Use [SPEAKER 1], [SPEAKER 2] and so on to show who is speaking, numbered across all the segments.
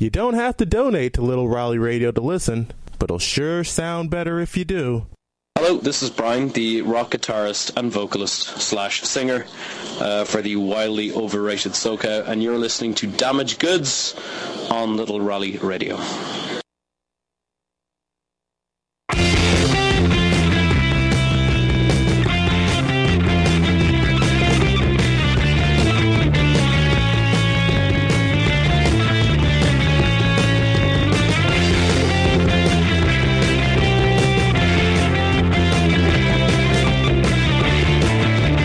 [SPEAKER 1] You don't have to donate to Little Raleigh Radio to listen, but it'll sure sound better if you do.
[SPEAKER 2] Hello, this is Brian, the rock guitarist and vocalist slash singer uh, for the wildly overrated SoCo, and you're listening to Damage Goods on Little Raleigh Radio.
[SPEAKER 3] There's a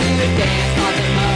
[SPEAKER 3] new dance on the mo.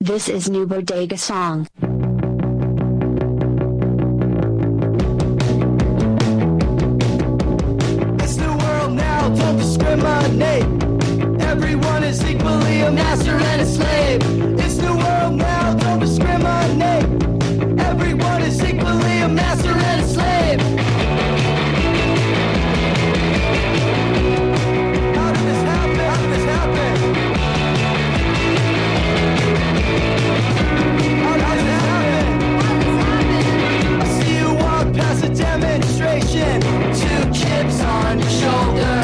[SPEAKER 3] This is New Bodega Song.
[SPEAKER 4] It's the world now, don't discriminate. Everyone is equally a master and a slave. It's the world now, don't discriminate. Everyone is equally a master and a slave. How did this happen? How did this happen? How did this happen? I see you walk past a demonstration. Two chips on your shoulder.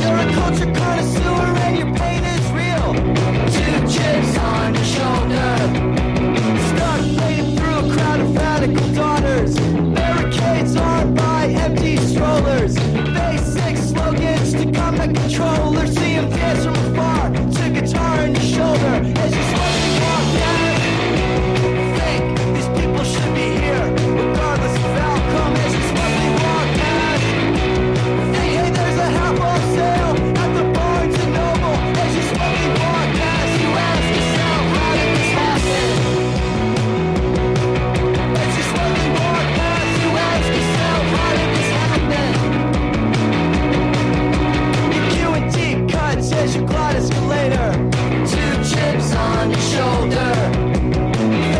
[SPEAKER 4] You're a culture connoisseur and your pain is real. Two chips on your shoulder. Stuck wading through a crowd of radical daughters. Barricades on by empty strollers. Basic slogans to combat controllers. See 'em dance from afar. To guitar on your shoulder. As you slowly walk down think these people should be here, regardless of outcome. As you slowly walk past, think, hey, there's a half off sale at the Barnes and Noble. As you slowly walk past, you ask yourself, how did this happen? As you slowly walk past, you ask yourself, how did this happen? Your Q and D cuts as you glide escalator. Two chips on your shoulder.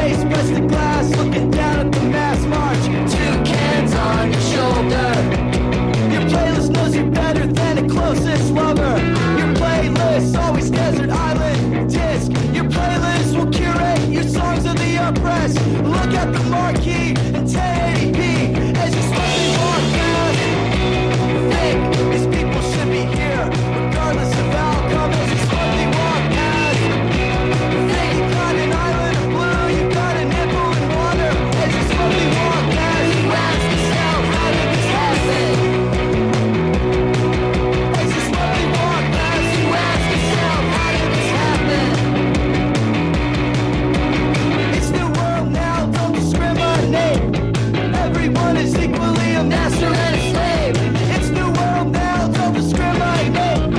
[SPEAKER 4] Face pressed to glass, looking down at the mass march. Two cans on your shoulder. Your playlist knows you better than a closest lover. Your playlist always desert island disc. Your playlist will curate your songs of the oppressed. Look at the marquee in 1080p as you slowly walk past. Think these people should be here, regardless of outcome. As you slowly walk past. Master and a slave. It's the world now, don't discriminate.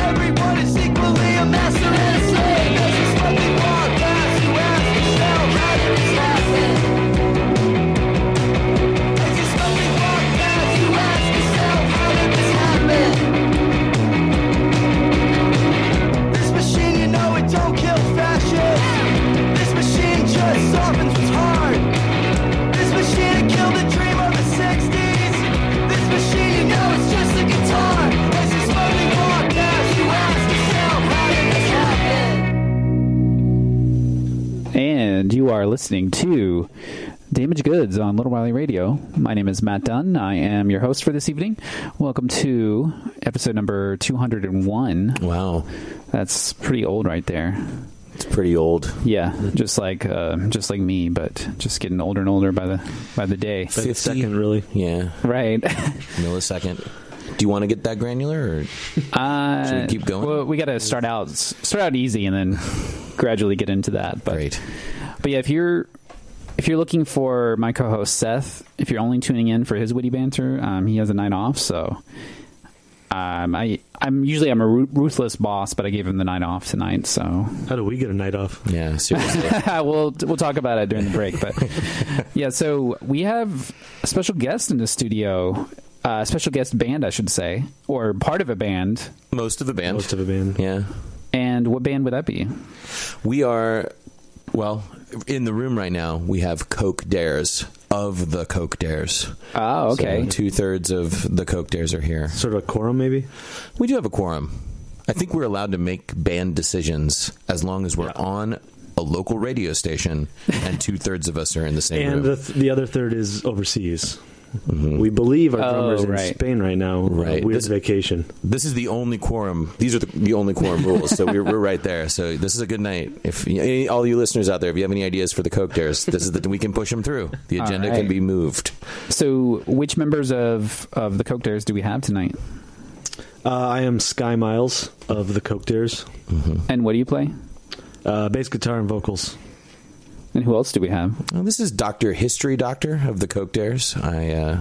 [SPEAKER 4] Everyone is equally a master and a slave. As you slowly walk past, you ask yourself, how did this happen? As you slowly walk past, you ask yourself, how did this happen? This machine, you know it don't kill fashion. This machine just softens what's hard. This machine killed the dream of the 60s. This machine, you know it's just a guitar. As you slowly walk past, you ask yourself, how did this happen?
[SPEAKER 5] And you are listening to Damaged Goods on Little Wiley Radio. My name is Matt Dunn. I am your host for this evening. Welcome to episode number 201.
[SPEAKER 6] Wow,
[SPEAKER 5] That's pretty old right there.
[SPEAKER 6] it's pretty old.
[SPEAKER 5] Yeah, just like uh, just like me, but just getting older and older by the by the day.
[SPEAKER 7] By the second, really.
[SPEAKER 6] Yeah,
[SPEAKER 5] Right.
[SPEAKER 6] millisecond. Do you want to get that granular? Or?
[SPEAKER 5] Uh,
[SPEAKER 6] Should we keep going?
[SPEAKER 5] Well, we got to start out start out easy and then gradually get into that. But
[SPEAKER 6] Great.
[SPEAKER 5] But yeah, if you're if you're looking for my co-host Seth, if you're only tuning in for his witty banter, um, he has a night off, so um, I I'm usually I'm a ru- ruthless boss, but I gave him the night off tonight, so
[SPEAKER 7] How do we get a night off?
[SPEAKER 6] Yeah, seriously.
[SPEAKER 5] we'll we'll talk about it during the break. But yeah, so we have a special guest in the studio, uh, a special guest band, I should say, or part of a band.
[SPEAKER 6] Most of the band.
[SPEAKER 7] Most of a band.
[SPEAKER 6] Yeah,
[SPEAKER 5] And what band would that be?
[SPEAKER 6] we are. Well, in the room right now, we have Coke Dares of the Coke Dares. Ah,
[SPEAKER 5] Oh, okay.
[SPEAKER 6] Two thirds of the Coke Dares are here.
[SPEAKER 7] Sort of a quorum, maybe.
[SPEAKER 6] We do have a quorum. I think we're allowed to make band decisions as long as we're on a local radio station and two thirds of us are in the same
[SPEAKER 7] And the,
[SPEAKER 6] room.
[SPEAKER 7] th- the other third is overseas. We believe our
[SPEAKER 5] Oh,
[SPEAKER 7] drummer's
[SPEAKER 5] right.
[SPEAKER 7] in Spain Mm-hmm. right now. on a
[SPEAKER 6] Right.
[SPEAKER 7] Weird
[SPEAKER 6] This-
[SPEAKER 7] vacation.
[SPEAKER 6] this is the only quorum. These are the, the only quorum rules. So we're, we're right there. So this is a good night. If any, all you listeners out there, if you have any ideas for the Coke Dares, this is the we can push them through. The
[SPEAKER 5] All
[SPEAKER 6] agenda
[SPEAKER 5] right.
[SPEAKER 6] can be moved.
[SPEAKER 5] so, which members of of the Coke Dares do we have tonight?
[SPEAKER 7] Uh, I am Sky Miles of the Coke Dares.
[SPEAKER 5] And what do you play?
[SPEAKER 7] Uh, bass guitar and vocals.
[SPEAKER 5] And who else do we have?
[SPEAKER 6] Well, this is Doctor History Doctor of the Coke Dares. I uh,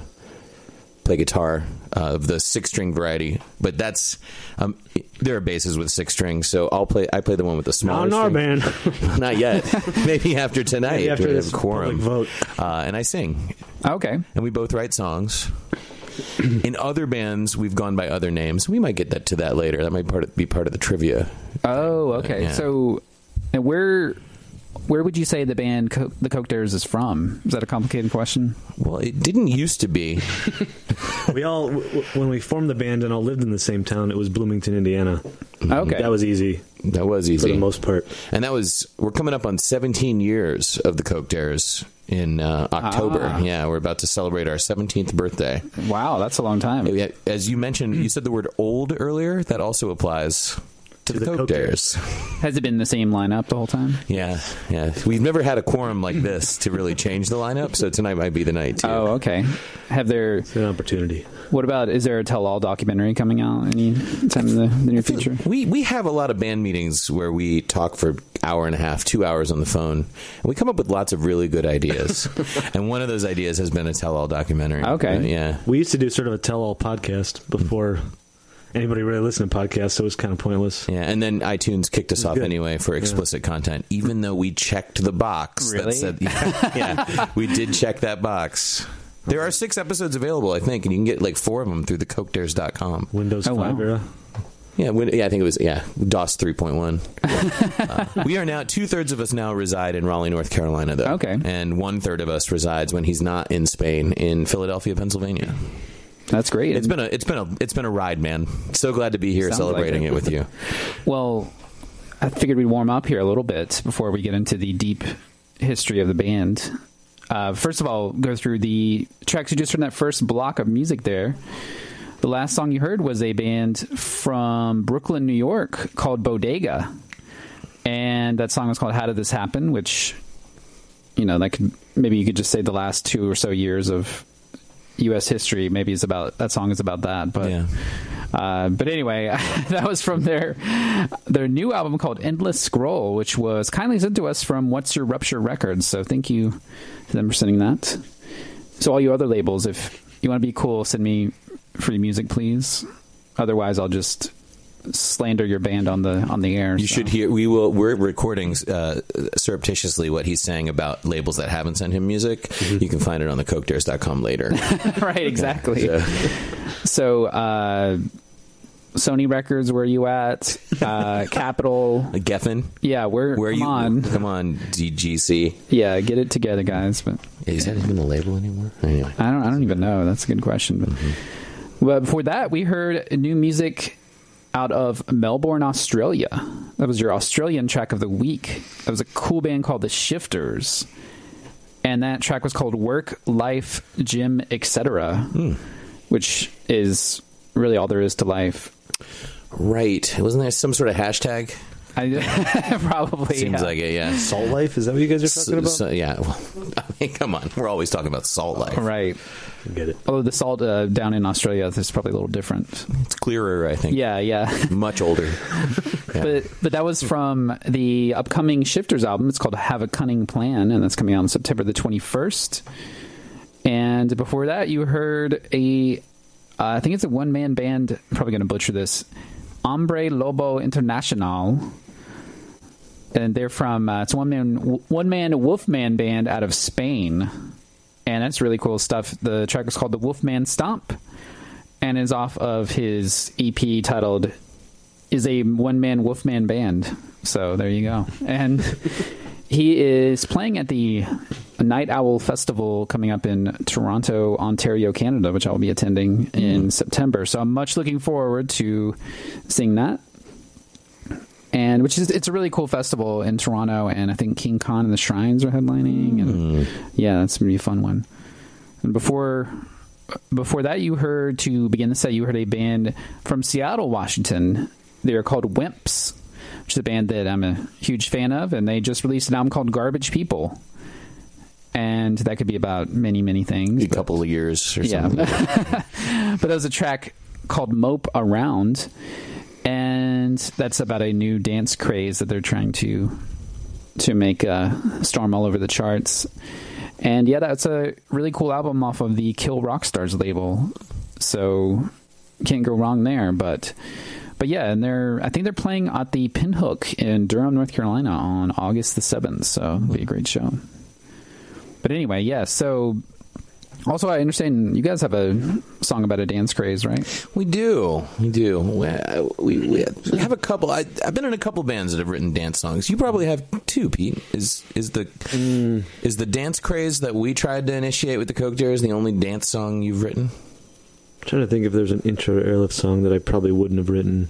[SPEAKER 6] play guitar uh, of the six string variety. But that's um, there are basses with six strings, so I'll play. I play the one with the smaller.
[SPEAKER 7] Not in our
[SPEAKER 6] string.
[SPEAKER 7] band.
[SPEAKER 6] Not yet. Maybe after tonight.
[SPEAKER 7] Maybe after
[SPEAKER 6] we
[SPEAKER 7] this
[SPEAKER 6] have quorum
[SPEAKER 7] public
[SPEAKER 6] Uh, and I sing,
[SPEAKER 5] Okay.
[SPEAKER 6] and we both write songs. In other bands, we've gone by other names. We might get that to that later. That might part of, be part of the trivia.
[SPEAKER 5] Oh, okay.
[SPEAKER 6] Uh, Yeah.
[SPEAKER 5] So, and where where would you say the band Co- the Coke Dares is from? Is that a complicated question?
[SPEAKER 6] Well, it didn't used to be.
[SPEAKER 7] we all, w- w- when we formed the band and all lived in the same town, it was Bloomington, Indiana.
[SPEAKER 5] Okay.
[SPEAKER 7] Mm-hmm. That was easy
[SPEAKER 6] That was
[SPEAKER 7] for
[SPEAKER 6] easy.
[SPEAKER 7] the most part.
[SPEAKER 6] And that was we're coming up on 17 years of the Coke Dares in uh, October.
[SPEAKER 5] Ah.
[SPEAKER 6] Yeah, we're about to celebrate our 17th birthday.
[SPEAKER 5] wow. That's a long time.
[SPEAKER 6] Yeah, As you mentioned, you said the word old earlier. That also applies to, the, Coke, Dares.
[SPEAKER 5] Has it been the same lineup the whole time?
[SPEAKER 6] Yeah, yeah. We've never had a quorum like this to really change the lineup, so tonight might be the night too.
[SPEAKER 5] Oh, okay. Have there?
[SPEAKER 7] It's an opportunity.
[SPEAKER 5] What about? Is there a tell-all documentary coming out any time in the, the near future?
[SPEAKER 6] We we have a lot of band meetings where we talk for hour and a half, two hours on the phone, and we come up with lots of really good ideas. and one of those ideas has been a tell-all documentary.
[SPEAKER 5] Okay.
[SPEAKER 6] Uh, yeah.
[SPEAKER 7] We used to do sort of a tell-all podcast before anybody really listened to podcasts, so it was kind of pointless.
[SPEAKER 6] Yeah, and then iTunes kicked us off
[SPEAKER 7] good.
[SPEAKER 6] anyway for explicit content, even though we checked the box
[SPEAKER 5] Really?
[SPEAKER 6] that said, yeah, yeah, we did check that box. There are six episodes available, I think, and you can get like four of them through the cokedares.com.
[SPEAKER 7] Windows
[SPEAKER 5] Oh,
[SPEAKER 7] 5
[SPEAKER 5] wow.
[SPEAKER 7] era.
[SPEAKER 6] Yeah, when, yeah, I think it was yeah DOS 3.1. uh, we are now two thirds of us now reside in Raleigh, North Carolina, though.
[SPEAKER 5] Okay.
[SPEAKER 6] and one third of us resides when he's not in Spain in Philadelphia, Pennsylvania.
[SPEAKER 5] That's great.
[SPEAKER 6] It's been a it's been a it's been a ride, man. So glad to be here
[SPEAKER 5] Sounds like
[SPEAKER 6] celebrating
[SPEAKER 5] it.
[SPEAKER 6] it with you.
[SPEAKER 5] Well, I figured we'd warm up here a little bit before we get into the deep history of the band. Uh, first of all, go through the tracks you just heard in that first block of music there. The last song you heard was a band from Brooklyn, New York called Bodega. And that song was called How Did This Happen, which, you know, that could maybe you could just say the last two or so years of U.S. history maybe is about that song is about that. But
[SPEAKER 6] Yeah.
[SPEAKER 5] uh, but anyway, that was from their their new album called Endless Scroll, which was kindly sent to us from What's Your Rupture Records. So thank you to them for sending that. So all you other labels, if you want to be cool, send me free music, please. Otherwise, I'll just slander your band on the on the air.
[SPEAKER 6] You
[SPEAKER 5] so.
[SPEAKER 6] should hear. We will. We're recording uh, surreptitiously what he's saying about labels that haven't sent him music. You can find it on the cokedares.com later.
[SPEAKER 5] right, exactly. So, uh, Sony Records, where you at? Uh, Capital,
[SPEAKER 6] Geffen,
[SPEAKER 5] yeah, where?
[SPEAKER 6] where are
[SPEAKER 5] come
[SPEAKER 6] you?
[SPEAKER 5] on,
[SPEAKER 6] Come on, DGC.
[SPEAKER 5] yeah, get it together, guys. But
[SPEAKER 6] Is that even a label anymore? Anyway,
[SPEAKER 5] I don't. I don't even know. That's a good question. But, but before that, we heard new music out of Melbourne, Australia. That was your Australian track of the week. That was a cool band called the Shifters, and that track was called "Work, Life, Gym, Etc."
[SPEAKER 6] Hmm.
[SPEAKER 5] Which is really all there is to life.
[SPEAKER 6] right? Wasn't there some sort of hashtag?
[SPEAKER 5] I probably
[SPEAKER 6] Seems
[SPEAKER 5] yeah.
[SPEAKER 6] like it. Yeah.
[SPEAKER 7] Salt Life? Is that what you guys are
[SPEAKER 6] S-
[SPEAKER 7] talking about?
[SPEAKER 6] so- yeah. Well, I mean, come on. We're always talking about salt life.
[SPEAKER 5] right.
[SPEAKER 7] Get it.
[SPEAKER 5] Although the salt uh, down in Australia is probably a little different.
[SPEAKER 6] It's clearer, I think.
[SPEAKER 5] Yeah, yeah.
[SPEAKER 6] Much older. Yeah.
[SPEAKER 5] but but that was from the upcoming Shifters album. It's called Have a Cunning Plan, and that's coming out on September the twenty first. And before that, you heard a, uh, I think it's a one man band. I'm probably going to butcher this. Hombre Lobo International, and they're from uh, it's one man one man Wolfman band out of Spain, and that's really cool stuff. The track is called the Wolfman Stomp, and is off of his EP titled is a one man Wolfman band. So there you go. And he is playing at the Night Owl Festival coming up in Toronto, Ontario, Canada, which I'll be attending in September. So I'm much looking forward to seeing that. And which is it's a really cool festival in Toronto, and I think King Khan and the Shrines are headlining, and
[SPEAKER 6] Hmm.
[SPEAKER 5] yeah, that's gonna be a fun one. And before before that, you heard to begin the set, you heard a band from Seattle, Washington. They are called Wimps, which is a band that I'm a huge fan of, and they just released an album called Garbage People. And that could be about many, many things.
[SPEAKER 6] A couple of years or
[SPEAKER 5] Yeah.
[SPEAKER 6] something.
[SPEAKER 5] but that was a track called Mope Around. And that's about a new dance craze that they're trying to to make uh, storm all over the charts. And yeah, that's a really cool album off of the Kill Rock Stars label. So can't go wrong there. But but yeah, and they're I think they're playing at the Pinhook in Durham, North Carolina on August the seventh. So it'll be a great show. But anyway, yeah. So also, I understand you guys have a song about a dance craze, right?
[SPEAKER 6] We do, we do. We, we, we we have a couple. I, I've been in a couple bands that have written dance songs. You probably have too, Pete. Is is the
[SPEAKER 5] Mm.
[SPEAKER 6] is the dance craze that we tried to initiate with the Coke Dares the only dance song you've written?
[SPEAKER 7] trying to think if there's an intro to airlift song that I probably wouldn't have written.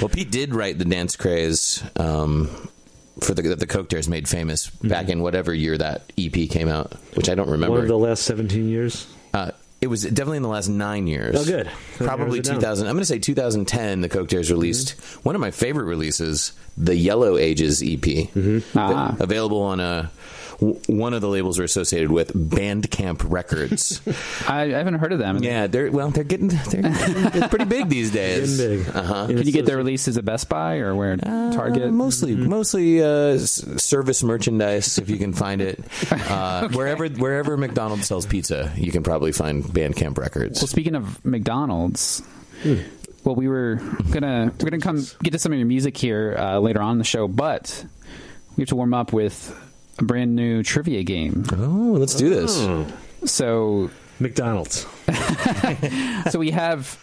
[SPEAKER 6] Well, Pete did write the dance craze um, for the that the Coke Dares made famous back in whatever year that EP came out, which I don't remember.
[SPEAKER 7] Mm-hmm. One of the last 17 years.
[SPEAKER 6] Uh, it was definitely in the last nine years.
[SPEAKER 7] Oh, good.
[SPEAKER 6] Probably
[SPEAKER 7] Narrows it down. Mm-hmm.
[SPEAKER 6] 2000. I'm going to say 2010. The Coke Dares released one of my favorite releases, the Yellow Ages EP,
[SPEAKER 7] Mm-hmm.
[SPEAKER 5] Ah.
[SPEAKER 6] available on a w- one of the labels we're associated with, Bandcamp Records.
[SPEAKER 5] I, I haven't heard of them.
[SPEAKER 6] yeah, they're well, they're getting they're, they're pretty big these days.
[SPEAKER 7] Getting big.
[SPEAKER 6] Uh-huh.
[SPEAKER 7] And
[SPEAKER 5] Can you
[SPEAKER 7] it's
[SPEAKER 5] get their
[SPEAKER 7] those-
[SPEAKER 5] releases at Best Buy or where?
[SPEAKER 6] Uh,
[SPEAKER 5] Target?
[SPEAKER 6] mostly
[SPEAKER 7] Mm-hmm.
[SPEAKER 6] mostly uh, s- service merchandise if you can find it uh, wherever wherever McDonald's sells pizza you can probably find Bandcamp records
[SPEAKER 5] Well, speaking of McDonald's, well, we were gonna we're gonna come get to some of your music here uh, later on in the show, but we have to warm up with a brand new trivia game.
[SPEAKER 6] oh let's do this
[SPEAKER 5] So,
[SPEAKER 7] McDonald's.
[SPEAKER 5] so we have,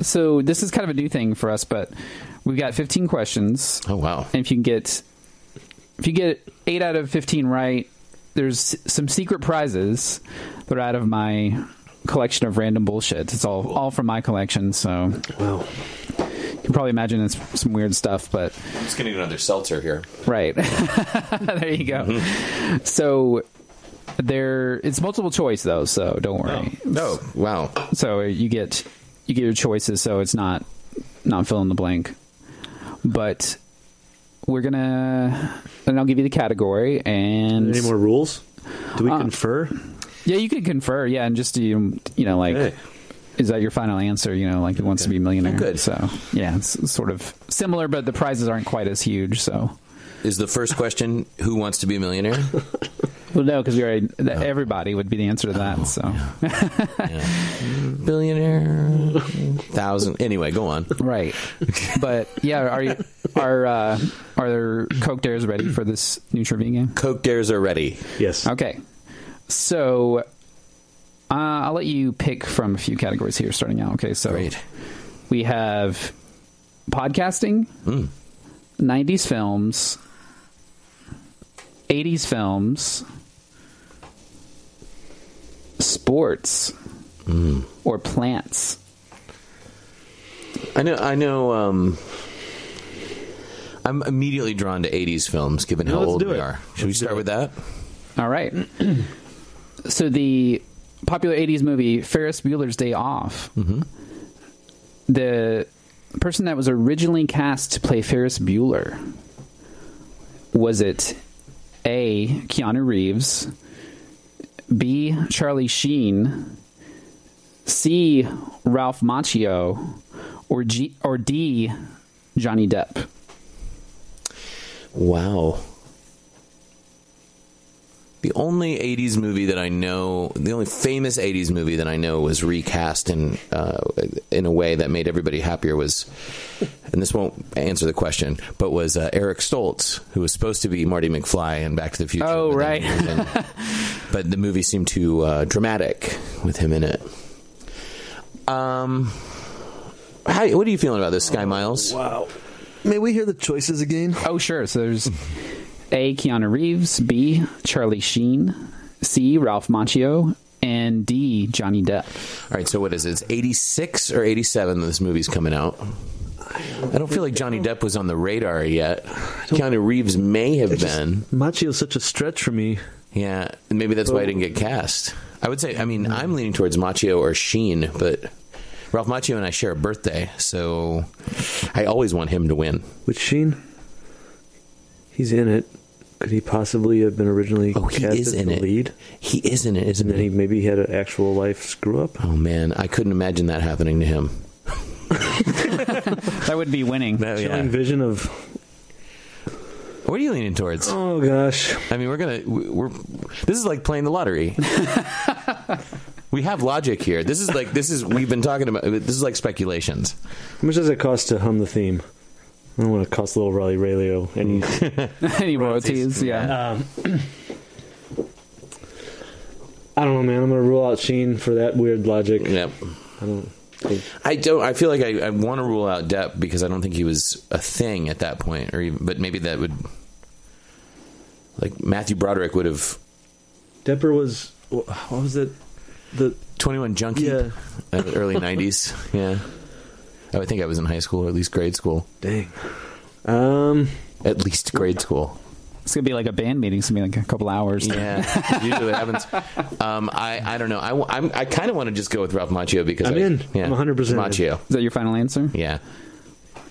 [SPEAKER 5] so this is kind of a new thing for us, but we've got 15 questions,
[SPEAKER 6] oh wow
[SPEAKER 5] and if you can get, if you get eight out of 15 right, there's some secret prizes that are out of my collection of random bullshit. It's all all from my collection, so.
[SPEAKER 7] Wow.
[SPEAKER 5] You can probably imagine it's some weird stuff, but
[SPEAKER 6] I'm just gonna need another seltzer here
[SPEAKER 5] right. there you go. So there it's multiple choice though, so don't worry.
[SPEAKER 6] oh wow
[SPEAKER 5] So you get you get your choices, so it's not not fill in the blank. But we're gonna and I'll give you the category and Uh,
[SPEAKER 7] Any more rules? Do we confer?
[SPEAKER 5] Yeah, you can confer, yeah, and just do you you know, like
[SPEAKER 7] Hey.
[SPEAKER 5] Is that your final answer? You know, like who wants to be a millionaire?
[SPEAKER 6] Oh, good.
[SPEAKER 5] So, yeah, it's sort of similar, but the prizes aren't quite as huge. So,
[SPEAKER 6] is the first question who wants to be a millionaire
[SPEAKER 5] Well, no, because we already that everybody would be the answer to that.
[SPEAKER 7] Oh,
[SPEAKER 5] so,
[SPEAKER 6] billionaire thousand anyway go on
[SPEAKER 5] right, but yeah, are you, are uh, are there Coke Dares ready for this new trivia game?
[SPEAKER 6] Coke dares are ready
[SPEAKER 7] Yes.
[SPEAKER 5] Okay, so uh, I'll let you pick from a few categories here, starting out. Okay,
[SPEAKER 7] Oh.
[SPEAKER 5] so
[SPEAKER 6] Great.
[SPEAKER 5] we have podcasting, '90s films, '80s films, sports, or plants.
[SPEAKER 6] I know I know um I'm immediately drawn to 80s films given how
[SPEAKER 7] Let's
[SPEAKER 6] old
[SPEAKER 7] do
[SPEAKER 6] we
[SPEAKER 7] it.
[SPEAKER 6] are should we
[SPEAKER 7] Let's do
[SPEAKER 6] start
[SPEAKER 7] it.
[SPEAKER 6] with that
[SPEAKER 5] All right. so the popular 80s movie Ferris Bueller's Day Off. The person that was originally cast to play Ferris Bueller was it A Keanu Reeves, B Charlie Sheen, C Ralph Macchio, or G or D Johnny Depp.
[SPEAKER 6] Wow. The only 80s movie that I know, the only famous 80s movie that I know was recast in uh, in a way that made everybody happier was, and this won't answer the question, but was uh, Eric Stoltz, who was supposed to be Marty McFly in Back to the Future.
[SPEAKER 5] Oh,
[SPEAKER 6] but
[SPEAKER 5] right.
[SPEAKER 6] then- and- but the movie seemed too uh, dramatic with him in it. Um, how, what are you feeling about this, Sky Miles?
[SPEAKER 8] Wow. May we hear the choices again?
[SPEAKER 5] Oh, sure. So there's A. Keanu Reeves, B. Charlie Sheen, C. Ralph Macchio, and D. Johnny Depp.
[SPEAKER 6] All right, so what is it? It's 86 or 87 that this movie's coming out. I don't feel like Johnny Depp was on the radar yet. Keanu Reeves may have been.
[SPEAKER 7] Machio's such a stretch for me.
[SPEAKER 6] Yeah, and maybe that's why I didn't get cast. I would say, I mean, I'm leaning towards Machio or Sheen, but Ralph Machio and I share a birthday, so I always want him to win.
[SPEAKER 7] With Sheen, he's in it. Could he possibly have been originally
[SPEAKER 6] Oh, he
[SPEAKER 7] cast
[SPEAKER 6] is
[SPEAKER 7] as
[SPEAKER 6] in
[SPEAKER 7] the
[SPEAKER 6] it.
[SPEAKER 7] lead?
[SPEAKER 6] He is in it, isn't
[SPEAKER 7] And then
[SPEAKER 6] he?
[SPEAKER 7] he maybe had an actual life screw up.
[SPEAKER 6] Oh, man, I couldn't imagine that happening to him. Oh,
[SPEAKER 5] That would be winning.
[SPEAKER 7] Chilling vision of
[SPEAKER 6] What are you leaning towards?
[SPEAKER 7] Oh gosh.
[SPEAKER 6] I mean, we're gonna we- we're this is like playing the lottery. we have logic here. This is like this is we've been talking about. This is like speculations.
[SPEAKER 7] How much does it cost to hum the theme? I don't want to cost little Raleigh Raylio any
[SPEAKER 6] Mm.
[SPEAKER 7] Um,
[SPEAKER 5] Any royalties? Yeah.
[SPEAKER 7] I don't know, man. I'm gonna rule out Sheen for that weird logic.
[SPEAKER 6] Yep.
[SPEAKER 7] I don't think
[SPEAKER 6] I don't. I feel like I, I want to rule out Depp because I don't think he was a thing at that point, or even. But maybe that would like Matthew Broderick would have
[SPEAKER 7] Depper was wh- what was it? The
[SPEAKER 6] Twenty One Junkie,
[SPEAKER 7] Yeah.
[SPEAKER 6] uh, early nineties. Yeah, Oh, I would think I was in high school or at least grade school.
[SPEAKER 7] dang. Um,
[SPEAKER 6] At least grade school.
[SPEAKER 5] It's gonna be like a band meeting. It's gonna be like a couple hours.
[SPEAKER 6] Yeah, usually it happens. Um, I I don't know. I w- I'm, I kind of want to just go with Ralph Macchio because
[SPEAKER 7] I'm
[SPEAKER 6] I,
[SPEAKER 7] in.
[SPEAKER 6] Yeah,
[SPEAKER 7] I'm 100% in.
[SPEAKER 6] Macchio.
[SPEAKER 5] Is that your final answer?
[SPEAKER 6] Yeah.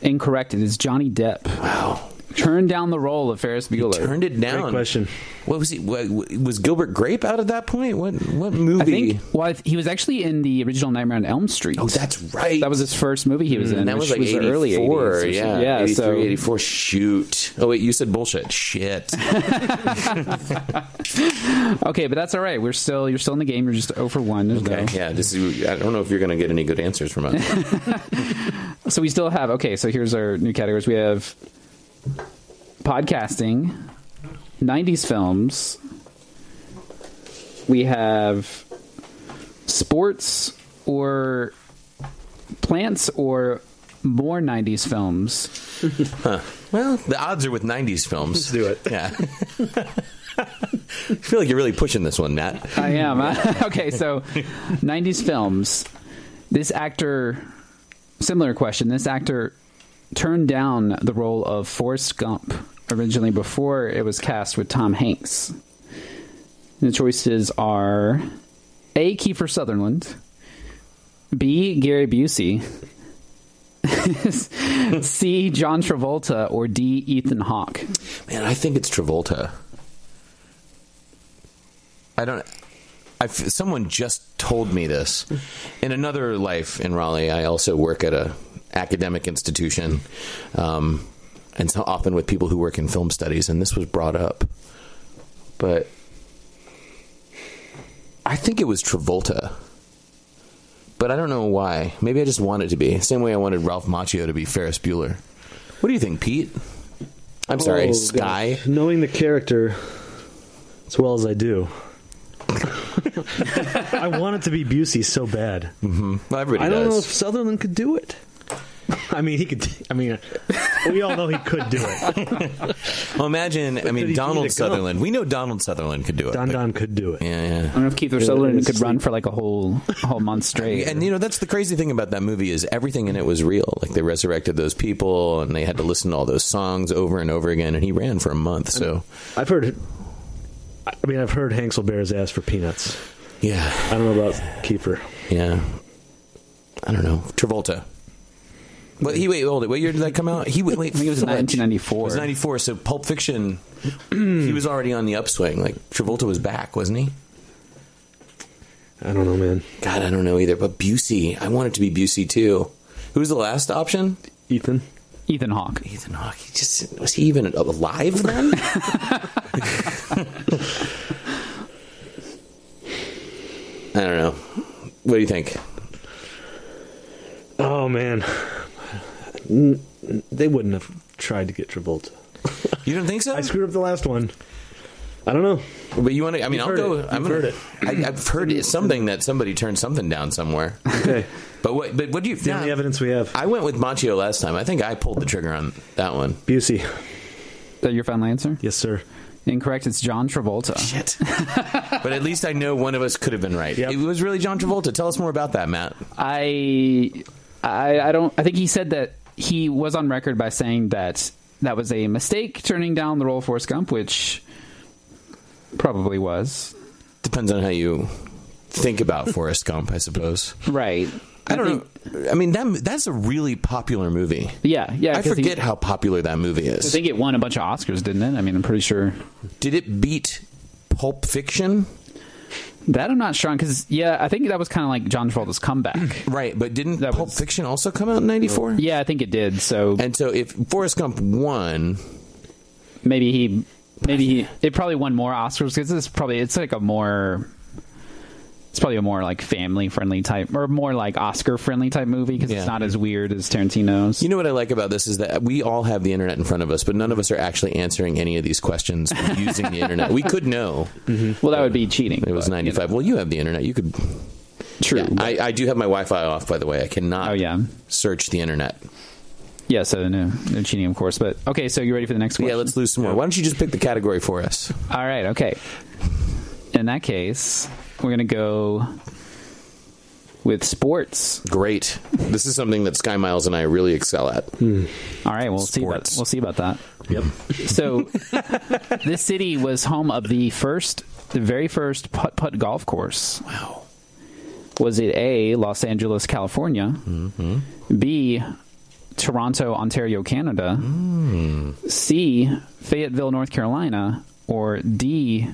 [SPEAKER 5] Incorrect. It is Johnny Depp.
[SPEAKER 6] Wow.
[SPEAKER 5] Turned down the role of Ferris Bueller.
[SPEAKER 6] Turned it down.
[SPEAKER 7] great question.
[SPEAKER 6] What was he? What, was Gilbert Grape out at that point? What what movie?
[SPEAKER 5] I think. Well, I th- he was actually in the original Nightmare on Elm Street.
[SPEAKER 6] oh, that's right.
[SPEAKER 5] that was his first movie he was in.
[SPEAKER 6] And that was
[SPEAKER 5] which
[SPEAKER 6] like
[SPEAKER 5] the
[SPEAKER 6] 84,
[SPEAKER 5] early 80s or something.
[SPEAKER 6] yeah,
[SPEAKER 5] yeah.
[SPEAKER 6] 83,
[SPEAKER 5] so
[SPEAKER 6] 84, shoot. Oh, wait, you said bullshit. Shit.
[SPEAKER 5] okay, but that's all right. We're still you're still in the game. You're just 0 for one. There's
[SPEAKER 6] Okay,
[SPEAKER 5] no-
[SPEAKER 6] yeah, this is, I don't know if you're going to get any good answers from us.
[SPEAKER 5] So we still have okay. So here's our new categories. We have podcasting, '90s films. We have sports or plants or more '90s films.
[SPEAKER 6] well, the odds are with 90s films. Let's
[SPEAKER 7] do it.
[SPEAKER 6] Yeah. I feel like you're really pushing this one, Matt.
[SPEAKER 5] I am okay. So '90s films. This actor. Similar question. This actor turned down the role of Forrest Gump originally before it was cast with Tom Hanks. The choices are A. Kiefer Sutherland, B. Gary Busey, C. John Travolta, or D. Ethan Hawke.
[SPEAKER 6] Man, I think it's Travolta. I don't. I f- someone just told me this. In another life in Raleigh, I also work at a academic institution, um, and so often with people who work in film studies, and this was brought up. But I think it was Travolta. But I don't know why. Maybe I just want it to be. Same way I wanted Ralph Macchio to be Ferris Bueller. What do you think, Pete? I'm sorry,
[SPEAKER 7] Oh,
[SPEAKER 6] Sky.
[SPEAKER 7] gosh. Knowing the character as well as I do, I want it to be Busey so bad.
[SPEAKER 6] Well, everybody
[SPEAKER 7] I don't know if
[SPEAKER 6] does.
[SPEAKER 7] Sutherland could do it. I mean, he could. I mean, we all know he could do it.
[SPEAKER 6] Well, imagine. I
[SPEAKER 7] did
[SPEAKER 6] mean,
[SPEAKER 7] he do
[SPEAKER 6] Donald
[SPEAKER 7] to go?
[SPEAKER 6] Sutherland. We know Donald Sutherland could do it.
[SPEAKER 7] Don
[SPEAKER 6] but-
[SPEAKER 7] Don could do it.
[SPEAKER 6] Yeah, yeah.
[SPEAKER 5] I don't know if Keith Sutherland could run for like a whole a whole month straight.
[SPEAKER 6] And you know that's the crazy thing about that movie is everything in it was real. Like they resurrected those people, and they had to listen to all those songs over and over again. And he ran for a month. So
[SPEAKER 7] I've heard. I mean, I've heard Hanks will bear his ass for peanuts.
[SPEAKER 6] yeah,
[SPEAKER 7] I don't know about Kiefer.
[SPEAKER 6] yeah. I don't know Travolta. But he wait, hold it. What year did that come out? He wait, wait
[SPEAKER 5] I think it was
[SPEAKER 6] fudge.
[SPEAKER 5] 1994.
[SPEAKER 6] It was ninety four. So Pulp Fiction, he was already on the upswing. Like Travolta was back, wasn't he?
[SPEAKER 7] I don't know, man.
[SPEAKER 6] God, I don't know either. But Busey, I want it to be Busey too. Who was the last option?
[SPEAKER 7] Ethan.
[SPEAKER 5] Ethan Hawke.
[SPEAKER 6] Ethan Hawke. He just was he even alive then? I don't know. What do you think?
[SPEAKER 7] Oh man, N- they wouldn't have tried to get Travolta.
[SPEAKER 6] You don't think so?
[SPEAKER 7] I screwed up the last one. I don't know.
[SPEAKER 6] But you want to? I mean,
[SPEAKER 7] You've
[SPEAKER 6] I'll
[SPEAKER 7] heard
[SPEAKER 6] go.
[SPEAKER 7] it.
[SPEAKER 6] I'm
[SPEAKER 7] You've heard it.
[SPEAKER 6] I, I've heard it, something that somebody turned something down somewhere.
[SPEAKER 7] Okay,
[SPEAKER 6] But what? But what do you?
[SPEAKER 7] the only evidence we have.
[SPEAKER 6] I went with Machio last time. I think I pulled the trigger on that one.
[SPEAKER 7] Busey.
[SPEAKER 5] Is that your final answer?
[SPEAKER 7] Yes, sir.
[SPEAKER 5] Incorrect. It's John Travolta.
[SPEAKER 6] Shit. but at least I know one of us could have been right.
[SPEAKER 7] Yep.
[SPEAKER 6] It was really John Travolta. Tell us more about that, Matt.
[SPEAKER 5] I, I, I don't. I think he said that he was on record by saying that that was a mistake turning down the role for Forrest Gump, which probably was
[SPEAKER 6] Depends on how you think about Forrest Gump, I suppose.
[SPEAKER 5] right.
[SPEAKER 6] I don't know. I mean, that that's a really popular movie.
[SPEAKER 5] Yeah, yeah.
[SPEAKER 6] I
[SPEAKER 5] 'cause he-
[SPEAKER 6] forget how popular that movie
[SPEAKER 5] I
[SPEAKER 6] is.
[SPEAKER 5] think it won a bunch of Oscars, didn't it? I mean, I'm pretty sure.
[SPEAKER 6] Did it beat Pulp Fiction?
[SPEAKER 5] That I'm not sure on because yeah, I think that was kind of like John Travolta's comeback.
[SPEAKER 6] Right, but didn't
[SPEAKER 5] That
[SPEAKER 6] Pulp
[SPEAKER 5] was-
[SPEAKER 6] Fiction also come out in '94?
[SPEAKER 5] yeah, I think it did. So
[SPEAKER 6] And so, if Forrest Gump won,
[SPEAKER 5] maybe he maybe he it probably won more oscars because this is probably it's like a more it's probably a more like family friendly type or more like oscar friendly type movie because
[SPEAKER 6] Yeah.
[SPEAKER 5] it's not as weird as tarantino's
[SPEAKER 6] You know what I like about this is that we all have the internet in front of us, but none of us are actually answering any of these questions using the internet. We could know
[SPEAKER 5] well that would be cheating
[SPEAKER 6] it was
[SPEAKER 5] but, you
[SPEAKER 6] ninety
[SPEAKER 5] know,
[SPEAKER 6] five. Well, you have the internet. You could.
[SPEAKER 5] true
[SPEAKER 6] Yeah, I, I do have my Wi-Fi off, by the way. I cannot.
[SPEAKER 5] oh yeah
[SPEAKER 6] Search the internet.
[SPEAKER 5] yeah so no, no cheating of course but okay so you ready for the next one
[SPEAKER 6] Yeah, let's lose some more. Why don't you just pick the category for us?
[SPEAKER 5] All right, okay. In that case, we're going to go with sports.
[SPEAKER 6] Great. This is something that Sky Miles and I really excel at.
[SPEAKER 5] All right, we'll see about
[SPEAKER 6] Sports.
[SPEAKER 5] we'll see about that.
[SPEAKER 7] Yep.
[SPEAKER 5] So, this city was home of the first the very first putt-putt golf course. Wow. Was it A, Los Angeles, California? B, Toronto, Ontario, Canada? C, Fayetteville, North Carolina, or D,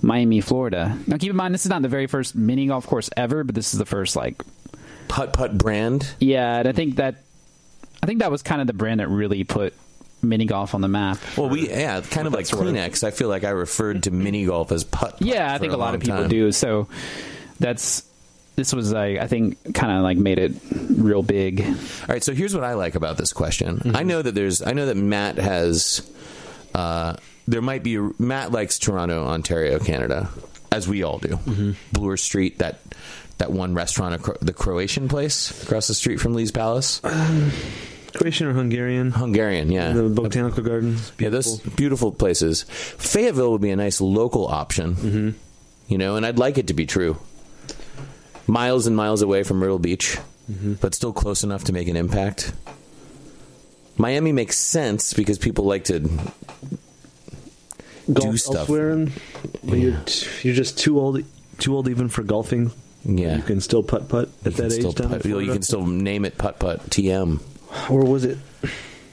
[SPEAKER 5] Miami, Florida. Now, keep in mind, this is not the very first mini golf course ever, but this is the first, like,
[SPEAKER 6] Putt Putt brand.
[SPEAKER 5] yeah, and I think that, I think that was kind of the brand that really put mini golf on the map.
[SPEAKER 6] Well, we yeah, kind of like Kleenex. I feel like I referred to mini golf as putt.
[SPEAKER 5] Yeah, I think a, lot of people do. So that's this was like I think kind of like made it real big.
[SPEAKER 6] All right, so here's what I like about this question. I know that there's, I know that Matt has, uh, there might be Matt likes Toronto, Ontario, Canada, as we all do. Bloor Street, that that one restaurant, acro- the Croatian place across the street from Lee's Palace,
[SPEAKER 7] Croatian or Hungarian?
[SPEAKER 6] Hungarian, yeah.
[SPEAKER 7] The botanical gardens.
[SPEAKER 6] Yeah, those beautiful places. Fayetteville would be a nice local option, mm-hmm. you know, and I'd like it to be true. Miles and miles away from Myrtle Beach,
[SPEAKER 7] Mm-hmm.
[SPEAKER 6] but still close enough to make an impact. Miami makes sense because people like to.
[SPEAKER 7] Golf
[SPEAKER 6] stuff.
[SPEAKER 7] elsewhere, and you're, t- you're just too old, too old even for golfing.
[SPEAKER 6] Yeah.
[SPEAKER 7] you can still putt putt at that age.
[SPEAKER 6] still
[SPEAKER 7] down in
[SPEAKER 6] putt- you
[SPEAKER 7] Florida.
[SPEAKER 6] can still name it putt putt TM.
[SPEAKER 7] or was it?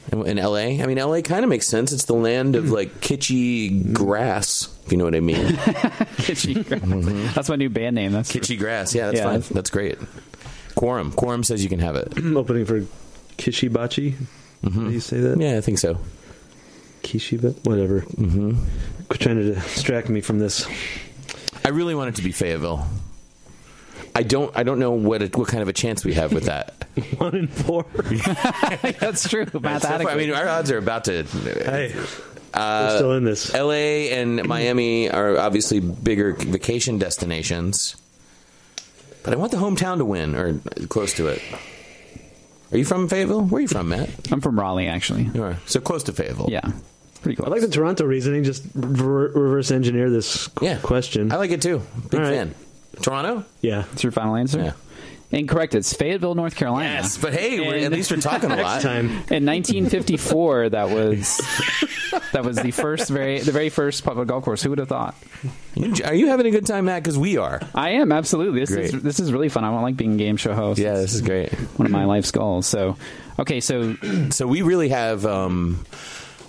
[SPEAKER 6] In LA, I mean, LA kind of makes sense. It's the land
[SPEAKER 7] Mm-hmm.
[SPEAKER 6] of like kitschy grass, if you know what I mean.
[SPEAKER 5] Kitschy Grass. That's my new band name. That's
[SPEAKER 6] kitschy grass, yeah, that's
[SPEAKER 5] Yeah.
[SPEAKER 6] fine. That's great. Quorum, quorum says you can have it.
[SPEAKER 7] Opening for Kishibachi. Do you say that?
[SPEAKER 6] Mm-hmm. Yeah, I think so.
[SPEAKER 7] Kishiba, whatever. Mm-hmm. Trying to distract me from this.
[SPEAKER 6] I really want it to be Fayetteville. I don't. I don't know what it, what kind of a chance we have with that.
[SPEAKER 7] One in four.
[SPEAKER 5] that's true.
[SPEAKER 6] So far,
[SPEAKER 5] Mathematically,
[SPEAKER 6] I mean, our odds are about to.
[SPEAKER 7] hey,
[SPEAKER 6] Uh,
[SPEAKER 7] we're still in this.
[SPEAKER 6] L.A. and Miami are obviously bigger vacation destinations, but I want the hometown to win or close to it. Are you from Fayetteville? Where are you from, Matt?
[SPEAKER 5] I'm from Raleigh, actually.
[SPEAKER 6] You are so close to Fayetteville.
[SPEAKER 5] Yeah, pretty cool.
[SPEAKER 7] I like the Toronto reasoning. Just re- reverse engineer this qu-
[SPEAKER 6] yeah.
[SPEAKER 7] question.
[SPEAKER 6] I like it too. Big
[SPEAKER 7] All right.
[SPEAKER 6] fan. Toronto.
[SPEAKER 7] yeah.
[SPEAKER 5] That's your final answer.
[SPEAKER 6] Yeah.
[SPEAKER 5] Incorrect. It's Fayetteville, North Carolina.
[SPEAKER 6] Yes, but hey, we're, at
[SPEAKER 5] And-
[SPEAKER 6] least we're talking a lot.
[SPEAKER 7] Time.
[SPEAKER 5] In 1954, that was that was the first very the very first public golf course. Who would have thought?
[SPEAKER 6] You- Are you having a good time, Matt? Because we are.
[SPEAKER 5] I am absolutely. This
[SPEAKER 6] Great.
[SPEAKER 5] is this is really fun. I don't like being a game show host.
[SPEAKER 6] Yeah, this is great.
[SPEAKER 5] one of my life's goals. So, okay, so
[SPEAKER 6] So we really have. Um,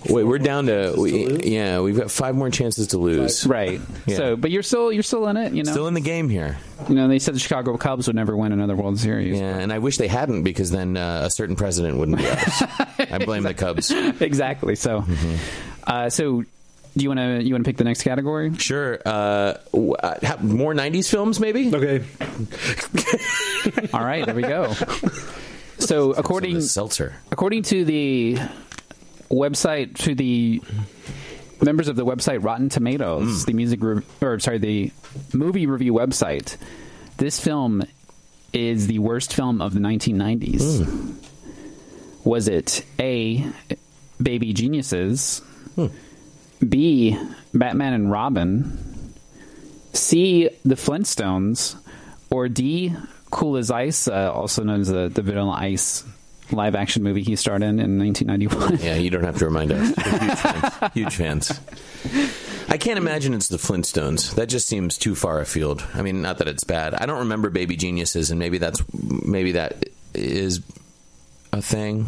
[SPEAKER 6] wait, we're down to, we, yeah. We've got five more chances to lose.
[SPEAKER 5] right.
[SPEAKER 6] Yeah.
[SPEAKER 5] So, but you're still you're still in it. You know,
[SPEAKER 6] Still in the game here.
[SPEAKER 5] you know. They said the Chicago Cubs would never win another World Series.
[SPEAKER 6] Yeah, and I wish they hadn't because then uh, a certain president wouldn't be ours. I blame the Cubs.
[SPEAKER 5] Exactly. So,
[SPEAKER 6] Mm-hmm.
[SPEAKER 5] uh, so do you want to you want to pick the next category?
[SPEAKER 6] Sure. Uh, w- uh, ha- more '90s films, maybe.
[SPEAKER 7] Okay.
[SPEAKER 5] All right, there we go. So,
[SPEAKER 6] Some
[SPEAKER 5] according
[SPEAKER 6] of the seltzer.
[SPEAKER 5] according to the website to the members of the website Rotten Tomatoes, the music re- or sorry, the movie review website, this film is the worst film of the 1990s. Was it A Baby Geniuses? B Batman and Robin? C The Flintstones or D Cool as Ice, uh, also known as the, the Vanilla Ice live action movie he starred in in 1991.
[SPEAKER 6] Yeah, you don't have to remind us. We're huge, fans. huge fans. I can't imagine it's the Flintstones. That just seems too far afield. I mean, not that it's bad. I don't remember Baby Geniuses, and maybe that's maybe that is a thing.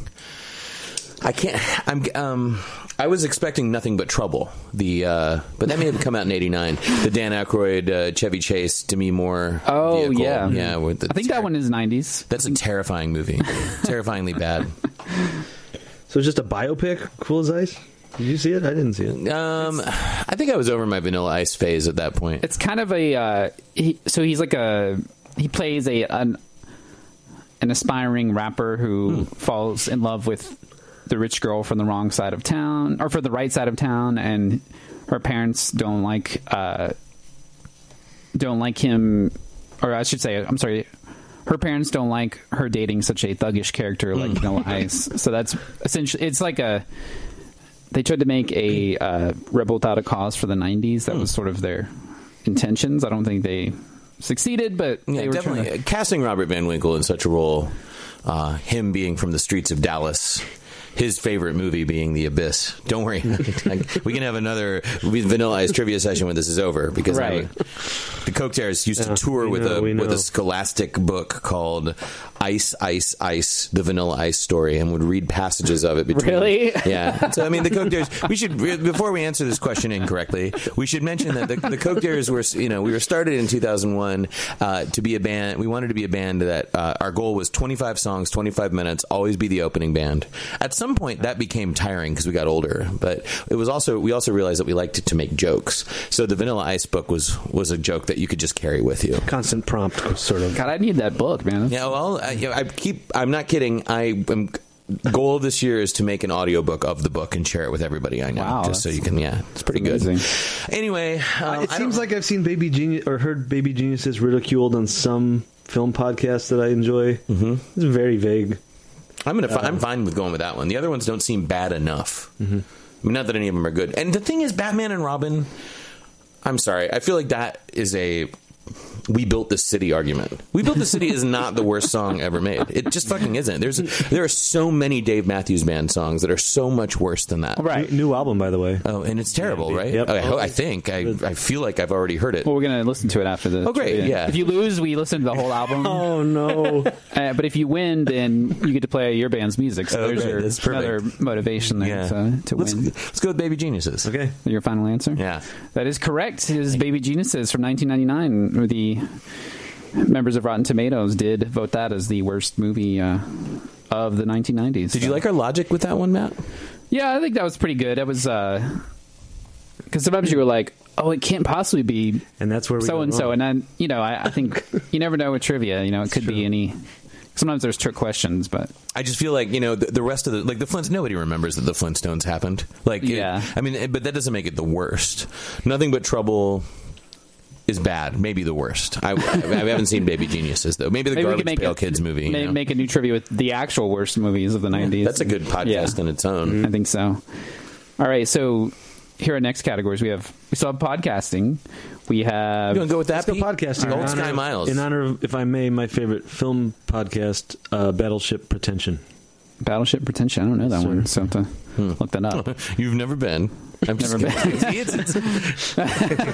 [SPEAKER 6] I can't. I'm. Um, I was expecting nothing but trouble. The uh, but that may have come out in '89. The Dan Aykroyd, uh, Chevy Chase, Demi Moore.
[SPEAKER 5] Oh
[SPEAKER 6] vehicle.
[SPEAKER 5] yeah,
[SPEAKER 6] yeah. with the
[SPEAKER 5] I think that one is '90s.
[SPEAKER 6] That's a terrifying movie. Terrifyingly bad.
[SPEAKER 7] So it's just a biopic, cool as ice. Did you see it? I didn't see it.
[SPEAKER 6] Um, I think I was over my Vanilla Ice phase at that point.
[SPEAKER 5] It's kind of a uh, he, so he's like a he plays a an, an aspiring rapper
[SPEAKER 6] Hmm.
[SPEAKER 5] who falls in love with the rich girl from the wrong side of town or for the right side of town, and her parents don't like uh, don't like him, or I should say, I'm sorry. Her parents don't like her dating such a thuggish character like
[SPEAKER 6] Hmm.
[SPEAKER 5] Vanilla Ice, so that's essentially it's like a they tried to make a uh, rebel without a cause for the 90s
[SPEAKER 6] Hmm.
[SPEAKER 5] that was sort of their intentions i don't think they succeeded but
[SPEAKER 6] yeah,
[SPEAKER 5] they were
[SPEAKER 6] definitely
[SPEAKER 5] trying to-
[SPEAKER 6] casting Robert Van Winkle in such a role. Uh, him being from the streets of Dallas, his favorite movie being The Abyss. Don't worry, Like, we can have another Vanilla Ice trivia session when this is over because I-
[SPEAKER 5] Right.
[SPEAKER 6] the Coke Terrors used to
[SPEAKER 7] Yeah,
[SPEAKER 6] tour
[SPEAKER 7] we
[SPEAKER 6] with
[SPEAKER 7] know,
[SPEAKER 6] a
[SPEAKER 7] we
[SPEAKER 6] with
[SPEAKER 7] know.
[SPEAKER 6] a Scholastic book called Ice, Ice, Ice: The Vanilla Ice Story, and would read passages of it between.
[SPEAKER 5] Really?
[SPEAKER 6] Yeah. So I mean, the Coke Dares. We should before we answer this question incorrectly, we should mention that the, the Coke Dares were you know we were started in 2001 uh, to be a band. We wanted to be a band that uh, our goal was 25 songs, 25 minutes, always be the opening band. At some point, that became tiring because we got older, but it was also we also realized that we liked to, to make jokes. So the Vanilla Ice book was was a joke that you could just carry with you.
[SPEAKER 7] Constant prompt, sort of.
[SPEAKER 5] god i need that book man
[SPEAKER 6] Yeah, well, I, you know, I keep. I'm not kidding. I am. Goal this year is to make an audiobook of the book and share it with everybody I know.
[SPEAKER 5] Wow,
[SPEAKER 6] just so
[SPEAKER 5] that's-
[SPEAKER 6] you can, yeah, it's pretty
[SPEAKER 5] that's
[SPEAKER 6] good.
[SPEAKER 5] amazing.
[SPEAKER 6] Anyway, um,
[SPEAKER 7] it
[SPEAKER 6] I
[SPEAKER 7] seems
[SPEAKER 6] don't-
[SPEAKER 7] like I've seen Baby Genius or heard Baby Geniuses ridiculed on some film podcasts that I enjoy. Mm-hmm. It's very vague.
[SPEAKER 6] I'm gonna. fi- I'm fine with going with that one. The other ones don't seem bad enough. I mean, not that any of them are good. And the thing is, Batman and Robin. I'm sorry. I feel like that is a we built the city argument. We built the city is not the worst song ever made. It just fucking isn't. There's there are so many Dave Matthews Band songs that are so much worse than that.
[SPEAKER 5] right
[SPEAKER 7] New, new album, by the way.
[SPEAKER 6] Oh, and it's terrible,
[SPEAKER 7] Yeah,
[SPEAKER 6] right?
[SPEAKER 7] yep.
[SPEAKER 6] Okay, I, ho- I think I, I feel like I've already heard it.
[SPEAKER 5] well we're gonna listen to it after the
[SPEAKER 6] Oh, great,
[SPEAKER 5] trivia.
[SPEAKER 6] yeah.
[SPEAKER 5] if you lose we listen to the whole album
[SPEAKER 7] Oh no!
[SPEAKER 5] uh, but if you win then you get to play your band's music so
[SPEAKER 6] Oh,
[SPEAKER 5] there's
[SPEAKER 6] great,
[SPEAKER 5] your
[SPEAKER 6] that's perfect.
[SPEAKER 5] another motivation there to, to
[SPEAKER 6] let's,
[SPEAKER 5] win
[SPEAKER 6] let's go with Baby Geniuses.
[SPEAKER 7] okay,
[SPEAKER 5] your final answer
[SPEAKER 6] Yeah.
[SPEAKER 5] that is correct his baby geniuses from 1999 where the members of rotten tomatoes did vote that as the worst movie uh, of the 1990s
[SPEAKER 6] Did you
[SPEAKER 5] So-
[SPEAKER 6] like our logic with that one, Matt?
[SPEAKER 5] Yeah, I think that was pretty good. That was because sometimes you were like, "Oh, it can't possibly be
[SPEAKER 7] and that's where we
[SPEAKER 5] so and so,"
[SPEAKER 7] And
[SPEAKER 5] and then you know, I, I think you never know with trivia. You know, it could be any. Sometimes there's trick questions, but
[SPEAKER 6] I just feel like you know the, the rest of the like the Flintstones. Nobody remembers that the Flintstones happened. Like, it-
[SPEAKER 5] Yeah.
[SPEAKER 6] I mean, it- but that doesn't make it the worst. Nothing but trouble is bad. Maybe the worst. I, I, I haven't seen Baby Geniuses though. Maybe the
[SPEAKER 5] maybe we
[SPEAKER 6] Garbage
[SPEAKER 5] could make
[SPEAKER 6] Pail
[SPEAKER 5] a,
[SPEAKER 6] Kids movie. you
[SPEAKER 5] may-
[SPEAKER 6] know?
[SPEAKER 5] make a new trivia with the actual worst movies of the '90s.
[SPEAKER 6] That's a good podcast
[SPEAKER 5] Yeah.
[SPEAKER 6] in its own.
[SPEAKER 5] I think so. All right, so here are next categories. We have we still have podcasting. We have
[SPEAKER 6] You want to go with that?
[SPEAKER 7] Let's go
[SPEAKER 6] Pete?
[SPEAKER 7] podcasting.
[SPEAKER 6] Old
[SPEAKER 7] In honor
[SPEAKER 6] Sky
[SPEAKER 7] of-
[SPEAKER 6] Miles.
[SPEAKER 7] In honor of, if I may, my favorite film podcast, uh, Battleship Pretension.
[SPEAKER 5] Battleship Pretension. I don't know that one, so I have to look that up.
[SPEAKER 6] You've never been. I've
[SPEAKER 5] Never
[SPEAKER 6] been.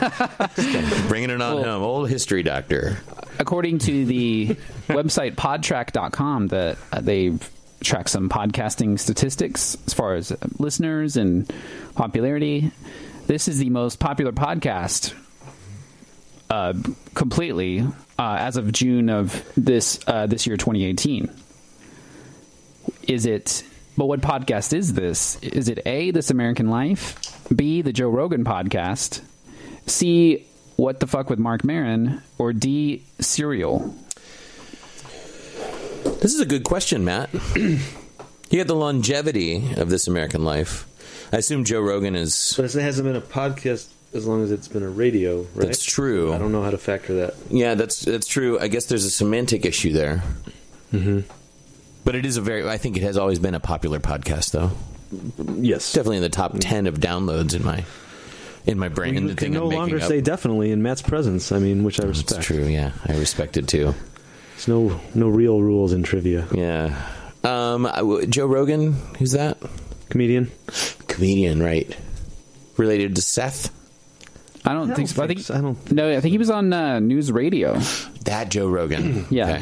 [SPEAKER 6] bringing it on
[SPEAKER 5] Well-
[SPEAKER 6] home. Old history doctor.
[SPEAKER 5] according to the website podtrack.com that uh, they track some podcasting statistics as far as uh, listeners and popularity this is the most popular podcast uh, completely uh, as of june of this uh, this year 2018 is it but what podcast is this is it a this american life b the joe rogan podcast c what the fuck with mark marin or d serial
[SPEAKER 6] This is a good question, Matt. you had the longevity of this American life. I assume Joe Rogan is.
[SPEAKER 7] But it hasn't been a podcast as long as it's been a radio, right?
[SPEAKER 6] That's true.
[SPEAKER 7] I don't know how to factor that.
[SPEAKER 6] Yeah, that's that's true. I guess there's a semantic issue there. Mm-hmm. But it is a very. I think it has always been a popular podcast, though.
[SPEAKER 7] Yes,
[SPEAKER 6] It's definitely in the top ten of downloads in my in my brain.
[SPEAKER 7] We
[SPEAKER 6] the
[SPEAKER 7] can
[SPEAKER 6] thing
[SPEAKER 7] no
[SPEAKER 6] I'm
[SPEAKER 7] longer
[SPEAKER 6] making up.
[SPEAKER 7] say definitely in Matt's presence. I mean, which I respect.
[SPEAKER 6] That's true. Yeah, I respect it too.
[SPEAKER 7] There's no no real rules in trivia.
[SPEAKER 6] Yeah. Um, I w- Joe Rogan, who's that?
[SPEAKER 7] Comedian.
[SPEAKER 6] Comedian, right? Related to Seth?
[SPEAKER 5] i don't, think
[SPEAKER 7] don't
[SPEAKER 5] so i
[SPEAKER 7] think
[SPEAKER 5] think
[SPEAKER 7] so. I don't-
[SPEAKER 5] no i think he was on uh, news radio
[SPEAKER 6] That Joe Rogan.
[SPEAKER 5] Yeah.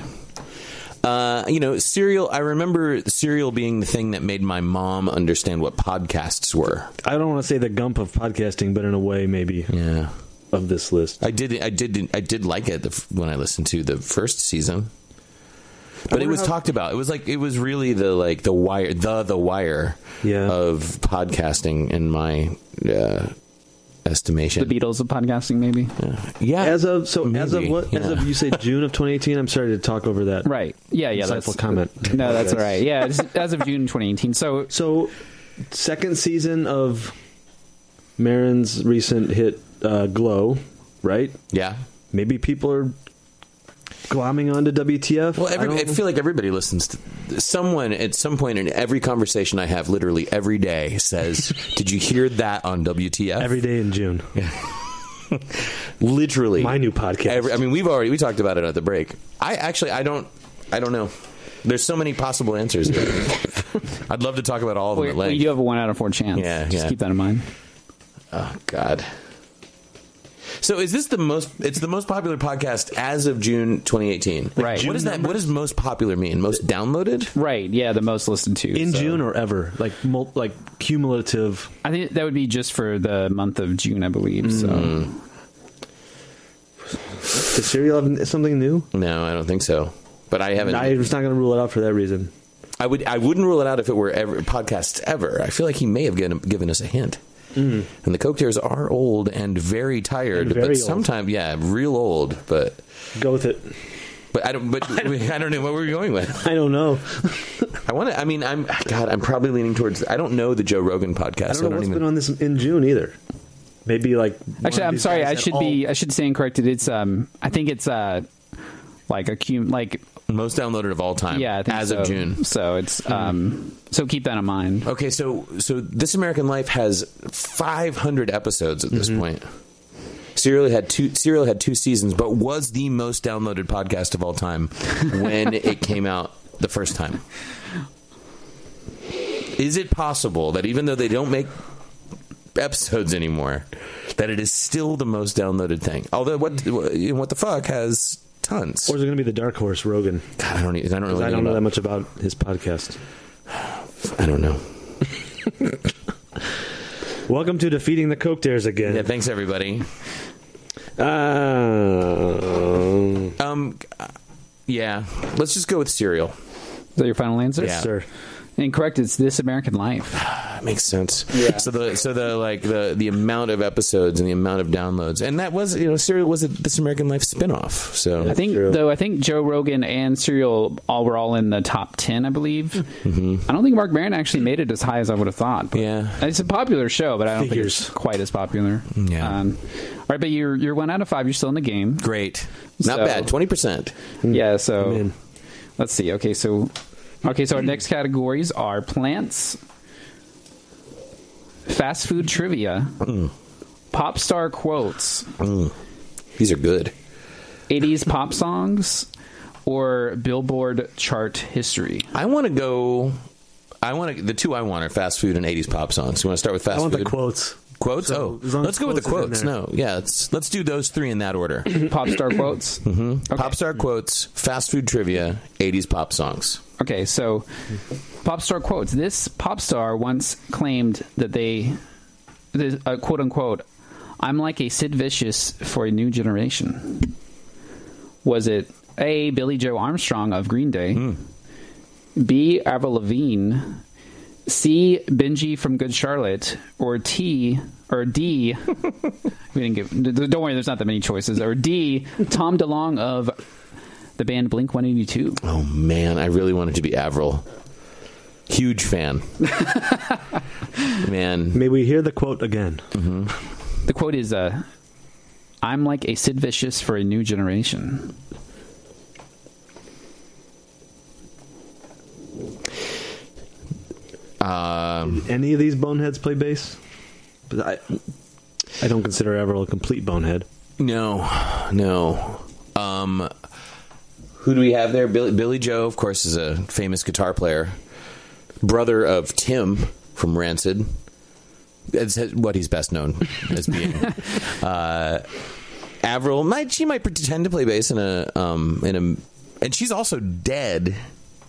[SPEAKER 6] Uh, you know, cereal. I remember cereal being the thing that made my mom understand what podcasts were.
[SPEAKER 7] I don't want to say the gump of podcasting, but in a way, maybe
[SPEAKER 6] Yeah,
[SPEAKER 7] of this list.
[SPEAKER 6] I did. I did. I did like it the, f- when I listened to the first season. But it
[SPEAKER 7] wonder
[SPEAKER 6] was
[SPEAKER 7] how-
[SPEAKER 6] talked about. It was like it was really the like the wire, the the wire
[SPEAKER 7] Yeah.
[SPEAKER 6] of podcasting in my uh,
[SPEAKER 5] The
[SPEAKER 6] estimation.
[SPEAKER 5] Beatles of podcasting, maybe.
[SPEAKER 6] yeah,
[SPEAKER 7] As of so, as of
[SPEAKER 6] maybe,
[SPEAKER 7] what? As
[SPEAKER 6] yeah.
[SPEAKER 7] of you say, June of 2018. I'm sorry to talk over that.
[SPEAKER 5] Right. Yeah. Yeah. That's,
[SPEAKER 7] Insightful comment.
[SPEAKER 5] No, that's all
[SPEAKER 7] Apologize.
[SPEAKER 5] right. Yeah. it's- As of June 2018. So
[SPEAKER 7] So, second season of Marin's recent hit uh, "Glow," right?
[SPEAKER 6] yeah.
[SPEAKER 7] Maybe people are glomming onto WTF.
[SPEAKER 6] Well, every,
[SPEAKER 7] I
[SPEAKER 6] I,
[SPEAKER 7] don't-
[SPEAKER 6] feel like everybody listens. to Someone at some point in every conversation I have, literally every day, says, "Did you hear that on WTF?"
[SPEAKER 7] every day in June.
[SPEAKER 6] literally,
[SPEAKER 7] My new podcast.
[SPEAKER 6] Every, I mean, we've already we talked about it at the break. I actually, I don't, I don't know. There's so many possible answers. here. I'd love to talk about all of them
[SPEAKER 5] we,
[SPEAKER 6] at
[SPEAKER 5] we
[SPEAKER 6] length.
[SPEAKER 5] do have a one out of four chance.
[SPEAKER 6] Yeah,
[SPEAKER 5] Just
[SPEAKER 6] yeah.
[SPEAKER 5] keep that in mind.
[SPEAKER 6] Oh God. So is this the most? It's the most popular podcast as of June 2018.
[SPEAKER 5] Right.
[SPEAKER 6] What does that? What does most popular mean? Most downloaded?
[SPEAKER 5] Right. Yeah. The most listened to
[SPEAKER 7] in
[SPEAKER 5] so.
[SPEAKER 7] June or ever, like mul- like cumulative.
[SPEAKER 5] I think that would be just for the month of June, I believe. So
[SPEAKER 7] Does cereal have something new?
[SPEAKER 6] No, I don't think so. But I haven't.
[SPEAKER 7] I was not going to rule it out for that reason.
[SPEAKER 6] I would. I wouldn't rule it out if it were ever podcasts ever. I feel like he may have given, given us a hint. And the Coke Tears are old Mm. and very tired,
[SPEAKER 7] And very
[SPEAKER 6] but
[SPEAKER 7] old.
[SPEAKER 6] sometimes, yeah, real old. But
[SPEAKER 7] Go with it.
[SPEAKER 6] but I don't. But I don't, know what we're going with.
[SPEAKER 7] I don't know.
[SPEAKER 6] I want to. I mean, I'm God. I'm probably leaning towards. I don't know the Joe Rogan podcast.
[SPEAKER 7] I don't
[SPEAKER 6] so
[SPEAKER 7] know
[SPEAKER 6] I don't
[SPEAKER 7] what's
[SPEAKER 6] even,
[SPEAKER 7] been on this in June either. Maybe like one
[SPEAKER 5] actually,
[SPEAKER 7] of
[SPEAKER 5] I'm
[SPEAKER 7] these
[SPEAKER 5] sorry.
[SPEAKER 7] guys "Oh,
[SPEAKER 5] I
[SPEAKER 7] had
[SPEAKER 5] should
[SPEAKER 7] all-
[SPEAKER 5] be. I should say incorrected. It's um. I think it's uh, like a cum like
[SPEAKER 6] most downloaded of all time.
[SPEAKER 5] yeah. I think
[SPEAKER 6] as
[SPEAKER 5] so.
[SPEAKER 6] of June.
[SPEAKER 5] So it's um. So keep that in mind.
[SPEAKER 6] Okay, so so This American Life has 500 episodes at
[SPEAKER 7] Mm-hmm.
[SPEAKER 6] this point. Serial had two. Serial had two seasons, but was the most downloaded podcast of all time when it came out the first time. Is it possible that even though they don't make episodes anymore, that it is still the most downloaded thing? Although what what the fuck has tons?
[SPEAKER 7] Or is it going to be the Dark Horse Rogan?
[SPEAKER 6] God, I don't. e- I don't really.
[SPEAKER 7] I don't know that much about his podcast.
[SPEAKER 6] I don't know.
[SPEAKER 7] Welcome to defeating the Coke Dares
[SPEAKER 6] Yeah,
[SPEAKER 7] again.
[SPEAKER 6] thanks everybody.
[SPEAKER 7] Ah, Uh,
[SPEAKER 6] Um, uh, yeah. Let's just go with cereal.
[SPEAKER 5] Is that your final answer?
[SPEAKER 6] Yeah.
[SPEAKER 7] Sir,
[SPEAKER 5] Incorrect. It's This American Life.
[SPEAKER 6] That makes sense. Yeah. So the so the like the the amount of episodes and the amount of downloads and that was you know cereal was a This American Life spinoff. So
[SPEAKER 5] I think
[SPEAKER 7] true.
[SPEAKER 5] though. I think Joe Rogan and Serial all were all in the top ten. I believe. I don't think Mark Maron actually made it as high as I would have thought. but-
[SPEAKER 6] Mm-hmm. Yeah.
[SPEAKER 5] And it's a popular show, but I don't think
[SPEAKER 7] Figures.
[SPEAKER 5] it's quite as popular. Um,
[SPEAKER 6] Yeah.
[SPEAKER 5] all right, but you're you're one out of five. You're still in the game.
[SPEAKER 6] great, not
[SPEAKER 5] So-
[SPEAKER 6] bad. Twenty percent.
[SPEAKER 5] Yeah, so
[SPEAKER 7] in.
[SPEAKER 5] let's see. Okay, so okay, so our next categories are plants, fast food trivia, pop star quotes,
[SPEAKER 6] These are good.
[SPEAKER 5] 80s pop songs, or Billboard chart history.
[SPEAKER 6] I want to go. I want to. The two I want are fast food and eighties pop songs. You want to start with fast
[SPEAKER 7] I want
[SPEAKER 6] food?
[SPEAKER 7] the quotes.
[SPEAKER 6] Quotes.
[SPEAKER 7] So,
[SPEAKER 6] oh,
[SPEAKER 7] as long as
[SPEAKER 6] let's go with the
[SPEAKER 7] quotes
[SPEAKER 6] quotes.
[SPEAKER 7] is in there.
[SPEAKER 6] No, yeah, let's let's do those three in that order.
[SPEAKER 5] Pop star quotes. Mm-hmm. Okay.
[SPEAKER 6] Pop star quotes, fast food trivia, eighties pop songs.
[SPEAKER 5] Okay, so pop star quotes. This pop star once claimed that they, this, uh, quote unquote, I'm like a Sid Vicious for a new generation. Was it A, Billy Joe Armstrong of Green Day, B, Avril Lavigne, C, Benji from Good Charlotte, or T, or D, we didn't give, th- th- don't worry, there's not that many choices, or D, Tom DeLong of the band Blink 182.
[SPEAKER 6] Oh man, I really wanted to be Avril. Huge fan. man,
[SPEAKER 7] May we hear the quote again?
[SPEAKER 6] Hmm.
[SPEAKER 5] The quote is, uh, "I'm like a Sid Vicious for a new generation."
[SPEAKER 7] Any of these boneheads play bass? But I, I don't consider Avril a complete bonehead.
[SPEAKER 6] no, no. Um, who do we have there? Billy, Billy Joe, of course, is a famous guitar player, brother of Tim from Rancid. That's what he's best known as being. uh, Avril might she might pretend to play bass in a um in a, and she's also dead.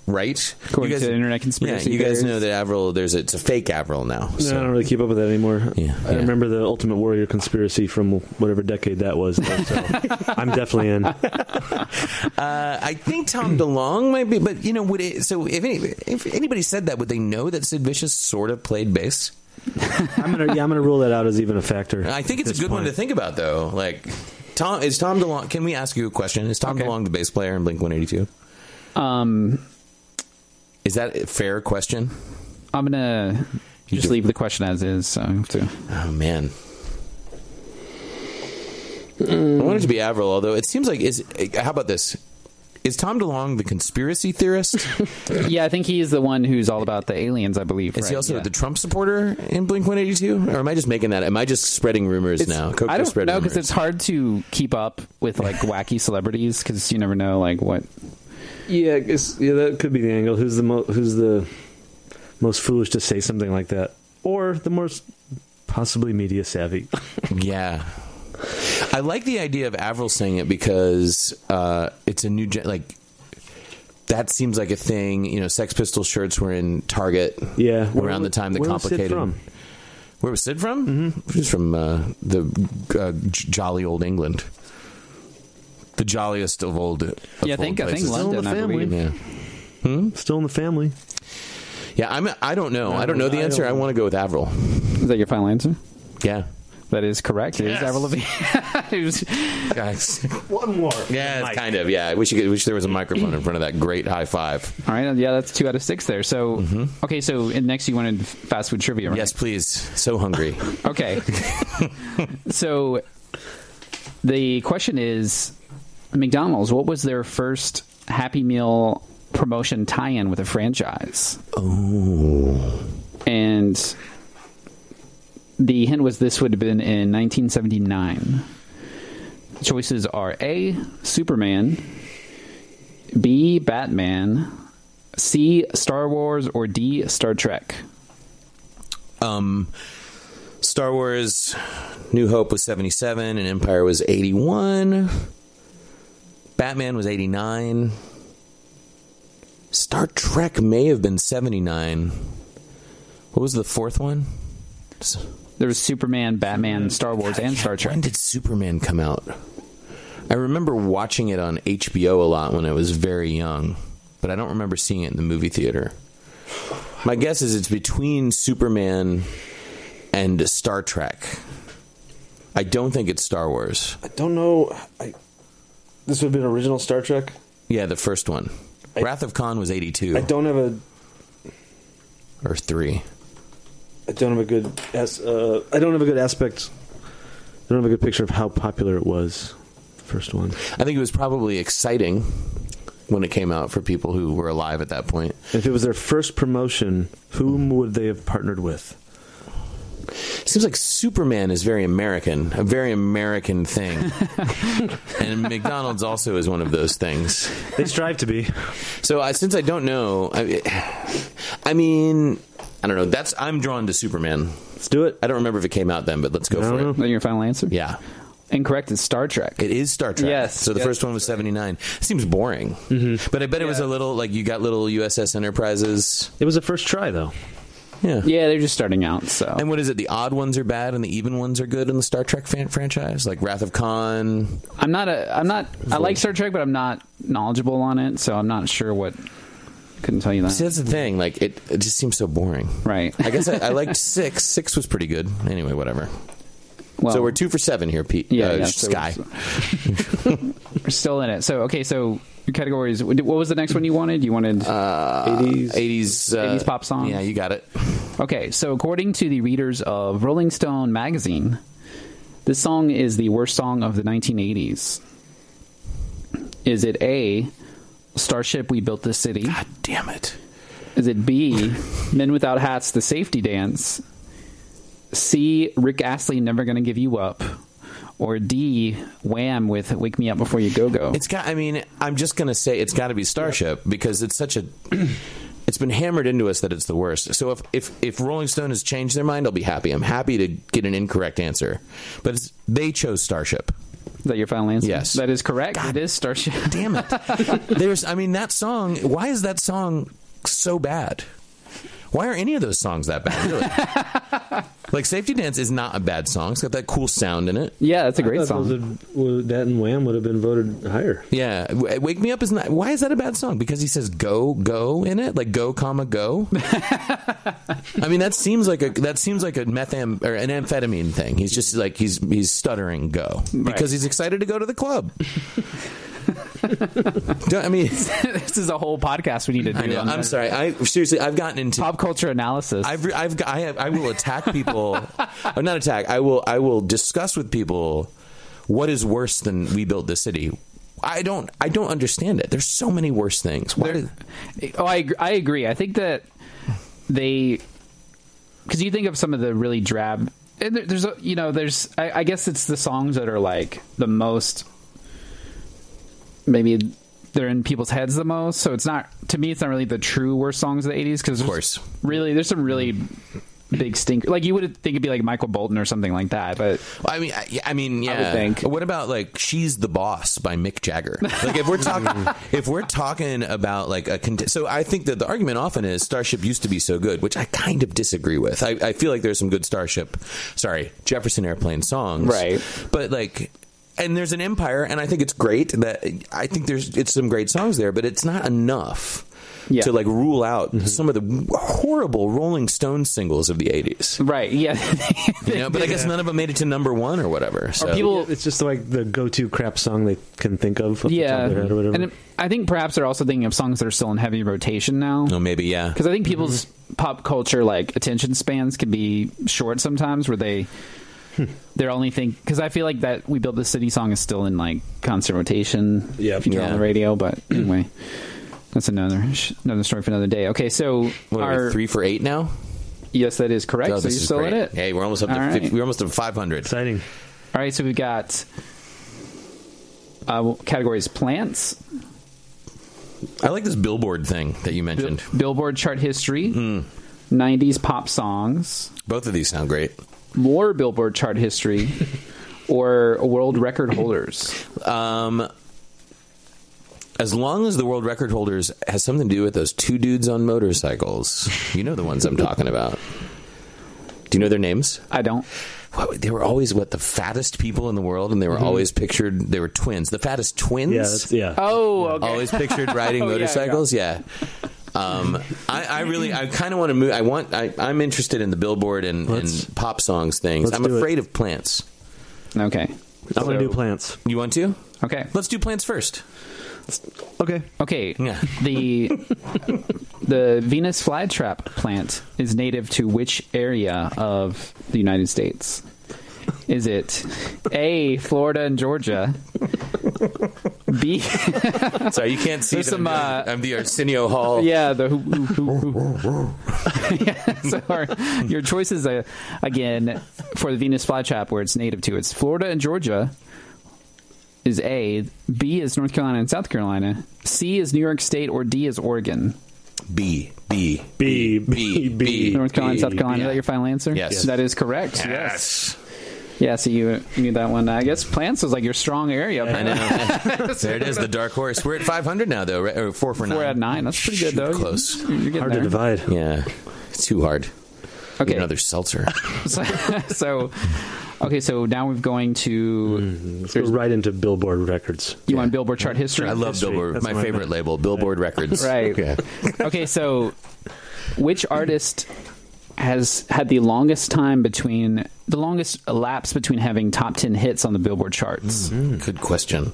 [SPEAKER 6] right?
[SPEAKER 5] According
[SPEAKER 6] you guys,
[SPEAKER 5] to internet
[SPEAKER 6] yeah,
[SPEAKER 5] conspiracy
[SPEAKER 6] you guys
[SPEAKER 5] theories.
[SPEAKER 6] know that Avril, there's a, it's a fake Avril now.
[SPEAKER 7] No, I
[SPEAKER 6] So.
[SPEAKER 7] don't really keep up with that anymore.
[SPEAKER 6] Yeah,
[SPEAKER 7] I
[SPEAKER 6] yeah.
[SPEAKER 7] remember the Ultimate Warrior conspiracy from whatever decade that was. Though, so I'm definitely in.
[SPEAKER 6] Uh, I think Tom DeLong might be, but you know, would it, so if any, if anybody said that, would they know that Sid Vicious sort of played bass?
[SPEAKER 7] I'm gonna, yeah, I'm gonna rule that out as even a factor.
[SPEAKER 6] I think
[SPEAKER 7] at
[SPEAKER 6] it's a
[SPEAKER 7] this
[SPEAKER 6] good one
[SPEAKER 7] point.
[SPEAKER 6] to think about, though. Like, Tom is Tom DeLong. Can we ask you a question? Is Tom
[SPEAKER 5] Okay.
[SPEAKER 6] DeLong the bass player in Blink One Eighty Two?
[SPEAKER 5] Um,
[SPEAKER 6] Is that a fair question?
[SPEAKER 5] I'm gonna
[SPEAKER 6] You
[SPEAKER 5] just
[SPEAKER 6] do-
[SPEAKER 5] leave the question as is. So I have to.
[SPEAKER 6] Oh man. I wanted to be Avril, although it seems like is how about this? Is Tom DeLong the conspiracy theorist? Is
[SPEAKER 5] Yeah, I think he's the one who's all about the aliens. I believe.
[SPEAKER 6] he
[SPEAKER 5] right?
[SPEAKER 6] also
[SPEAKER 5] Yeah.
[SPEAKER 6] the Trump supporter in Blink One Eighty Two? Or am I just making that? Am I just spreading rumors
[SPEAKER 5] It's-
[SPEAKER 6] now? Coco's
[SPEAKER 5] I don't
[SPEAKER 6] spreading
[SPEAKER 5] know because
[SPEAKER 6] rumors.
[SPEAKER 5] it's hard to keep up with like wacky celebrities because you never know like what.
[SPEAKER 7] Yeah, I guess, yeah, that could be the angle. Who's the mo- who's the most foolish to say something like that, or the most possibly media savvy?
[SPEAKER 6] Yeah. I like the idea of Avril saying it because uh, it's a new gen- like that seems like a thing. You know, Sex Pistol shirts were in Target.
[SPEAKER 7] Yeah, where
[SPEAKER 6] around
[SPEAKER 7] wa-
[SPEAKER 6] the time that
[SPEAKER 7] where was Sid
[SPEAKER 6] complicated.
[SPEAKER 7] from?
[SPEAKER 6] Where was Sid from? Mm-hmm. He's from uh, the uh, j- jolly old England, the jolliest of old. Of
[SPEAKER 5] Yeah, I think
[SPEAKER 6] old
[SPEAKER 5] I think
[SPEAKER 6] places.
[SPEAKER 5] London.
[SPEAKER 7] the
[SPEAKER 5] I
[SPEAKER 7] family.
[SPEAKER 5] believe.
[SPEAKER 6] Yeah,
[SPEAKER 7] Still in the family.
[SPEAKER 6] yeah. I'm. I don't know. I don't know the
[SPEAKER 7] I
[SPEAKER 6] answer. I,
[SPEAKER 7] don't-
[SPEAKER 6] want to go with Avril.
[SPEAKER 5] Is that your final answer?
[SPEAKER 6] Yeah.
[SPEAKER 5] That is correct. It is Avril Lavigne. It was-
[SPEAKER 6] Guys.
[SPEAKER 7] One more.
[SPEAKER 6] Yeah, it's
[SPEAKER 7] Mike.
[SPEAKER 6] kind of. Yeah, I wish you could, wish there was a microphone in front of that great high five.
[SPEAKER 5] all right. Yeah, that's two out of six there. So
[SPEAKER 6] Mm-hmm.
[SPEAKER 5] okay. So and next you wanted fast food trivia. Right?
[SPEAKER 6] Yes, please. So hungry.
[SPEAKER 5] Okay. so the question is McDonald's, what was their first Happy Meal promotion tie in with a franchise? Oh. And the hint was this would have been in 1979. Choices are A, Superman, B, Batman, C, Star Wars, or D, Star Trek.
[SPEAKER 6] um Star Wars New Hope was 77 and Empire was 81. Batman was 89. Star Trek may have been 79. What was the fourth one? S-
[SPEAKER 5] There was Superman, Batman, Star Wars, and Star Trek.
[SPEAKER 6] When did Superman come out? I remember watching it on HBO a lot when I was very young, but I don't remember seeing it in the movie theater. My guess is it's between Superman and Star Trek. I don't think it's Star Wars.
[SPEAKER 8] I don't know. I, this would have been original Star Trek.
[SPEAKER 6] Yeah, the first one.
[SPEAKER 8] I-
[SPEAKER 6] Wrath of Khan was
[SPEAKER 8] I
[SPEAKER 6] 82
[SPEAKER 8] don't have a.
[SPEAKER 6] or 3.
[SPEAKER 8] I don't have a good.
[SPEAKER 7] As, uh, I don't have a good aspect. I don't have a good picture of how popular it was. The first one.
[SPEAKER 6] I think it was probably exciting when it came out for people who were alive at that point.
[SPEAKER 7] If it was their first promotion, whom would they have partnered with?
[SPEAKER 6] Seems like Superman is very American, a very American thing. and McDonald's also is one of those things.
[SPEAKER 7] They strive to be.
[SPEAKER 6] So I, since I don't know, I, I mean, I don't know. That's I'm drawn to Superman.
[SPEAKER 7] Let's do it.
[SPEAKER 6] I don't remember if it came out then, but let's go
[SPEAKER 7] I
[SPEAKER 6] for
[SPEAKER 7] don't
[SPEAKER 6] it.
[SPEAKER 7] know.
[SPEAKER 5] Then your final answer?
[SPEAKER 6] Yeah.
[SPEAKER 5] Incorrect. It's Star Trek.
[SPEAKER 6] It is Star Trek.
[SPEAKER 5] Yes,
[SPEAKER 6] So the
[SPEAKER 5] yes.
[SPEAKER 6] first one was 79. Seems boring. Mm-hmm. But I bet it was a little like you got little USS Enterprises.
[SPEAKER 7] It was a first try though.
[SPEAKER 6] Yeah.
[SPEAKER 5] yeah, they're just starting out. So
[SPEAKER 6] And what is it? The odd ones are bad and the even ones are good in the Star Trek fan- franchise? Like Wrath of Khan,
[SPEAKER 5] I'm not a. I'm not. I like Star Trek, but I'm not knowledgeable on it, so I'm not sure what. Couldn't tell you that.
[SPEAKER 6] See, that's the thing. Like, it, it just seems so boring.
[SPEAKER 5] Right.
[SPEAKER 6] I guess I, I liked six. Six was pretty good. Anyway, whatever.
[SPEAKER 5] Well,
[SPEAKER 6] so we're two for seven here, Pete.
[SPEAKER 5] Yeah,
[SPEAKER 6] uh,
[SPEAKER 5] yeah, so
[SPEAKER 6] Sky.
[SPEAKER 5] we're still in it. So okay, so your categories. What was the next one you wanted? You wanted.
[SPEAKER 7] Eighties.
[SPEAKER 6] 80s, uh,
[SPEAKER 5] 80s pop songs.
[SPEAKER 6] Yeah, you got it.
[SPEAKER 5] okay, so according to the readers of Rolling Stone magazine, this song is the worst song of the 1980s. Is it A, Starship We Built This City?
[SPEAKER 6] God damn it.
[SPEAKER 5] Is it B, Men Without Hats, The Safety Dance? C, Rick Astley, Never Gonna Give You Up? Or D, Wham with Wake Me Up Before You Go Go?
[SPEAKER 6] It's got, I mean, I'm just going to say it's got to be Starship because it's such a. It's been hammered into us that it's the worst. So if, if if Rolling Stone has changed their mind, I'll be happy. I'm happy to get an incorrect answer, but it's, they chose Starship.
[SPEAKER 5] Is that your final answer?
[SPEAKER 6] Yes.
[SPEAKER 5] That is correct. It is Starship.
[SPEAKER 6] Damn it. There's, I mean, that song, why is that song so bad? Why are any of those songs that bad, really? like, Safety Dance is not a bad song. It's got that cool sound in it.
[SPEAKER 5] Yeah, that's a
[SPEAKER 7] I
[SPEAKER 5] great
[SPEAKER 7] thought
[SPEAKER 5] song.
[SPEAKER 7] those would- would- that and Wham would have been voted higher.
[SPEAKER 6] Yeah, W- "Wake Me Up" is not. Why is that a bad song? Because he says "go go" in it, like "go comma go." I mean, that seems like a that seems like a metham or an amphetamine thing. He's just like he's he's stuttering "go" because he's excited to go to the club. Don't- I mean,
[SPEAKER 5] this is a whole podcast we need to do.
[SPEAKER 6] I know,
[SPEAKER 5] on
[SPEAKER 6] I'm
[SPEAKER 5] that.
[SPEAKER 6] sorry. I seriously, I've gotten into
[SPEAKER 5] Pop culture analysis.
[SPEAKER 6] I've, re- I've, got- I, have, I will attack people. or not attack. I will. I will discuss with people what is worse than we built this city. I don't. I don't understand it. There's so many worse things. Why did-
[SPEAKER 5] oh, I agr- I agree. I think that they because you think of some of the really drab and there, there's a you know there's I, I guess it's the songs that are like the most maybe they're in people's heads the most so it's not to me it's not really the true worst songs of the 80s because of
[SPEAKER 6] course.
[SPEAKER 5] really there's some really big stinker like you would think it'd be like michael bolton or something like that but
[SPEAKER 6] I mean. I, I mean. Yeah.
[SPEAKER 9] think.
[SPEAKER 6] What about like "She's the Boss" by Mick Jagger? Like if we're talking, if we're talking about like a cont- so, I think that the argument often is Starship used to be so good, which I kind of disagree with. I, I feel like there's some good Starship, sorry, Jefferson Airplane songs,
[SPEAKER 9] Right.
[SPEAKER 6] but like and there's an empire and i think it's great that i think there's it's some great songs there but it's not enough
[SPEAKER 5] Yeah.
[SPEAKER 6] to like rule out some of the horrible rolling stones singles of the 80s
[SPEAKER 5] right yeah
[SPEAKER 6] you know but i guess none of them made it to number one or whatever so
[SPEAKER 5] people
[SPEAKER 7] It's just like the go-to crap song they can think of. off the top
[SPEAKER 5] yeah
[SPEAKER 7] of their head or whatever.
[SPEAKER 5] and it- i think perhaps they're also thinking of songs that are still in heavy rotation now
[SPEAKER 6] no maybe yeah
[SPEAKER 5] because I think people's pop culture like attention spans can be short sometimes, where they they're only think because I feel like that we built the city song is still in like constant rotation.
[SPEAKER 8] Yep.
[SPEAKER 5] if you turn on
[SPEAKER 6] Yeah.
[SPEAKER 5] the radio, but anyway, that's another sh- another story for another day. Okay, so
[SPEAKER 6] what are
[SPEAKER 5] our
[SPEAKER 6] we, three for eight now
[SPEAKER 5] yes, that is correct.
[SPEAKER 6] Oh,
[SPEAKER 5] so
[SPEAKER 6] this
[SPEAKER 5] you're
[SPEAKER 6] is
[SPEAKER 5] still
[SPEAKER 6] great.
[SPEAKER 5] in it.
[SPEAKER 6] hey we're almost up to
[SPEAKER 5] All
[SPEAKER 6] 50,
[SPEAKER 5] right.
[SPEAKER 6] we're almost up to 500
[SPEAKER 7] Exciting.
[SPEAKER 5] All right, so we've got uh, well, categories: plants,
[SPEAKER 6] i like this billboard thing that you mentioned
[SPEAKER 5] Billboard chart history,
[SPEAKER 6] Hmm.
[SPEAKER 5] '90s pop songs.
[SPEAKER 6] both of these sound great
[SPEAKER 5] more Billboard chart history or world record holders.
[SPEAKER 6] Um, as long as the world record holders has something to do with those two dudes on motorcycles, you know the ones I'm talking about. Do you know their names?
[SPEAKER 5] I don't.
[SPEAKER 6] What, they were always what the fattest people in the world, and they
[SPEAKER 5] Mm-hmm.
[SPEAKER 6] were always pictured. They were twins, the fattest twins.
[SPEAKER 7] Yeah, that's, yeah.
[SPEAKER 5] Oh, okay.
[SPEAKER 6] Always pictured riding
[SPEAKER 5] Oh, yeah,
[SPEAKER 6] motorcycles. Yeah. Um, I, I really, I kind of want to move. I want. I, I'm interested in the billboard and,
[SPEAKER 7] Let's-
[SPEAKER 6] and pop songs things.
[SPEAKER 7] let's
[SPEAKER 6] I'm
[SPEAKER 7] do it.
[SPEAKER 6] afraid of plants.
[SPEAKER 5] Okay.
[SPEAKER 7] I want to
[SPEAKER 5] So-
[SPEAKER 7] do plants.
[SPEAKER 6] You want to?
[SPEAKER 5] Okay.
[SPEAKER 6] Let's do plants first.
[SPEAKER 7] Okay.
[SPEAKER 5] Okay.
[SPEAKER 6] Yeah.
[SPEAKER 5] The the Venus flytrap plant is native to which area of the United States? Is it A Florida and Georgia? B
[SPEAKER 6] Sorry, you can't see
[SPEAKER 5] There's
[SPEAKER 6] that
[SPEAKER 5] some,
[SPEAKER 6] I'm,
[SPEAKER 5] uh,
[SPEAKER 6] doing- I'm the Arsenio Hall.
[SPEAKER 5] Yeah, the who, who, who, who. yeah, so our, your choices uh, again for the Venus flytrap, where it's native to, it's Florida and Georgia. Is A, B is North Carolina and South Carolina, C is New York State, or D is Oregon.
[SPEAKER 6] B B
[SPEAKER 7] B, B, B.
[SPEAKER 5] North Carolina, and South Carolina. Is
[SPEAKER 6] Yeah.
[SPEAKER 5] that your final answer?
[SPEAKER 6] Yes.
[SPEAKER 5] that is correct.
[SPEAKER 6] Yes.
[SPEAKER 5] Yeah, so you knew that one. I guess plants was like your strong area.
[SPEAKER 6] I know. there it is, the dark horse. We're at 500 now, though, right? Or four for nine.
[SPEAKER 5] Four out of nine. That's pretty good, though.
[SPEAKER 6] Shoot, Close.
[SPEAKER 5] You're getting
[SPEAKER 7] Hard
[SPEAKER 5] there.
[SPEAKER 7] to divide.
[SPEAKER 6] Yeah. It's too hard.
[SPEAKER 5] Okay.
[SPEAKER 6] Need Another seltzer.
[SPEAKER 5] so, so- okay, so now we're going to
[SPEAKER 6] Mm,
[SPEAKER 7] Let's go right into Billboard records.
[SPEAKER 5] you want Billboard chart history.
[SPEAKER 6] I love
[SPEAKER 7] History.
[SPEAKER 6] Billboard.
[SPEAKER 7] That's
[SPEAKER 6] My
[SPEAKER 7] what I
[SPEAKER 6] favorite
[SPEAKER 7] meant.
[SPEAKER 6] label, Billboard Records.
[SPEAKER 5] Right.
[SPEAKER 6] Yeah.
[SPEAKER 5] okay, so which artist has had the longest time between the longest lapse between having top 10 hits on the Billboard charts?
[SPEAKER 6] Good question.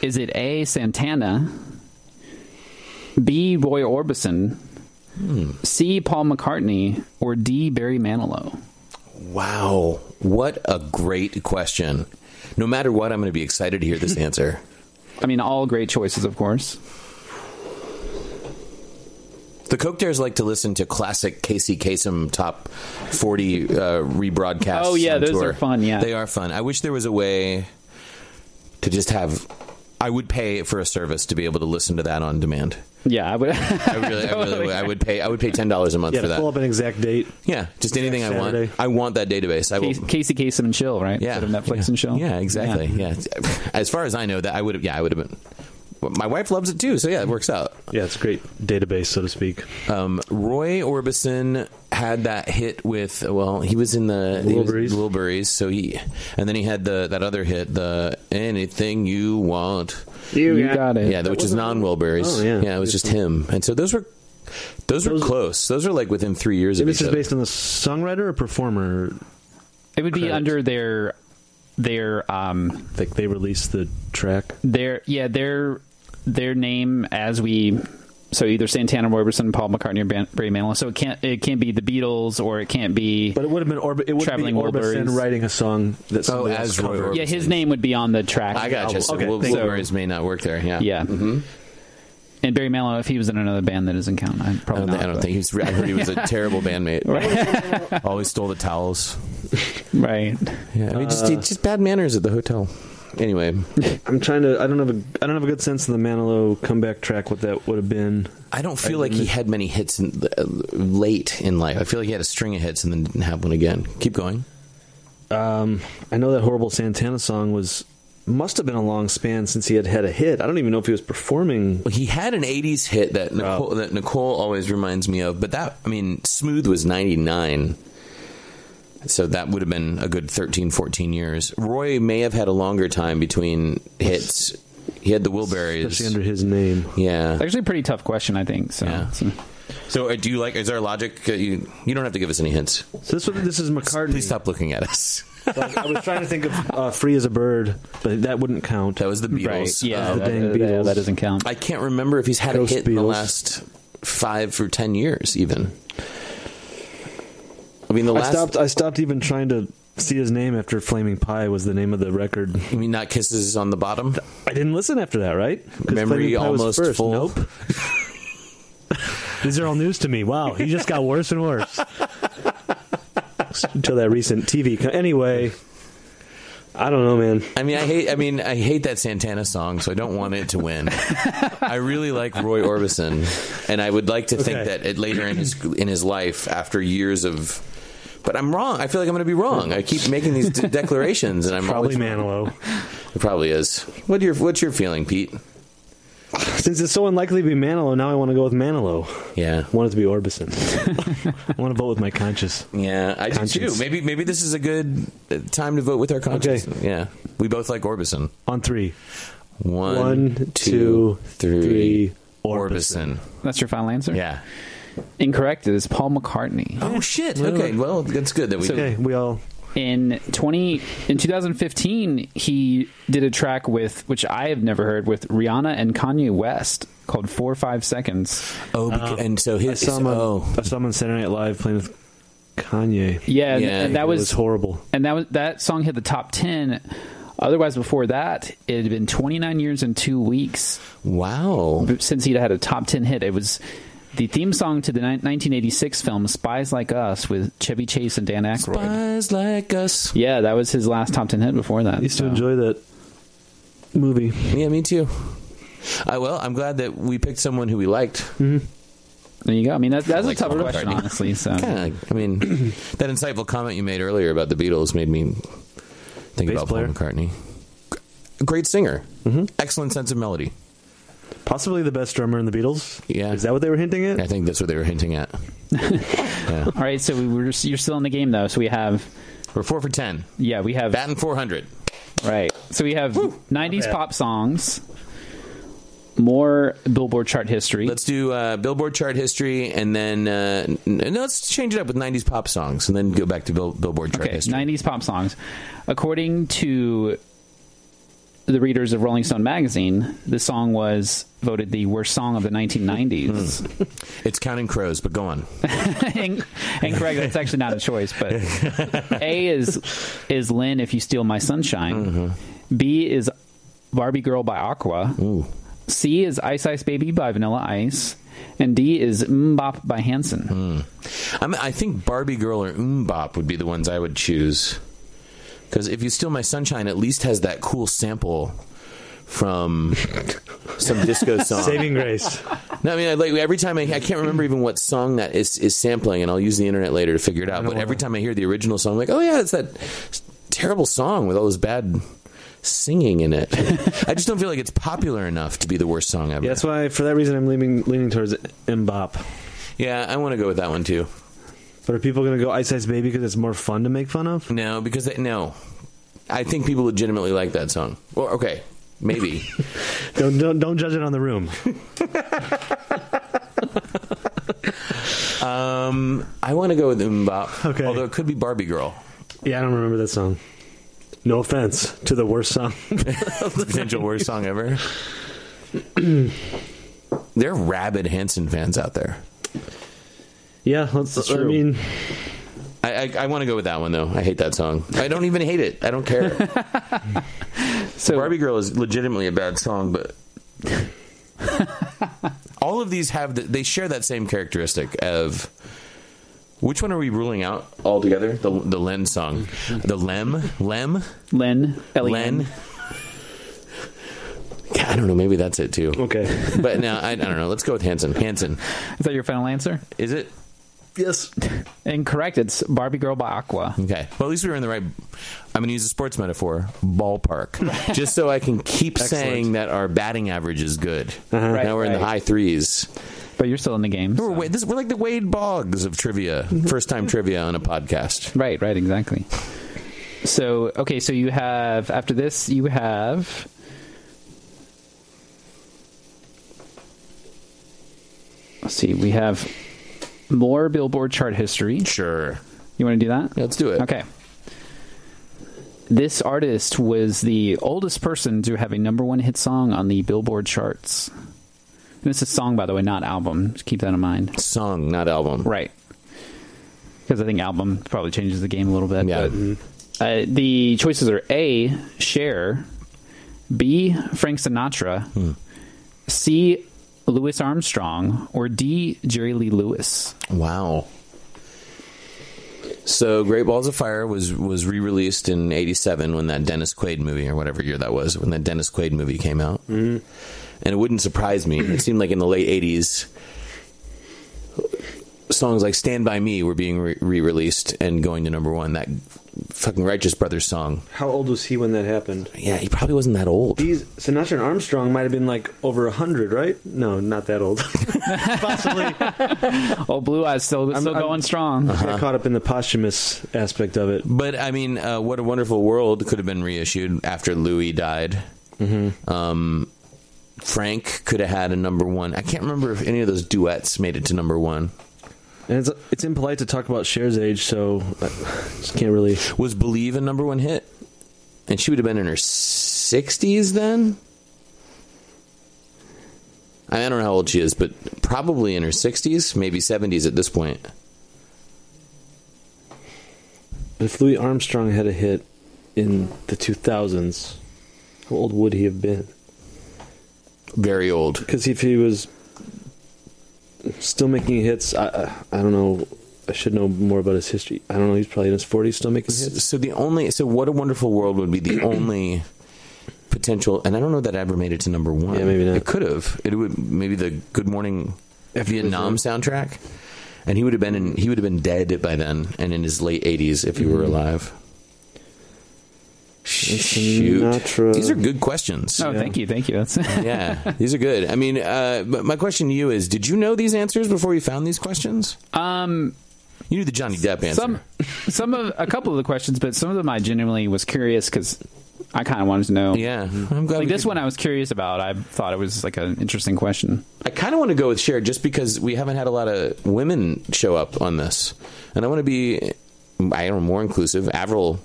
[SPEAKER 5] Is it A Santana, B Roy Orbison,
[SPEAKER 6] Hmm.
[SPEAKER 5] C Paul McCartney, or D Barry Manilow?
[SPEAKER 6] Wow. What a great question. No matter what, I'm going to be excited to hear this answer.
[SPEAKER 5] I mean, all great choices, of course.
[SPEAKER 6] The Coke Dares like to listen to classic Casey Kasem top 40 uh, rebroadcasts.
[SPEAKER 5] Oh, yeah,
[SPEAKER 6] on
[SPEAKER 5] those
[SPEAKER 6] tour.
[SPEAKER 5] are fun, yeah.
[SPEAKER 6] They are fun. I wish there was a way to just have I would pay for a service to be able to listen to that on demand.
[SPEAKER 5] Yeah, I would.
[SPEAKER 6] I really, I really, would. I would pay. I would pay ten dollars a month
[SPEAKER 7] Yeah,
[SPEAKER 6] for
[SPEAKER 7] to pull
[SPEAKER 6] that.
[SPEAKER 7] up an exact date.
[SPEAKER 6] Yeah, just anything I want.
[SPEAKER 7] Saturday.
[SPEAKER 6] I want that database. I will.
[SPEAKER 5] Casey, Casey Kasem and chill, right?
[SPEAKER 6] Yeah,
[SPEAKER 5] Instead of Netflix
[SPEAKER 6] yeah.
[SPEAKER 5] and chill.
[SPEAKER 6] Yeah, exactly. Yeah. as far as I know, that I would have. Yeah, I would have been. My wife loves it too, so yeah, it works out.
[SPEAKER 7] Yeah, it's a great database, so to speak.
[SPEAKER 6] Um, Roy Orbison had that hit with well, he was in the he was-
[SPEAKER 7] Wilburys.
[SPEAKER 6] Wilburys, so he, and then he had the that other hit, the anything you want,
[SPEAKER 5] You, got it.
[SPEAKER 6] yeah, which is non Wilburys.
[SPEAKER 7] Oh, yeah.
[SPEAKER 6] it was just him, and so those were those, were close. Those are like within three years of
[SPEAKER 7] Maybe
[SPEAKER 6] each
[SPEAKER 7] it's just
[SPEAKER 6] other.
[SPEAKER 7] based on the songwriter or performer.
[SPEAKER 5] It would be
[SPEAKER 7] Correct.
[SPEAKER 5] under their their um
[SPEAKER 7] Like they released the track.
[SPEAKER 5] their yeah their their name as we so either Santana, Roberson, Paul McCartney, or Ban- Barry Manilow. So it can't it can't be the Beatles or it can't be.
[SPEAKER 7] But it would have been Orb- it would be
[SPEAKER 5] Traveling
[SPEAKER 7] Orbison
[SPEAKER 5] Wilburys.
[SPEAKER 7] writing a song that somebody
[SPEAKER 6] as
[SPEAKER 7] else
[SPEAKER 6] Roy
[SPEAKER 7] covered.
[SPEAKER 6] Orbison.
[SPEAKER 5] yeah, his name would be on the track.
[SPEAKER 6] I got you. So
[SPEAKER 7] okay,
[SPEAKER 6] Wil-
[SPEAKER 7] thank you.
[SPEAKER 6] Wilburys may not work there. Yeah,
[SPEAKER 5] Yeah.
[SPEAKER 6] Mhm.
[SPEAKER 5] And Barry Manilow, if he was in another band that doesn't count, I
[SPEAKER 6] I
[SPEAKER 5] probably
[SPEAKER 6] don't,
[SPEAKER 5] not.
[SPEAKER 6] thi- I don't
[SPEAKER 5] but-
[SPEAKER 6] think he's. I heard he was a terrible bandmate. Always stole the towels.
[SPEAKER 5] Right.
[SPEAKER 6] Yeah, I mean, just just bad manners at the hotel. Anyway,
[SPEAKER 7] I'm trying to. I don't have a. I don't have a good sense of the Manilow comeback track. What that would have been.
[SPEAKER 6] I don't
[SPEAKER 7] I
[SPEAKER 6] feel like he
[SPEAKER 7] didn't-
[SPEAKER 6] had many hits in the, uh, late in life. I feel like he had a string of hits and then didn't have one again. Keep going.
[SPEAKER 7] I know that horrible Santana song was must have been a long span since he had had a hit. I don't even know if he was performing.
[SPEAKER 6] Well, he had an '80s hit that Nicole, that Nicole always reminds me of, but that I mean, Smooth was '99. So that would have been a good 13, 14 years. Roy may have had a longer time between hits. He had the
[SPEAKER 7] Especially
[SPEAKER 6] Wilburys.
[SPEAKER 7] under his name.
[SPEAKER 6] Yeah.
[SPEAKER 5] It's actually a pretty tough question, I think. So,
[SPEAKER 6] Yeah.
[SPEAKER 5] so-
[SPEAKER 6] So, uh, do you like? Is there a logic? Uh, You you don't have to give us any hints.
[SPEAKER 7] So this was, this is McCartney.
[SPEAKER 6] Please stop looking at us.
[SPEAKER 7] Like, I was trying to think of uh, "Free as a Bird," but that wouldn't count.
[SPEAKER 6] That was the
[SPEAKER 5] right.
[SPEAKER 6] Beatles.
[SPEAKER 5] Yeah.
[SPEAKER 6] Uh,
[SPEAKER 7] the
[SPEAKER 5] that,
[SPEAKER 7] dang
[SPEAKER 5] that-
[SPEAKER 7] Beatles.
[SPEAKER 5] that doesn't count.
[SPEAKER 6] I can't remember if he's had
[SPEAKER 7] Ghost
[SPEAKER 6] a hit in the
[SPEAKER 7] Beatles.
[SPEAKER 6] last five or ten years, even. I mean, the
[SPEAKER 7] I
[SPEAKER 6] last.
[SPEAKER 7] stopped. I stopped even trying to see his name after "Flaming Pie" was the name of the record.
[SPEAKER 6] I mean, not kisses on the bottom.
[SPEAKER 7] I didn't listen after that, right? 'Cause
[SPEAKER 6] Memory
[SPEAKER 7] Flaming Pie was
[SPEAKER 6] almost
[SPEAKER 7] first.
[SPEAKER 6] full.
[SPEAKER 7] Nope. These are all news to me. Wow, he just got worse and worse. Until that recent TV. co- Anyway, I don't know, man.
[SPEAKER 6] I mean, I hate. I mean, I hate that Santana song, so I don't want it to win. I really like Roy Orbison, and I would like to think
[SPEAKER 7] Okay.
[SPEAKER 6] that it, later in his in his life, after years of. But I'm wrong. I feel like I'm going to be wrong. I keep making these de- declarations, and I'm
[SPEAKER 7] Probably
[SPEAKER 6] always-
[SPEAKER 7] Manilow.
[SPEAKER 6] It probably is. What your What's your feeling, Pete?
[SPEAKER 7] Since it's so unlikely to be Manilow, now I want to go with Manilow.
[SPEAKER 6] Yeah.
[SPEAKER 7] I want it to be Orbison. I want to vote with my conscience.
[SPEAKER 6] Yeah, I do too.
[SPEAKER 7] Conscience.
[SPEAKER 6] Maybe maybe this is a good uh, time to vote with our conscience.
[SPEAKER 7] Okay.
[SPEAKER 6] Yeah, we both like Orbison.
[SPEAKER 7] On three.
[SPEAKER 6] One,
[SPEAKER 7] One, two, three.
[SPEAKER 6] Orbison.
[SPEAKER 5] That's your final answer?
[SPEAKER 6] Yeah.
[SPEAKER 5] Incorrect. It is Paul McCartney.
[SPEAKER 6] Oh shit. Okay. Well, that's good that we.
[SPEAKER 7] Okay, we all.
[SPEAKER 5] in 20 in 2015 he did a track with which i have never heard with rihanna and kanye west called four five seconds
[SPEAKER 6] oh, beca- and so
[SPEAKER 7] Uh-huh. I
[SPEAKER 6] his.
[SPEAKER 7] saw him on,
[SPEAKER 6] oh,
[SPEAKER 7] I saw him on Saturday Night Live playing with Kanye.
[SPEAKER 5] yeah, and-
[SPEAKER 6] Yeah,
[SPEAKER 5] and
[SPEAKER 6] it
[SPEAKER 5] that
[SPEAKER 7] It
[SPEAKER 5] was,
[SPEAKER 7] was horrible.
[SPEAKER 5] and that was that song hit the top 10 otherwise before that it had been 29 years and two weeks
[SPEAKER 6] wow.
[SPEAKER 5] since he'd had a top 10 hit it was the theme song to the ni- 1986 film spies like us with chevy chase and dan Aykroyd.
[SPEAKER 6] Spies like us.
[SPEAKER 5] yeah that was his last top 10 hit before that
[SPEAKER 7] I used to
[SPEAKER 5] so.
[SPEAKER 7] enjoy that movie.
[SPEAKER 6] Yeah, me too. I well, I'm glad that we picked someone who we liked.
[SPEAKER 5] there you go i mean that, that's
[SPEAKER 6] like
[SPEAKER 5] a tough
[SPEAKER 6] Paul
[SPEAKER 5] question
[SPEAKER 6] McCartney.
[SPEAKER 5] honestly so
[SPEAKER 6] Kinda, I mean, that insightful comment you made earlier about the Beatles made me think
[SPEAKER 7] Bass
[SPEAKER 6] about
[SPEAKER 7] player. Mm-hmm.
[SPEAKER 6] Paul McCartney. G- Great singer, excellent sense of melody.
[SPEAKER 7] Possibly the best drummer in the Beatles.
[SPEAKER 6] Yeah.
[SPEAKER 7] Is that what they were hinting at?
[SPEAKER 6] I think that's what they were hinting at. yeah.
[SPEAKER 5] All right, so we were just, you're still in the game though. So we have
[SPEAKER 6] We're four for ten,
[SPEAKER 5] yeah, we have
[SPEAKER 6] batting four hundred.
[SPEAKER 5] right. So we have 90s pop songs, more Billboard chart history.
[SPEAKER 6] Let's do uh, Billboard chart history, and then uh, n- n- let's change it up with '90s pop songs, and then go back to Bill- Billboard chart
[SPEAKER 5] okay,
[SPEAKER 6] history.
[SPEAKER 5] 90s pop songs. According to the readers of Rolling Stone magazine, this song was voted the worst song of the
[SPEAKER 6] Hmm.
[SPEAKER 5] 1990s.
[SPEAKER 6] It's Counting Crows, but go on.
[SPEAKER 5] and, and correct, that's actually not a choice. But A is is Lynn if you steal my sunshine. B is Barbie Girl by Aqua. C is Ice Ice Baby by Vanilla Ice, and D is Mbop by Hanson.
[SPEAKER 6] I'm, I think Barbie Girl or Umbop would be the ones I would choose. Because if you steal my sunshine, at least has that cool sample from some disco song.
[SPEAKER 7] Saving Grace.
[SPEAKER 6] No, I mean, I, like every time I, I can't remember even what song that is is sampling, and I'll use the internet later to figure it out. But every time I hear the original song, I'm like, oh yeah, it's that terrible song with all this bad singing in it. I just don't feel like it's popular enough to be the worst song ever.
[SPEAKER 7] Yeah, that's why for that reason I'm leaning leaning towards Mbop.
[SPEAKER 6] Yeah, I want to go with that one too.
[SPEAKER 7] But are people going to go Ice Ice Baby because it's more fun to make fun of?
[SPEAKER 6] No, because they, no, I think people legitimately like that song. Well, okay, maybe.
[SPEAKER 7] Don't don't, don't judge it on the room.
[SPEAKER 6] um, I want to go with Mbop.
[SPEAKER 7] Okay.
[SPEAKER 6] although it could be Barbie Girl.
[SPEAKER 7] yeah, I don't remember that song. No offense to the worst song.
[SPEAKER 6] potential worst song ever. there are rabid Hanson fans out there.
[SPEAKER 7] yeah, that's, I
[SPEAKER 5] true.
[SPEAKER 7] mean,
[SPEAKER 6] I, I, I want to go with that one though. I hate that song. I don't even hate it. I don't care.
[SPEAKER 5] So
[SPEAKER 6] Barbie Girl is legitimately a bad song, but all of these have the, they share that same characteristic of. Which one are we ruling out altogether? The the Len song, the Lem Lem
[SPEAKER 5] Len, L-E-N.
[SPEAKER 6] Len. God, I don't know. Maybe that's it too.
[SPEAKER 7] okay.
[SPEAKER 6] But no, I, I don't know. Let's go with Hanson. Hanson,
[SPEAKER 5] Is that your final answer?
[SPEAKER 6] is it?
[SPEAKER 7] Yes.
[SPEAKER 5] Incorrect. It's Barbie Girl by Aqua.
[SPEAKER 6] Okay. Well, at least we were in the right. I'm going to use a sports metaphor ballpark, just so I can keep saying that our batting average is good.
[SPEAKER 7] Uh-huh.
[SPEAKER 5] Right,
[SPEAKER 6] now we're in the
[SPEAKER 5] right.
[SPEAKER 6] high threes.
[SPEAKER 5] But you're still in the game.
[SPEAKER 6] We're, wa- this, we're like the Wade Boggs of trivia, first time trivia on a podcast.
[SPEAKER 5] Right, right, exactly. So, okay, so you have after this, you have Let's see, we have more Billboard chart history.
[SPEAKER 6] Sure.
[SPEAKER 5] You want to do that?
[SPEAKER 6] Let's do it.
[SPEAKER 5] Okay. This artist was the oldest person to have a number one hit song on the Billboard charts. And it's a song, by the way, not album. Just keep that in mind.
[SPEAKER 6] Song, not album.
[SPEAKER 5] Right. Because I think album probably changes the game a little bit.
[SPEAKER 6] Yeah.
[SPEAKER 5] but- uh, the choices are A. Cher, B. Frank Sinatra, C. Louis Armstrong, or D. Jerry Lee Lewis.
[SPEAKER 6] Wow. So, Great Balls of Fire was was re released in '87 when that Dennis Quaid movie, or whatever year that was, when that Dennis Quaid movie came out. Mm-hmm. And it wouldn't surprise me. It seemed like in the late '80s, songs like "Stand by Me" were being re released and going to number one. That fucking Righteous Brothers song.
[SPEAKER 7] How old was he when that happened?
[SPEAKER 6] Yeah, he probably wasn't that old.
[SPEAKER 7] These Sinatra and Armstrong might have been like over a hundred, right? No, not that old. Possibly.
[SPEAKER 5] Oh, Blue Eyes still still
[SPEAKER 7] I'm- Oh,
[SPEAKER 5] going strong.
[SPEAKER 7] I got caught up in the posthumous aspect of it.
[SPEAKER 6] But I mean, uh, "What a Wonderful World" could have been reissued after Louis died. Um, Frank could have had a number one. I can't remember if any of those duets made it to number one.
[SPEAKER 7] And it's it's impolite to talk about Cher's age, so I just can't really.
[SPEAKER 6] Was "Believe" a number one hit? And she would have been in her sixties then. I mean, I don't know how old she is, but probably in her sixties, maybe seventies at this point.
[SPEAKER 7] But if Louis Armstrong had a hit in the 2000s, how old would he have been?
[SPEAKER 6] Very old.
[SPEAKER 7] Because if he was still making hits, I, I I don't know. I should know more about his history. I don't know. He's probably in his 40s still making hits.
[SPEAKER 6] So the only so what a wonderful world would be the only potential, and I don't know that ever made it to number one.
[SPEAKER 7] Yeah, maybe not.
[SPEAKER 6] It could have. It would maybe the Good Morning Vietnam soundtrack, and he would have been in, he would have been dead by then, and in his late eighties if he were
[SPEAKER 7] Mm-hmm.
[SPEAKER 6] alive. Shoot,
[SPEAKER 7] Sinatra.
[SPEAKER 6] these are good questions.
[SPEAKER 5] Oh, thank you, thank you. That's
[SPEAKER 6] Yeah, these are good. I mean, uh, but my question to you is: Did you know these answers before you found these questions?
[SPEAKER 5] um
[SPEAKER 6] You knew the Johnny Depp answer.
[SPEAKER 5] some some of a couple of the questions, but some of them I genuinely was curious because I kind of wanted to know.
[SPEAKER 6] yeah, I'm glad
[SPEAKER 5] Like
[SPEAKER 6] we
[SPEAKER 5] this
[SPEAKER 6] could-
[SPEAKER 5] one, I was curious about. I thought it was like an interesting question.
[SPEAKER 6] I kind of want to go with Cher just because we haven't had a lot of women show up on this, and I want to be, I don't know, more inclusive. Avril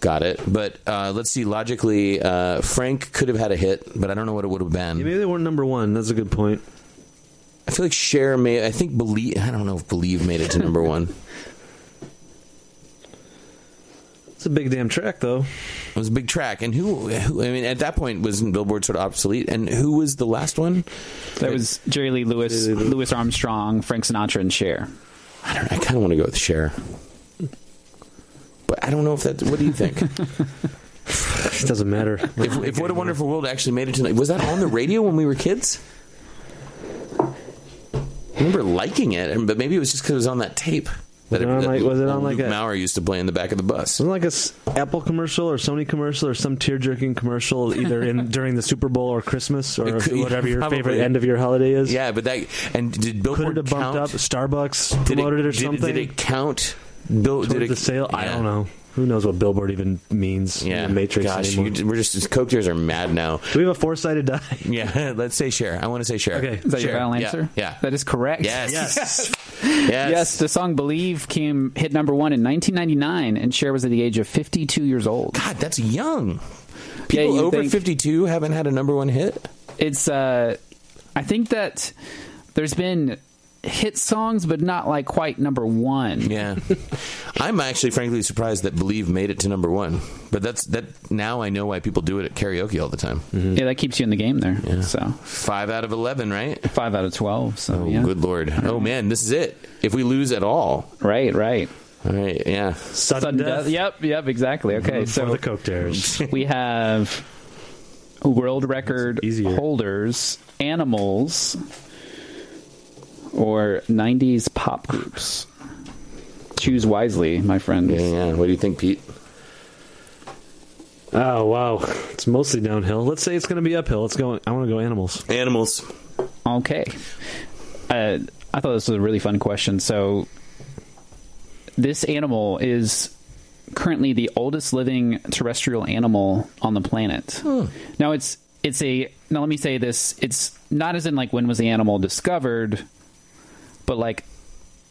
[SPEAKER 6] got it, but uh, let's see. Logically, uh, Frank could have had a hit, but I don't know what it would have
[SPEAKER 7] Maybe
[SPEAKER 6] been.
[SPEAKER 7] they weren't number one. That's a good point.
[SPEAKER 6] I feel like Cher may. I think believe. I don't know if believe made it to number one.
[SPEAKER 7] It's a big damn track, though.
[SPEAKER 6] It was a big track, and who? who I mean, at that point, wasn't Billboard sort of obsolete? And who was the last one?
[SPEAKER 5] That was Jerry Lee Lewis,
[SPEAKER 7] Jerry Lee Lewis.
[SPEAKER 5] Louis Armstrong, Frank Sinatra, and Cher.
[SPEAKER 6] I don't. know. I kind of want to go with Cher, but I don't know if that. What do you think?
[SPEAKER 7] It doesn't matter.
[SPEAKER 6] If, if What a Wonderful World actually made it tonight, was that on the radio when we were kids? I remember liking it, and- but maybe it was just because it was on that tape. That
[SPEAKER 7] Was it on like- was it on
[SPEAKER 6] Luke
[SPEAKER 7] like a-
[SPEAKER 6] Maurer used to play in the back of the bus?
[SPEAKER 7] Wasn't it like a s- Apple commercial or Sony commercial or some tear jerking commercial either in during the Super Bowl or Christmas or
[SPEAKER 6] It could-
[SPEAKER 7] whatever your
[SPEAKER 6] probably.
[SPEAKER 7] favorite end of your holiday is.
[SPEAKER 6] Yeah, but that and did
[SPEAKER 7] could it
[SPEAKER 6] Billboard
[SPEAKER 7] have bumped
[SPEAKER 6] count?
[SPEAKER 7] up? Starbucks
[SPEAKER 6] Did it,
[SPEAKER 7] promoted it, or
[SPEAKER 6] did,
[SPEAKER 7] something.
[SPEAKER 6] Did it count? Bill,
[SPEAKER 7] Toward
[SPEAKER 6] did it
[SPEAKER 7] the sale? I
[SPEAKER 6] yeah.
[SPEAKER 7] don't know. Who knows what billboard even means? in
[SPEAKER 6] Yeah,
[SPEAKER 7] the Matrix
[SPEAKER 6] Gosh,
[SPEAKER 7] anymore.
[SPEAKER 6] you- we're just Coke tears are mad now.
[SPEAKER 7] Do we have a four sided die?
[SPEAKER 6] Yeah, let's say share. I want to say share.
[SPEAKER 7] Okay.
[SPEAKER 5] Is that your
[SPEAKER 6] Sure.
[SPEAKER 5] final
[SPEAKER 6] Yeah.
[SPEAKER 5] answer?
[SPEAKER 6] Yeah.
[SPEAKER 5] That is correct.
[SPEAKER 6] Yes.
[SPEAKER 7] Yes.
[SPEAKER 6] Yes.
[SPEAKER 5] Yes, the song "Believe" came hit number one in 1999, and Cher was at the age of 52 years old.
[SPEAKER 6] God, that's young.
[SPEAKER 5] Yeah,
[SPEAKER 6] People
[SPEAKER 5] you'd
[SPEAKER 6] over
[SPEAKER 5] think-
[SPEAKER 6] 52 haven't had a number one hit.
[SPEAKER 5] It's, uh, I think that there's been hit songs, but not like quite number one.
[SPEAKER 6] Yeah. I'm actually frankly surprised that Believe made it to number one. But that's that now I know why people do it at karaoke all the time.
[SPEAKER 5] Yeah, that keeps you in the game there. So
[SPEAKER 6] Five out of 11, right?
[SPEAKER 5] five out of 12. So
[SPEAKER 6] Oh,
[SPEAKER 5] yeah.
[SPEAKER 6] good lord. Oh, man, this is it. If we lose at all.
[SPEAKER 5] Right, right.
[SPEAKER 6] All right, yeah.
[SPEAKER 7] Sudden,
[SPEAKER 5] Sudden
[SPEAKER 7] death.
[SPEAKER 5] death. Yep, yep, exactly. Okay,
[SPEAKER 7] Before
[SPEAKER 5] so
[SPEAKER 7] the Coke dares.
[SPEAKER 5] we have world record
[SPEAKER 7] That's easier.
[SPEAKER 5] holders, animals, or 90s pop groups. Choose wisely, my friends.
[SPEAKER 6] Yeah, yeah. What do you think, Pete?
[SPEAKER 7] oh wow, it's mostly downhill. Let's say it's going to be uphill. Let's go. I want to go animals.
[SPEAKER 6] Animals.
[SPEAKER 5] Okay. Uh, I thought this was a really fun question. So, this animal is currently the oldest living terrestrial animal on the planet. Now, it's it's a now. Let me say this: it's not as in like when was the animal discovered, but like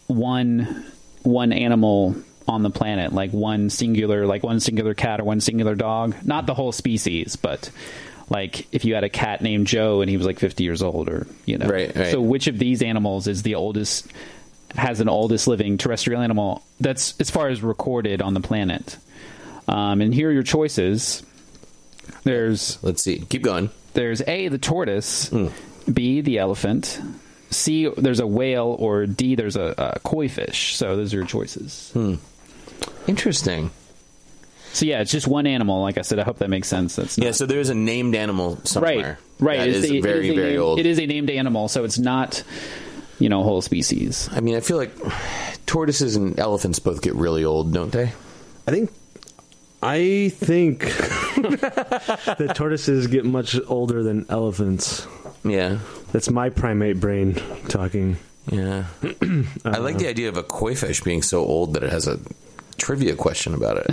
[SPEAKER 5] one one animal on the planet, like one singular, like one singular cat or one singular dog. Not the whole species, but like if you had a cat named Joe and he was like fifty years old, or you know,
[SPEAKER 6] Right, right.
[SPEAKER 5] So which of these animals is the oldest? Has an oldest living terrestrial animal that's as far as recorded on the planet. Um, and here are your choices. There's
[SPEAKER 6] Let's see. Keep going.
[SPEAKER 5] there's A, the tortoise,
[SPEAKER 6] Hmm.
[SPEAKER 5] B, the elephant, C, there's a whale, or D, there's a, a koi fish. So those are your choices.
[SPEAKER 6] Hmm. Interesting.
[SPEAKER 5] So yeah, it's just one animal. Like I said, I hope that makes sense. That's not,
[SPEAKER 6] Yeah, so there's a named animal
[SPEAKER 5] right,
[SPEAKER 6] somewhere.
[SPEAKER 5] right.
[SPEAKER 6] That
[SPEAKER 5] It's
[SPEAKER 6] is
[SPEAKER 5] a- it
[SPEAKER 6] very,
[SPEAKER 5] is a
[SPEAKER 6] very
[SPEAKER 5] named-
[SPEAKER 6] old.
[SPEAKER 5] It is a named animal, so it's not you know a whole species.
[SPEAKER 6] I mean, I feel like tortoises and elephants both get really old, don't they?
[SPEAKER 7] I think. I think the tortoises get much older than elephants.
[SPEAKER 6] Yeah.
[SPEAKER 7] That's my primate brain talking.
[SPEAKER 6] Yeah. I like the idea of a koi fish being so old that it has a trivia question about it.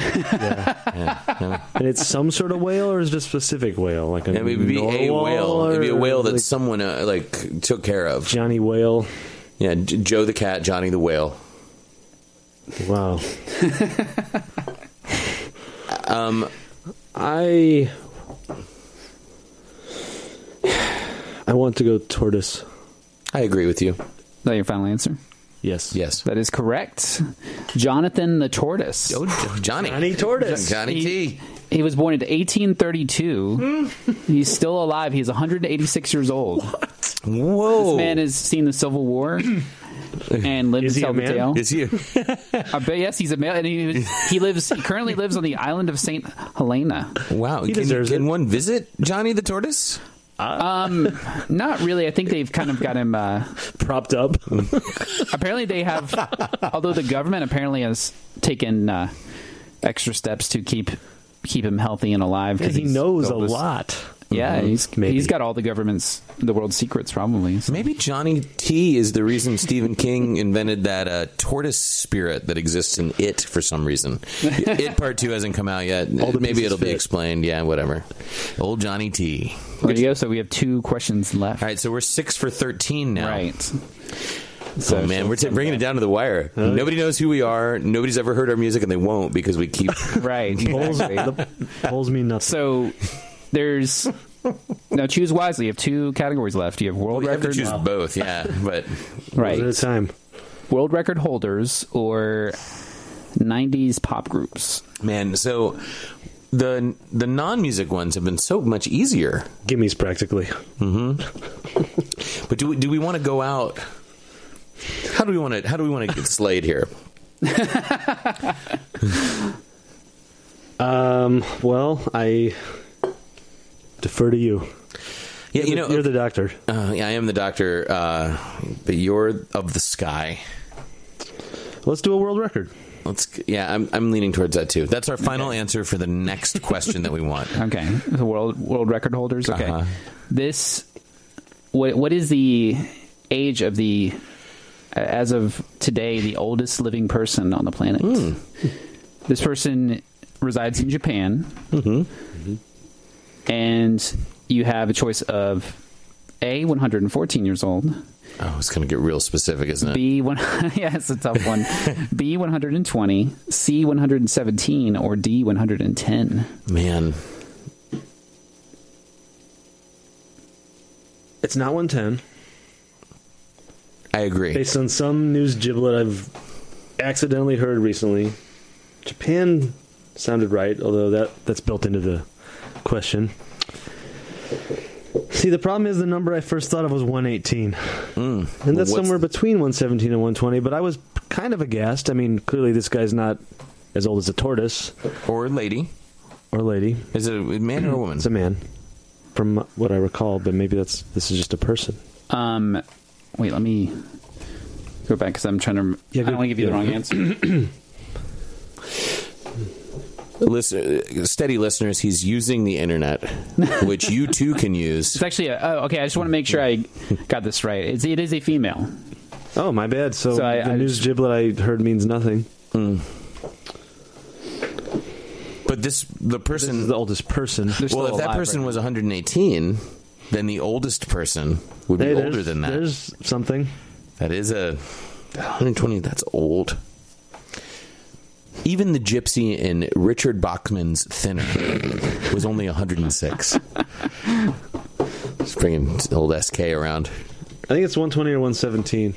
[SPEAKER 7] And it's some sort of whale, or is it a specific whale? Like a
[SPEAKER 6] It would be a
[SPEAKER 7] narwhal
[SPEAKER 6] whale. It'd be a
[SPEAKER 7] or
[SPEAKER 6] whale that
[SPEAKER 7] like
[SPEAKER 6] someone uh, like took care of.
[SPEAKER 7] Johnny Whale.
[SPEAKER 6] Yeah, J- Joe the cat, Johnny the whale.
[SPEAKER 7] Wow. um,
[SPEAKER 6] Um,
[SPEAKER 7] I I want to go tortoise.
[SPEAKER 6] I agree with you.
[SPEAKER 5] Is that your final answer?
[SPEAKER 7] Yes.
[SPEAKER 6] Yes.
[SPEAKER 5] That is correct. Jonathan the tortoise.
[SPEAKER 6] Oh, J- Johnny.
[SPEAKER 7] Johnny tortoise.
[SPEAKER 6] Johnny T.
[SPEAKER 5] He was born in 1832. He's still alive. He's 186 years old.
[SPEAKER 6] Whoa.
[SPEAKER 5] This man has seen the Civil War and lived
[SPEAKER 7] Is
[SPEAKER 5] to tell
[SPEAKER 7] he a
[SPEAKER 5] the
[SPEAKER 7] man?
[SPEAKER 5] tale.
[SPEAKER 6] Is he?
[SPEAKER 5] I bet Uh, yes, he's a male, and he, he lives. He currently lives on the island of Saint Helena.
[SPEAKER 6] Wow.
[SPEAKER 7] He
[SPEAKER 6] can,
[SPEAKER 7] deserves
[SPEAKER 6] can
[SPEAKER 7] it.
[SPEAKER 6] one visit Johnny the tortoise?
[SPEAKER 5] Um, not really. I think they've kind of got him. Uh,
[SPEAKER 7] Propped up.
[SPEAKER 5] apparently, they have. Although the government apparently has taken uh, extra steps to keep keep him healthy and alive
[SPEAKER 7] Because he
[SPEAKER 5] he's
[SPEAKER 7] knows
[SPEAKER 5] the
[SPEAKER 7] a
[SPEAKER 5] oldest-
[SPEAKER 7] lot.
[SPEAKER 5] Yeah,
[SPEAKER 7] Mhm.
[SPEAKER 5] he's
[SPEAKER 7] Maybe.
[SPEAKER 5] he's got all the government's the world's secrets probably. So.
[SPEAKER 6] Maybe Johnny T is the reason Stephen King invented that uh, tortoise spirit that exists in It for some reason. it Part Two hasn't come out yet.
[SPEAKER 7] All the
[SPEAKER 6] Maybe
[SPEAKER 7] pieces
[SPEAKER 6] it'll be
[SPEAKER 7] fit.
[SPEAKER 6] explained. Yeah, whatever. Old Johnny T.
[SPEAKER 5] There you go. So we have two questions left.
[SPEAKER 6] All right, so we're six for thirteen now.
[SPEAKER 5] Right.
[SPEAKER 6] Oh
[SPEAKER 5] So
[SPEAKER 6] man, we're t- bringing it down to the wire. Nobody knows who we are. Nobody's ever heard our music, and they won't because we keep.
[SPEAKER 5] right.
[SPEAKER 7] Polls,
[SPEAKER 5] exactly.
[SPEAKER 7] the polls mean nothing.
[SPEAKER 5] So there's now choose wisely. You have two categories left. You have world
[SPEAKER 6] we have to
[SPEAKER 5] record,
[SPEAKER 6] choose both. Yeah, but
[SPEAKER 7] One at a
[SPEAKER 5] right?
[SPEAKER 7] time.
[SPEAKER 5] World record holders or '90s pop groups.
[SPEAKER 6] man, so the the non music ones have been so much easier.
[SPEAKER 7] Gimme's practically.
[SPEAKER 6] But do we, do we want to go out? How do we want to? How do we want to get slayed here?
[SPEAKER 7] Um, well, I defer to you.
[SPEAKER 6] Yeah, you know,
[SPEAKER 7] you're the doctor.
[SPEAKER 6] uh, yeah, I am the doctor, uh, but you're of the sky.
[SPEAKER 7] Let's do a world record.
[SPEAKER 6] Let's. Yeah, I'm. I'm leaning towards that too. That's our final answer for the next question that we want.
[SPEAKER 5] Okay, the world world record holders. Okay,
[SPEAKER 6] Uh-huh.
[SPEAKER 5] this what what is the age of the as of today the oldest living person on the planet? This person resides in Japan, Mm-hmm. and you have a choice of a 114 years old,
[SPEAKER 6] Oh, it's going to get real specific, isn't it?
[SPEAKER 5] B one yeah it's a tough one, B 120, C 117, or D 110.
[SPEAKER 6] Man,
[SPEAKER 7] It's not 110.
[SPEAKER 6] I agree.
[SPEAKER 7] Based on some news giblet I've accidentally heard recently, Japan sounded right, although that, that's built into the question. See, the problem is the number I first thought of was 118. and
[SPEAKER 6] What's-
[SPEAKER 7] that's somewhere between 117 and 120, but I was kind of aghast. I mean, clearly this guy's not as old as a tortoise
[SPEAKER 6] Or lady,
[SPEAKER 7] or lady.
[SPEAKER 6] is it a man or a woman?
[SPEAKER 7] It's a man, from what I recall, but maybe that's this is just a person.
[SPEAKER 5] Um, wait, let me go back because I'm trying to.
[SPEAKER 7] Yeah,
[SPEAKER 5] I don't
[SPEAKER 7] go-
[SPEAKER 5] want to give you the
[SPEAKER 7] yeah.
[SPEAKER 5] wrong answer.
[SPEAKER 6] Listen, uh, steady listeners, he's using the internet, which you too can use.
[SPEAKER 5] It's actually a, oh, okay. I just want to make sure I got this right. It's, it is a female.
[SPEAKER 7] Oh, my bad. So,
[SPEAKER 5] So I-
[SPEAKER 7] the
[SPEAKER 5] I-
[SPEAKER 7] news giblet I heard means nothing.
[SPEAKER 6] But this, the
[SPEAKER 7] This
[SPEAKER 6] person.
[SPEAKER 7] is the oldest person.
[SPEAKER 5] They're
[SPEAKER 6] well,
[SPEAKER 5] still
[SPEAKER 6] if that
[SPEAKER 5] alive
[SPEAKER 6] person
[SPEAKER 5] right
[SPEAKER 6] was 118, then the oldest person would be
[SPEAKER 7] Hey, there's-
[SPEAKER 6] older than that.
[SPEAKER 7] There's something.
[SPEAKER 6] That is a 120. That's old. Even the gypsy in Richard Bachman's Thinner was only 106. Just bringing old SK around.
[SPEAKER 7] I think it's 120 or 117.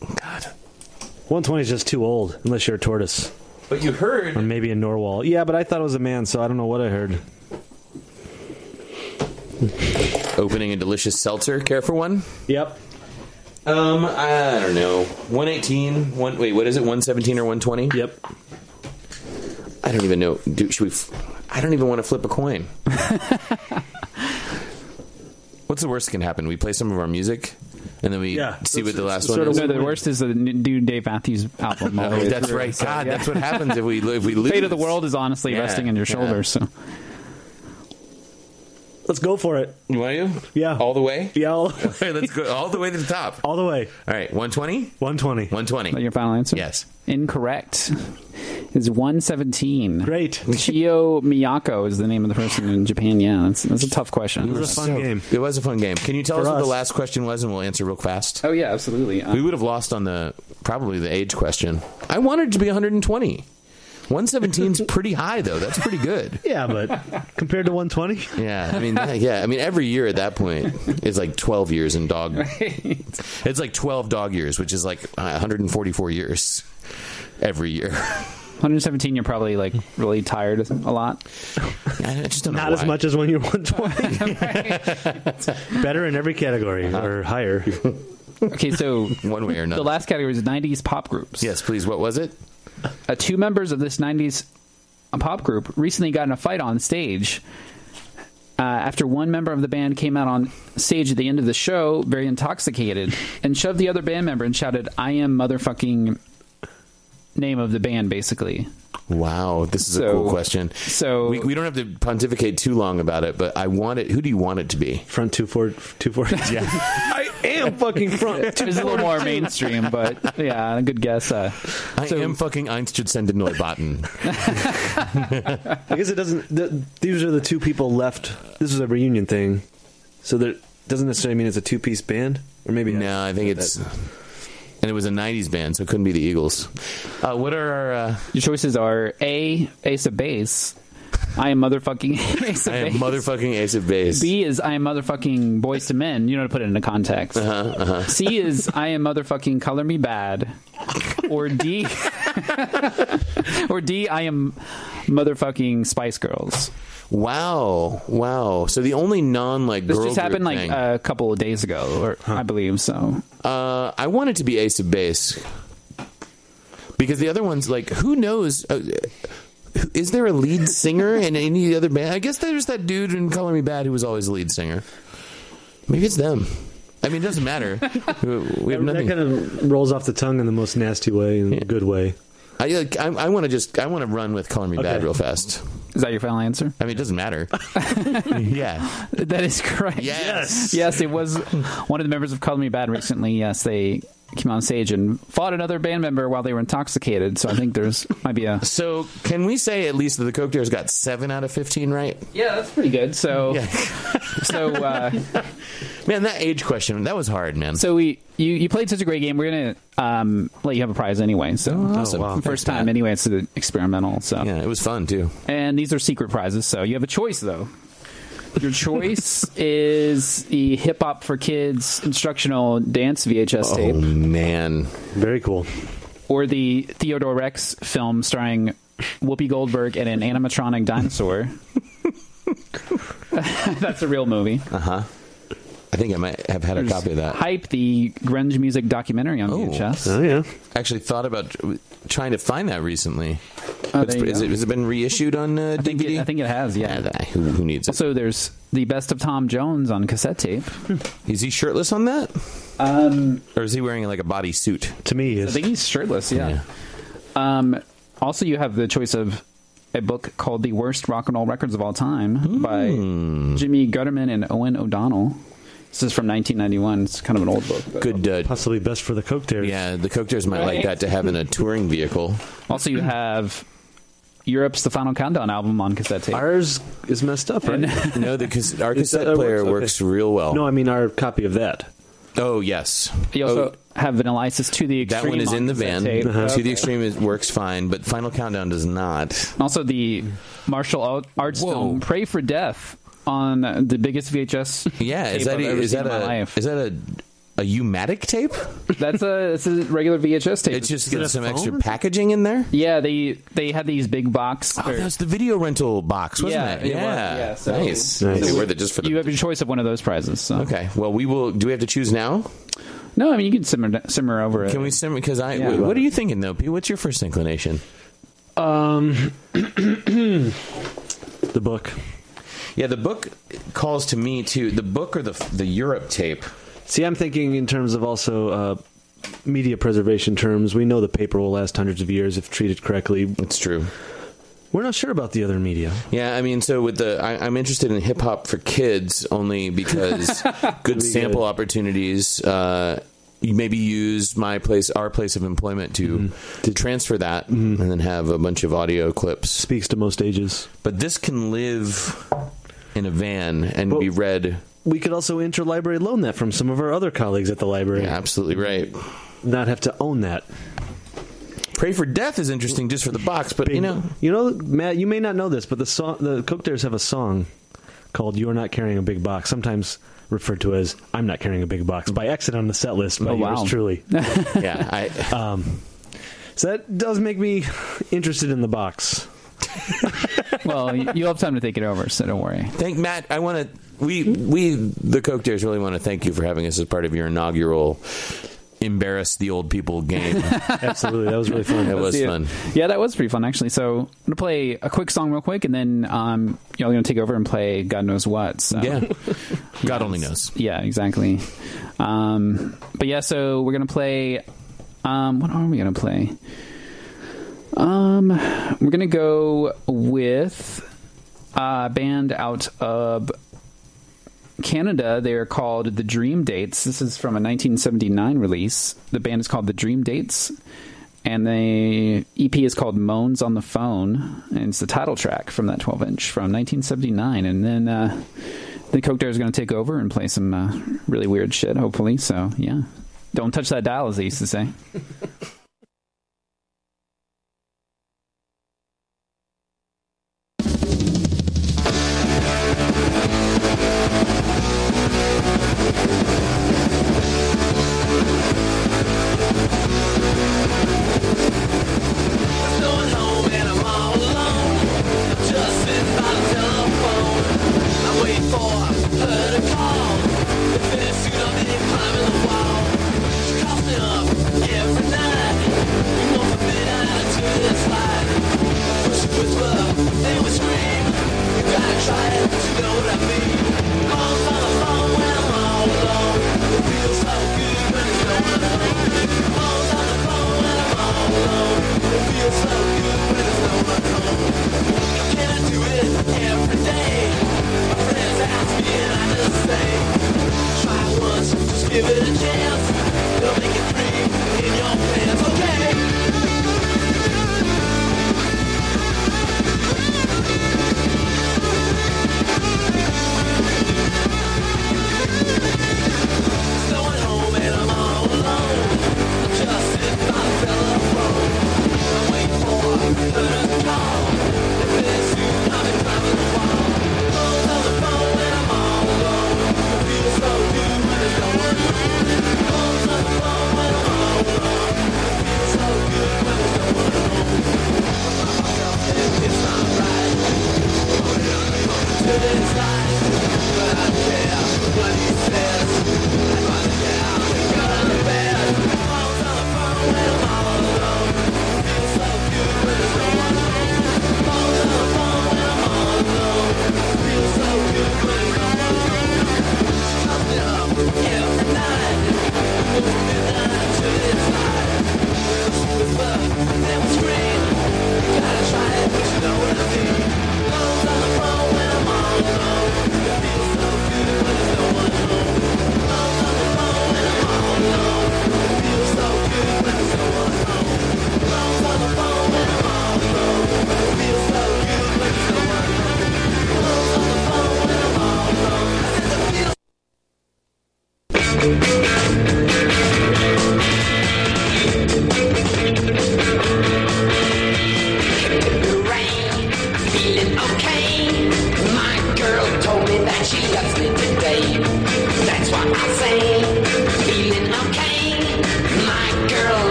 [SPEAKER 6] God.
[SPEAKER 7] 120 is just too old, unless you're a tortoise
[SPEAKER 6] But you
[SPEAKER 7] or
[SPEAKER 6] heard.
[SPEAKER 7] maybe a norwal. Yeah, but I thought it was a man, so I don't know what I heard.
[SPEAKER 6] Opening a delicious seltzer. Care for one?
[SPEAKER 7] Yep.
[SPEAKER 6] Um, I don't know. 118. One, wait, what is it? 117 or 120?
[SPEAKER 7] Yep.
[SPEAKER 6] I don't even know. Do, should we? F- I don't even want to flip a coin. What's the worst that can happen? We play some of our music, and then we
[SPEAKER 7] Yeah,
[SPEAKER 6] see
[SPEAKER 7] that's-
[SPEAKER 6] what the last
[SPEAKER 7] it's
[SPEAKER 6] one
[SPEAKER 7] sort
[SPEAKER 6] is.
[SPEAKER 7] of
[SPEAKER 5] No, the worst is the n- new Dave Matthews album.
[SPEAKER 6] Oh, that's right. God, that's what happens if we if we lose.
[SPEAKER 5] Fate of the world is honestly
[SPEAKER 6] Yeah,
[SPEAKER 5] resting on your
[SPEAKER 6] yeah.
[SPEAKER 5] shoulders. So
[SPEAKER 7] Let's go for it.
[SPEAKER 6] You want you?
[SPEAKER 7] Yeah.
[SPEAKER 6] All the way.
[SPEAKER 7] Yeah, all,
[SPEAKER 6] All right, let's go all the way to the top. All
[SPEAKER 7] all the way.
[SPEAKER 6] right, 120?
[SPEAKER 7] 120.
[SPEAKER 6] 120.
[SPEAKER 5] Is that your final answer?
[SPEAKER 6] Yes.
[SPEAKER 5] Incorrect. Is one seventeen.
[SPEAKER 7] Great. This
[SPEAKER 5] Chio Miyako is the name of the person in Japan. Yeah, that's, that's a tough question.
[SPEAKER 7] is a fun game.
[SPEAKER 6] It was a fun game. Can you tell us
[SPEAKER 7] For
[SPEAKER 6] what the
[SPEAKER 7] us.
[SPEAKER 6] last question was, and we'll answer real fast?
[SPEAKER 5] Oh yeah, absolutely.
[SPEAKER 6] We would have lost on the probably the age question. I wanted it to be 120. 117 is pretty high though. That's pretty good.
[SPEAKER 7] Yeah, but compared to 120,
[SPEAKER 6] Yeah, I mean, that- yeah, I mean, every year at that point is like 12 years in dog. It's like 12 dog years, which is like uh, 144 years every year.
[SPEAKER 5] 117. You're probably like really tired a lot.
[SPEAKER 6] I just don't know
[SPEAKER 7] not as
[SPEAKER 6] why.
[SPEAKER 7] much as when you're 120. Better in every category or higher.
[SPEAKER 5] Okay, so
[SPEAKER 6] one way or another.
[SPEAKER 5] the last category is 90s pop groups.
[SPEAKER 6] yes, please. What was it?
[SPEAKER 5] uh, two members of this 90s pop group recently got in a fight on stage uh, after one member of the band came out on stage at the end of the show very intoxicated and shoved the other band member and shouted i am motherfucking name of the band basically
[SPEAKER 6] Wow, this is a
[SPEAKER 5] So-
[SPEAKER 6] cool question.
[SPEAKER 5] so-
[SPEAKER 6] we, we don't have to pontificate too long about it, but I want it. Who do you want it to be?
[SPEAKER 7] Front 240. Yeah. I am fucking front.
[SPEAKER 5] it was a little more mainstream but yeah good guess uh,
[SPEAKER 6] I am fucking Einstein sending Neubauten.
[SPEAKER 7] I guess it doesn't. Th- these are the two people left. This is a reunion thing, so that doesn't necessarily mean it's a two-piece band, or maybe
[SPEAKER 6] No, I think it's. And it was a '90s band, so it couldn't be the Eagles. Uh, what are our? Uh,
[SPEAKER 5] your choices are a ace of base i am motherfucking ace of
[SPEAKER 6] I am
[SPEAKER 5] base
[SPEAKER 6] motherfucking Ace of Base.
[SPEAKER 5] B is I am motherfucking boys to men. You know to put it into context.
[SPEAKER 6] Uh-huh,
[SPEAKER 5] C is I am motherfucking color me bad. Or D, or D, I am motherfucking Spice Girls.
[SPEAKER 6] wow, wow. So the only non like
[SPEAKER 5] This
[SPEAKER 6] girl
[SPEAKER 5] just happened
[SPEAKER 6] group
[SPEAKER 5] like uh,
[SPEAKER 6] thing-
[SPEAKER 5] a couple of days ago, or I believe so.
[SPEAKER 6] Uh, I want it to be Ace of Base because the other ones like who knows. Uh, is there a lead singer in any other band? I guess there's that dude in Color Me Bad who was always the lead singer. Maybe it's them. I mean, it doesn't matter. We have
[SPEAKER 7] that
[SPEAKER 6] nothing.
[SPEAKER 7] kind of rolls off the tongue in the most nasty way and good way.
[SPEAKER 6] I, like, I, I want to just I want to run with Color Me Bad
[SPEAKER 7] Okay.
[SPEAKER 6] real fast.
[SPEAKER 5] Is that your final answer?
[SPEAKER 6] I mean, it doesn't matter. yeah.
[SPEAKER 5] That is correct.
[SPEAKER 6] Yes.
[SPEAKER 5] Yes, it was one of the members of Call Me Bad recently. Yes, they came on stage and fought another band member while they were intoxicated. So I think there's might be a
[SPEAKER 6] So can we say at least that the Coke Dare's got seven out of fifteen right?
[SPEAKER 5] yeah, that's pretty good. So
[SPEAKER 6] Yeah.
[SPEAKER 5] so uh,
[SPEAKER 6] Man, that age question that was hard, man.
[SPEAKER 5] so we you you played such a great game. We're gonna um, let you have a prize anyway. So
[SPEAKER 6] awesome.
[SPEAKER 7] wow.
[SPEAKER 5] first
[SPEAKER 6] Thanks,
[SPEAKER 5] time
[SPEAKER 6] Matt.
[SPEAKER 5] anyway. It's an experimental. So
[SPEAKER 6] Oh. yeah, it was fun too.
[SPEAKER 5] and these are secret prizes. So you have a choice though. Your choice is the Hip Hop for Kids instructional dance VHS tape.
[SPEAKER 6] Oh man,
[SPEAKER 7] Very cool.
[SPEAKER 5] or the Theodore Rex film starring Whoopi Goldberg and an animatronic dinosaur. That's a real movie.
[SPEAKER 6] Uh-huh. I think I might have had a copy of that. I
[SPEAKER 5] Hype, the grunge music documentary on VHS.
[SPEAKER 7] Oh yeah,
[SPEAKER 6] actually thought about trying to find that recently.
[SPEAKER 5] Oh,
[SPEAKER 6] It's-
[SPEAKER 5] there you
[SPEAKER 6] is
[SPEAKER 5] go.
[SPEAKER 6] it, has it been reissued on uh,
[SPEAKER 5] I, think
[SPEAKER 6] DVD?
[SPEAKER 5] it, I think it has,
[SPEAKER 6] Yeah,
[SPEAKER 5] yeah.
[SPEAKER 6] that- who, who needs it?
[SPEAKER 5] also, there's the best of Tom Jones on cassette tape.
[SPEAKER 6] is he shirtless on that,
[SPEAKER 5] Um,
[SPEAKER 6] or is he wearing like a bodysuit?
[SPEAKER 7] to me
[SPEAKER 5] I
[SPEAKER 7] yes.
[SPEAKER 5] think he's shirtless, yeah. Um, also, you have the choice of a book called The Worst Rock and Roll Records of All Time
[SPEAKER 6] Hmm.
[SPEAKER 5] by Jimmy Gutterman and Owen O'Donnell. This is from 1991. It's kind of an old book. but-
[SPEAKER 6] Good. Uh,
[SPEAKER 7] possibly best for the Coke Dares.
[SPEAKER 6] yeah, the Coke Dares might like
[SPEAKER 5] Right.
[SPEAKER 6] that to have in a touring vehicle.
[SPEAKER 5] Also, you have Europe's The Final Countdown album on cassette tape.
[SPEAKER 7] ours is messed up, right?
[SPEAKER 6] No, because our
[SPEAKER 7] It's-
[SPEAKER 6] cassette
[SPEAKER 7] that
[SPEAKER 6] player
[SPEAKER 7] works, okay.
[SPEAKER 6] works real well.
[SPEAKER 7] no, I mean our copy of that.
[SPEAKER 6] oh yes. Oh,
[SPEAKER 5] you also have Vanilla Isis to the Extreme.
[SPEAKER 6] That one is
[SPEAKER 5] on
[SPEAKER 6] in the
[SPEAKER 5] cassette
[SPEAKER 6] van.
[SPEAKER 5] tape.
[SPEAKER 7] Uh-huh.
[SPEAKER 6] To Uh, the extreme, it works fine, but Final Countdown does not.
[SPEAKER 5] And also the martial art- arts
[SPEAKER 6] Whoa.
[SPEAKER 5] film Pray for Death on the biggest VHS.
[SPEAKER 6] Yeah,
[SPEAKER 5] tape
[SPEAKER 6] is that
[SPEAKER 5] I've
[SPEAKER 6] a,
[SPEAKER 5] ever
[SPEAKER 6] is
[SPEAKER 5] seen
[SPEAKER 6] that
[SPEAKER 5] in my
[SPEAKER 6] a
[SPEAKER 5] life.
[SPEAKER 6] is that a a U-matic tape?
[SPEAKER 5] That's a it's a regular VHS tape.
[SPEAKER 6] It's just
[SPEAKER 7] it a
[SPEAKER 6] got some extra
[SPEAKER 7] phone?
[SPEAKER 6] packaging in there.
[SPEAKER 5] yeah, they they had these big box.
[SPEAKER 6] Oh,
[SPEAKER 5] or-
[SPEAKER 6] that's the video rental box, wasn't
[SPEAKER 5] Yeah,
[SPEAKER 6] it?
[SPEAKER 5] it was, yeah, so-
[SPEAKER 6] nice.
[SPEAKER 7] Nice.
[SPEAKER 6] Is it
[SPEAKER 7] So
[SPEAKER 6] worth it just for the?
[SPEAKER 5] you have your choice of one of those prizes. So.
[SPEAKER 6] okay. Well, we will. Do we have to choose now?
[SPEAKER 5] No, I mean you can simmer simmer over it.
[SPEAKER 6] Can we sim? Because I.
[SPEAKER 5] Yeah.
[SPEAKER 6] What are you thinking though, Pete? What's your first inclination?
[SPEAKER 7] The book.
[SPEAKER 6] Yeah, the book calls to me too. The book or the the Europe tape.
[SPEAKER 7] See, I'm thinking in terms of also uh, media preservation terms. We know the paper will last hundreds of years if treated correctly.
[SPEAKER 6] It's true.
[SPEAKER 7] We're not sure about the other media.
[SPEAKER 6] Yeah, I mean, so with the, I, I'm interested in hip hop for kids only because good sample opportunities. Uh, you maybe use my place, our place of employment to to transfer that, and then have a bunch of audio clips.
[SPEAKER 7] Speaks to most ages.
[SPEAKER 6] But this can live in a van and
[SPEAKER 7] Well-
[SPEAKER 6] be read.
[SPEAKER 7] We could also interlibrary loan that from some of our other colleagues at the library.
[SPEAKER 6] Yeah, absolutely right.
[SPEAKER 7] Not have to own that.
[SPEAKER 6] Pray for death is interesting just for the box, but you know,
[SPEAKER 7] you know, Matt. You may not know this, but the song, the Coke Dares have a song called "You're Not Carrying a Big Box," sometimes referred to as "I'm Not Carrying a Big Box" by accident on the set list by
[SPEAKER 5] Oh, wow.
[SPEAKER 7] yours truly.
[SPEAKER 6] yeah, I.
[SPEAKER 7] so that does make me interested in the box.
[SPEAKER 5] well, you- you'll have time to think it over, so don't worry.
[SPEAKER 6] Thank Matt. I want to. We we the Coke Dares really want to thank you for having us as part of your inaugural embarrass the old people game.
[SPEAKER 7] Absolutely, that was really fun.
[SPEAKER 6] It was
[SPEAKER 5] See ya.
[SPEAKER 6] fun.
[SPEAKER 5] Yeah, that was pretty fun actually. So I'm gonna play a quick song real quick, and then um, y'all gonna take over and play God knows what. So.
[SPEAKER 6] Yeah, God only knows.
[SPEAKER 5] Yeah, exactly. Um, but yeah, so we're gonna play. Um, what are we gonna play? Um, we're gonna go with a band out of Canada. They are called the Dream Dates. This is from a 1979 release. The band is called the Dream Dates, and the EP is called Moans on the Phone, and it's the title track from that 12 inch from 1979. And then uh, the Coke Dare is going to take over and play some uh, really weird shit. Hopefully, so yeah. Don't touch that dial, as they used to say.
[SPEAKER 4] going home and I'm all alone. I'm just sitting by the telephone. I wait for her to call. The fence suit up and climbing the wall. She coughs me up every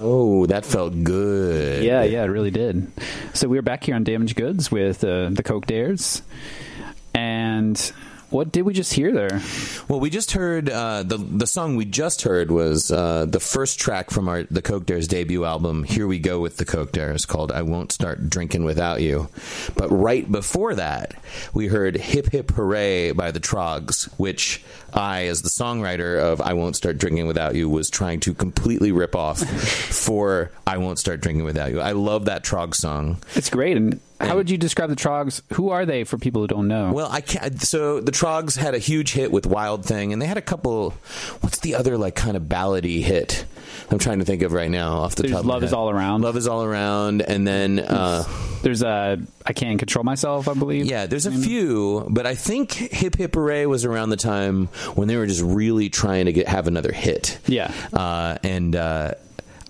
[SPEAKER 3] Oh, that felt good.
[SPEAKER 5] Yeah, yeah, it really did. So we were back here on Damaged Goods with uh, the Coke Dares, and What did we just hear there?
[SPEAKER 6] Well, we just heard uh, the the song we just heard was uh, the first track from our the Coke Dares debut album. Here we go with the Coke Dares called "I Won't Start Drinking Without You." But right before that, we heard "Hip Hip Hooray" by the Trogs, which I, as the songwriter of "I Won't Start Drinking Without You," was trying to completely rip off for "I Won't Start Drinking Without You." I love that Trog song.
[SPEAKER 5] It's great. And how would you describe the Trogs? Who are they for people who don't know?
[SPEAKER 6] Well, I can't. So the Trogs had a huge hit with Wild Thing, and they had a couple. What's the other like kind of ballady hit? I'm trying to think of right now off the
[SPEAKER 5] There's
[SPEAKER 6] top. of my
[SPEAKER 5] Love Is
[SPEAKER 6] head.
[SPEAKER 5] All Around.
[SPEAKER 6] Love is all around, and then uh,
[SPEAKER 5] There's a I can't control myself. I believe.
[SPEAKER 6] yeah, there's a few, but I think Hip Hip Hooray was around the time when they were just really trying to get have another hit.
[SPEAKER 5] Yeah.
[SPEAKER 6] uh, and. Uh,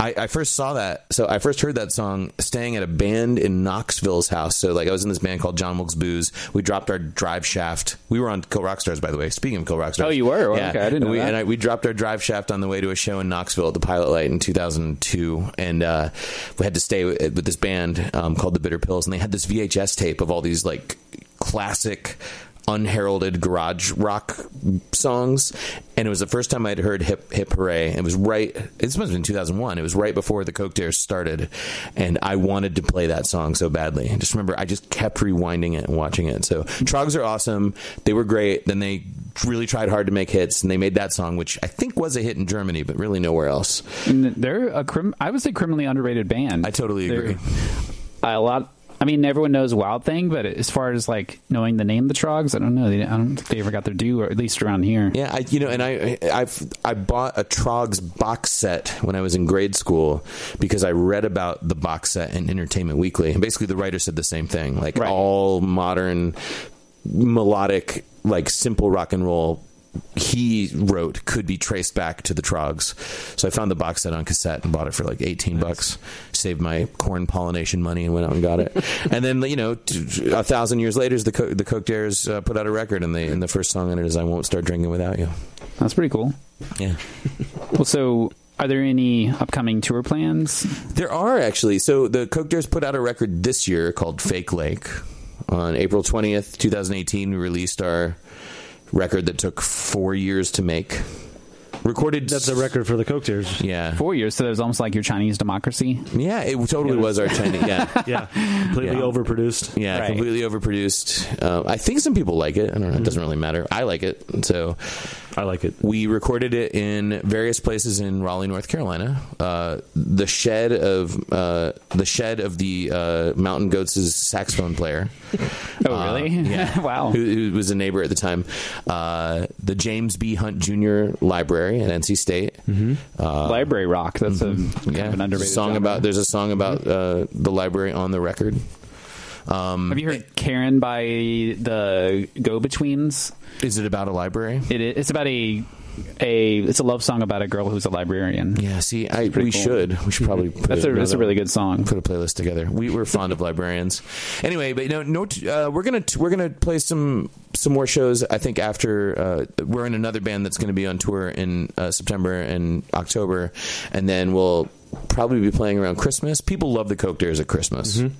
[SPEAKER 6] I, I first saw that, so I first heard that song staying at a band in Knoxville's house. So, like, I was in this band called John Wilkes Booze. We dropped our drive shaft. We were on Kill Rock Stars, by the way. Speaking of Kill Rock Stars,
[SPEAKER 5] Oh, you were? Well, okay, I didn't know
[SPEAKER 6] we,
[SPEAKER 5] that.
[SPEAKER 6] And I, we dropped our drive shaft on the way to a show in Knoxville at the Pilot Light in 2002, and uh, we had to stay with, with this band um, called the Bitter Pills, and they had this VHS tape of all these like classic. Unheralded garage rock songs, and it was the first time I'd heard "Hip Hip Hooray." It was right. It must have been 2001. It was right before the Coke Dare started, and I wanted to play that song so badly. I just remember I just kept rewinding it and watching it. So Trogs are awesome. They were great. Then they really tried hard to make hits, and they made that song, which I think was a hit in Germany, but really nowhere else.
[SPEAKER 5] And they're a crim- I would say criminally underrated band.
[SPEAKER 6] I totally
[SPEAKER 5] They're-
[SPEAKER 6] agree.
[SPEAKER 5] A lot. I mean, everyone knows Wild Thing, but as far as like knowing the name of the Trogs, I don't know. They, I don't think they ever got their due, or at least around here.
[SPEAKER 6] Yeah, I you know, and I I've I bought a Trogs box set when I was in grade school because I read about the box set in Entertainment Weekly, and basically the writer said the same thing, like
[SPEAKER 5] Right.
[SPEAKER 6] all modern melodic, like simple rock and roll. He wrote could be traced back to the Trogs, so I found the box set on cassette and bought it for like eighteen bucks. Saved my corn pollination money and went out and got it. and then you know, t- t- a thousand years later, the Co- the Coke Dares uh, put out a record, and they and the first song on it is "I Won't Start Drinking Without You."
[SPEAKER 5] That's pretty cool.
[SPEAKER 6] Yeah.
[SPEAKER 5] Well, so are there any upcoming tour plans?
[SPEAKER 6] There are actually. So the Coke Dares put out a record this year called Fake Lake. On April 20th, 2018, we released our record that took four years to make. Recorded.
[SPEAKER 7] That's a record for the Coke Tears.
[SPEAKER 6] Yeah.
[SPEAKER 5] Four years, so there's almost like your Chinese democracy.
[SPEAKER 6] Yeah, it totally was our Chinese. Yeah.
[SPEAKER 7] Yeah, completely
[SPEAKER 6] Yeah.
[SPEAKER 7] overproduced.
[SPEAKER 6] Yeah,
[SPEAKER 5] Right.
[SPEAKER 6] completely overproduced. Uh, I think some people like it. I don't know. It doesn't really matter. I like it. So
[SPEAKER 7] I like it.
[SPEAKER 6] we recorded it in various places in Raleigh, North Carolina. Uh, the shed of uh, the shed of the uh, Mountain Goats' saxophone player.
[SPEAKER 5] Oh,
[SPEAKER 6] Uh,
[SPEAKER 5] really?
[SPEAKER 6] yeah.
[SPEAKER 5] wow.
[SPEAKER 6] Who, who was a neighbor at the time. Uh, the James B. Hunt Jr. Library at NC State. Mm-hmm. Uh, mm-hmm.
[SPEAKER 5] Library rock. That's a kind
[SPEAKER 6] yeah.
[SPEAKER 5] of an underrated
[SPEAKER 6] song
[SPEAKER 5] genre.
[SPEAKER 6] about. There's a song about uh, the library on the record. Um,
[SPEAKER 5] Have you heard Karen by the Go Betweens?
[SPEAKER 6] Is it about a library?
[SPEAKER 5] It, i- it's about a a it's a love song about a girl who's a librarian.
[SPEAKER 6] Yeah. See, I,
[SPEAKER 5] pretty
[SPEAKER 6] we
[SPEAKER 5] cool.
[SPEAKER 6] should. We should probably. Put
[SPEAKER 5] That's a that's a
[SPEAKER 6] another-
[SPEAKER 5] really good song.
[SPEAKER 6] put a playlist together. We were fond of librarians, anyway. But no, no, uh, we're gonna we're gonna play some some more shows. I think after uh, we're in another band that's gonna be on tour in uh, September and October, and then we'll probably be playing around Christmas. People love the Coke Dares at Christmas.
[SPEAKER 5] Mm-hmm.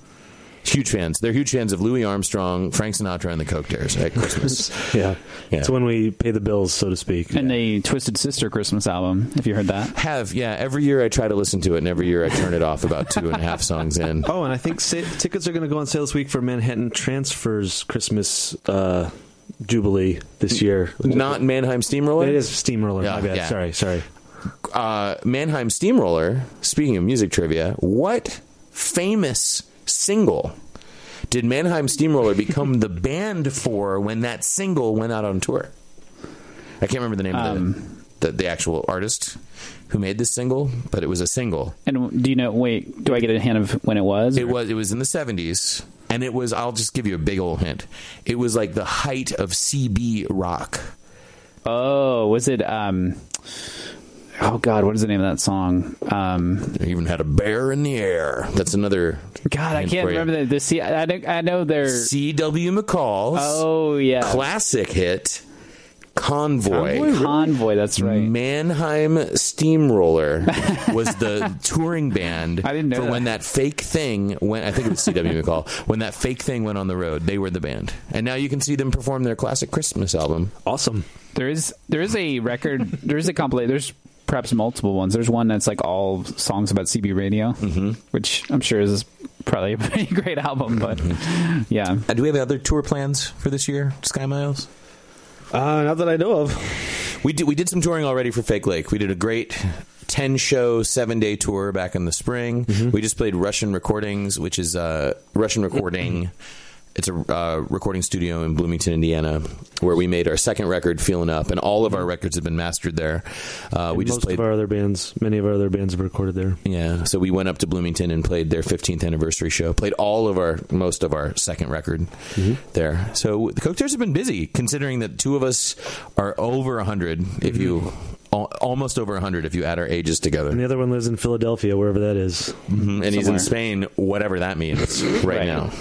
[SPEAKER 6] Huge fans. They're huge fans of Louis Armstrong, Frank Sinatra, and the Coke Dares at Christmas.
[SPEAKER 7] Yeah.
[SPEAKER 6] Yeah.
[SPEAKER 7] it's when we pay the bills, so to speak.
[SPEAKER 5] And the Twisted Sister Christmas album. If you heard that,
[SPEAKER 6] Have yeah. Every year I try to listen to it, and every year I turn it off about two and a half songs in.
[SPEAKER 7] Oh, and I think sa- tickets are going to go on sale this week for Manhattan Transfers Christmas uh, Jubilee this year.
[SPEAKER 6] Not Mannheim Steamroller.
[SPEAKER 7] It is Steamroller.
[SPEAKER 6] Yeah,
[SPEAKER 7] my bad.
[SPEAKER 6] yeah.
[SPEAKER 7] Sorry, sorry.
[SPEAKER 6] uh, Mannheim Steamroller, speaking of music trivia, what famous single did Mannheim Steamroller become the band for when that single went out on tour? I can't remember the name
[SPEAKER 5] Um,
[SPEAKER 6] of the, the the actual artist who made this single, but it was a single.
[SPEAKER 5] and do you know? Wait, do I get a hint of when it was?
[SPEAKER 6] It was it was in the seventies, and it was. I'll just give you a big old hint. It was like the height of CB rock.
[SPEAKER 5] oh, was it? Um, oh God, what is the name of that song? Um,
[SPEAKER 6] They even had a bear in the air. That's another.
[SPEAKER 5] God, I
[SPEAKER 6] hint
[SPEAKER 5] can't
[SPEAKER 6] for you.
[SPEAKER 5] remember the, the C. I, know- I know they're.
[SPEAKER 6] C.W. McCall's.
[SPEAKER 5] oh yeah,
[SPEAKER 6] classic hit. Convoy.
[SPEAKER 5] Convoy, that's right.
[SPEAKER 6] Mannheim Steamroller was the touring band
[SPEAKER 5] I didn't know
[SPEAKER 6] for
[SPEAKER 5] that.
[SPEAKER 6] when that fake thing went. I think it was C.W. McCall when that fake thing went on the road. They were the band, and now you can see them perform their classic Christmas album.
[SPEAKER 7] Awesome.
[SPEAKER 5] There is there is a record. there is a compilation. There's perhaps multiple ones. There's one that's like all songs about CB radio, which I'm sure is probably a pretty great album. But yeah,
[SPEAKER 6] Uh, do we have other tour plans for this year, Sky Miles?
[SPEAKER 7] Uh, not that I know of.
[SPEAKER 6] We did we did some touring already for Fake Lake. We did a great ten show seven day tour back in the spring. We just played Russian Recordings, which is uh, Russian recording. It's a uh, recording studio in Bloomington, Indiana, where we made our second record, "Feeling Up," and all of our records have been mastered there. Uh, we
[SPEAKER 7] Most
[SPEAKER 6] just played,
[SPEAKER 7] of our other bands, many of our other bands have recorded there.
[SPEAKER 6] yeah. So we went up to Bloomington and played their 15th anniversary show. Played all of our most of our second record there. So the Cocktails have been busy, considering that two of us are over 100. If you
[SPEAKER 5] Mm-hmm.
[SPEAKER 6] al- almost over 100 if you add our ages together
[SPEAKER 7] And the other one lives in Philadelphia, wherever that is.
[SPEAKER 6] Mhm. and he's in
[SPEAKER 5] Mm-hmm. somewhere.
[SPEAKER 6] spain whatever that means right,
[SPEAKER 5] Right.
[SPEAKER 6] now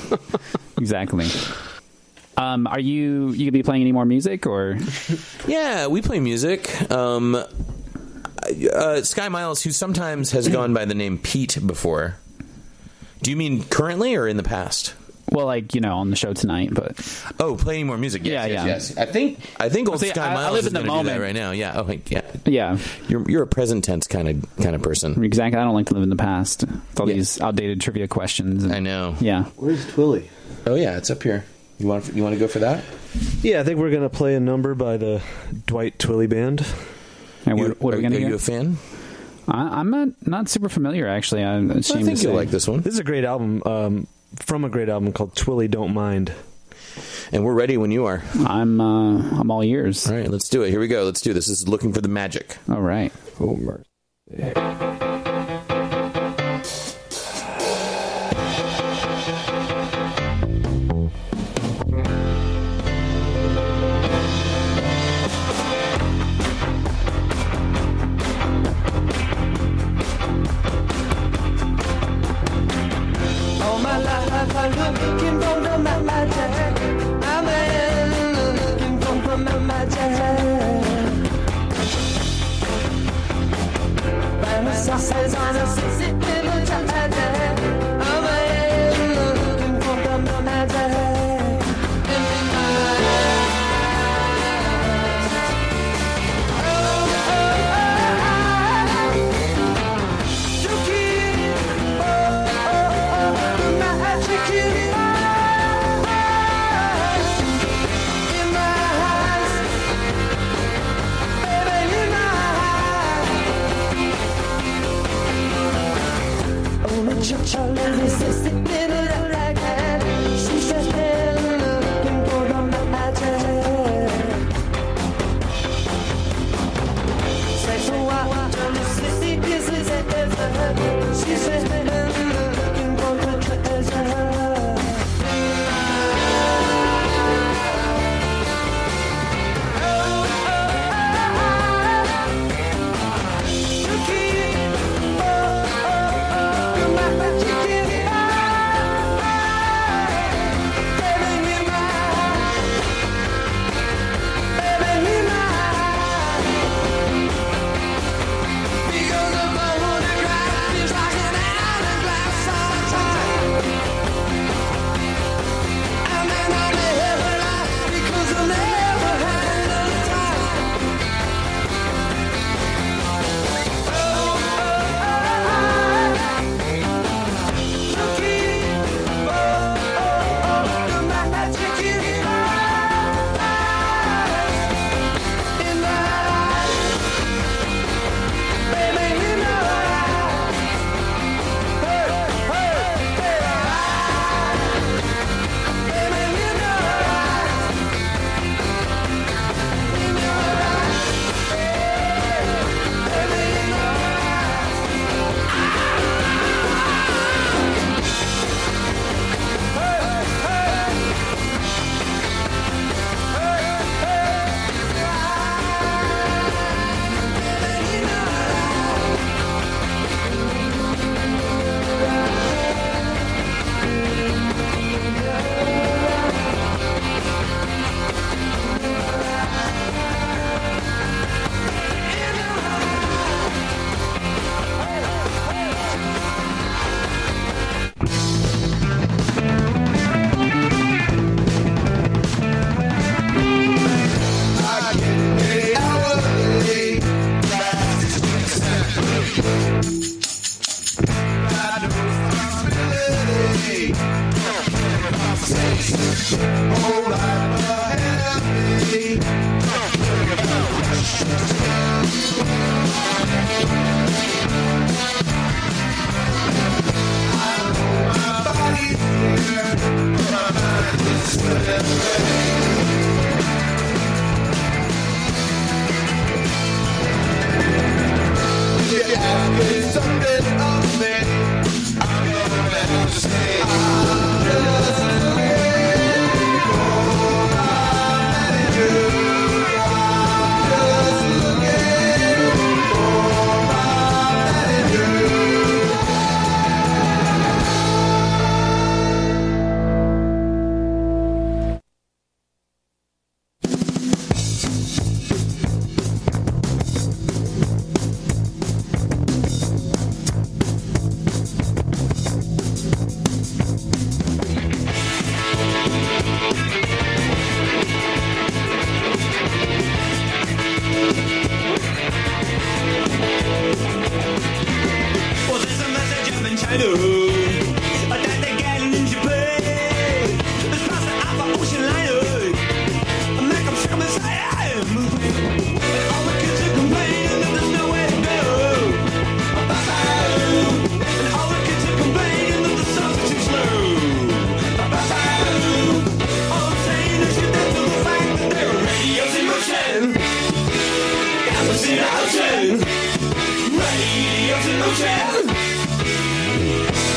[SPEAKER 5] exactly. Um, are you you gonna be playing any more music or
[SPEAKER 6] yeah we play music um, uh, sky miles who sometimes has gone by the name pete before do you mean currently or in the past
[SPEAKER 5] well like you know on the show tonight? But
[SPEAKER 6] Oh, playing more music. Yes,
[SPEAKER 5] Yeah,
[SPEAKER 6] yes,
[SPEAKER 5] yeah.
[SPEAKER 6] yes. I think I think old
[SPEAKER 5] See,
[SPEAKER 6] Sky
[SPEAKER 5] I- I
[SPEAKER 6] Miles
[SPEAKER 5] live
[SPEAKER 6] is
[SPEAKER 5] in the
[SPEAKER 6] gonna do that
[SPEAKER 5] moment.
[SPEAKER 6] right now. Yeah. Oh, like, yeah.
[SPEAKER 5] yeah,
[SPEAKER 6] You're you're a present tense kind of kind of person.
[SPEAKER 5] exactly. I don't like to live in the past. With all
[SPEAKER 6] Yeah.
[SPEAKER 5] these outdated trivia questions. and-
[SPEAKER 6] I know.
[SPEAKER 5] Yeah.
[SPEAKER 8] Where's Twilly?
[SPEAKER 6] Oh yeah, it's up here. You want you want to go for that?
[SPEAKER 7] Yeah, I think we're gonna play a number by the Dwight Twilly Band.
[SPEAKER 5] And
[SPEAKER 6] You-
[SPEAKER 5] what, what are we gonna
[SPEAKER 6] you
[SPEAKER 5] hear?
[SPEAKER 6] a fan?
[SPEAKER 5] I, I'm not not super familiar actually. I'm ashamed
[SPEAKER 6] I think
[SPEAKER 5] to
[SPEAKER 6] you'll
[SPEAKER 5] say.
[SPEAKER 6] like this one.
[SPEAKER 7] This is a great album um, from a great album called Twilly Don't Mind.
[SPEAKER 6] And we're ready when you are.
[SPEAKER 5] I'm uh, I'm all ears.
[SPEAKER 6] All right, let's do it. Here we go. Let's do this. This is looking for the magic.
[SPEAKER 5] All right.
[SPEAKER 4] All my life I'm looking for the ma- magic. I'm looking for the ma- magic. Find myself
[SPEAKER 7] Radio's an option. Radio's an option.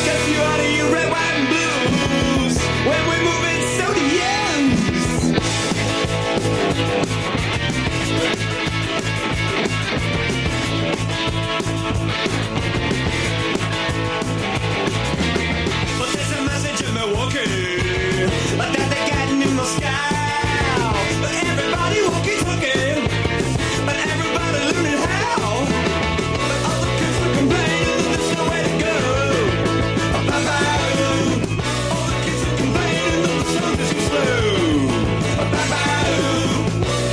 [SPEAKER 7] Cause you're out of your red, white, and blues. When we're moving sodiums. But there's a message in Milwaukee. But that they got in the sky. But everybody walkie-talkie. But everybody learning how. But all the kids are complaining that there's no way to go. Oh, bye-bye. All the kids are complaining that the song is too slow. Oh, bye-bye.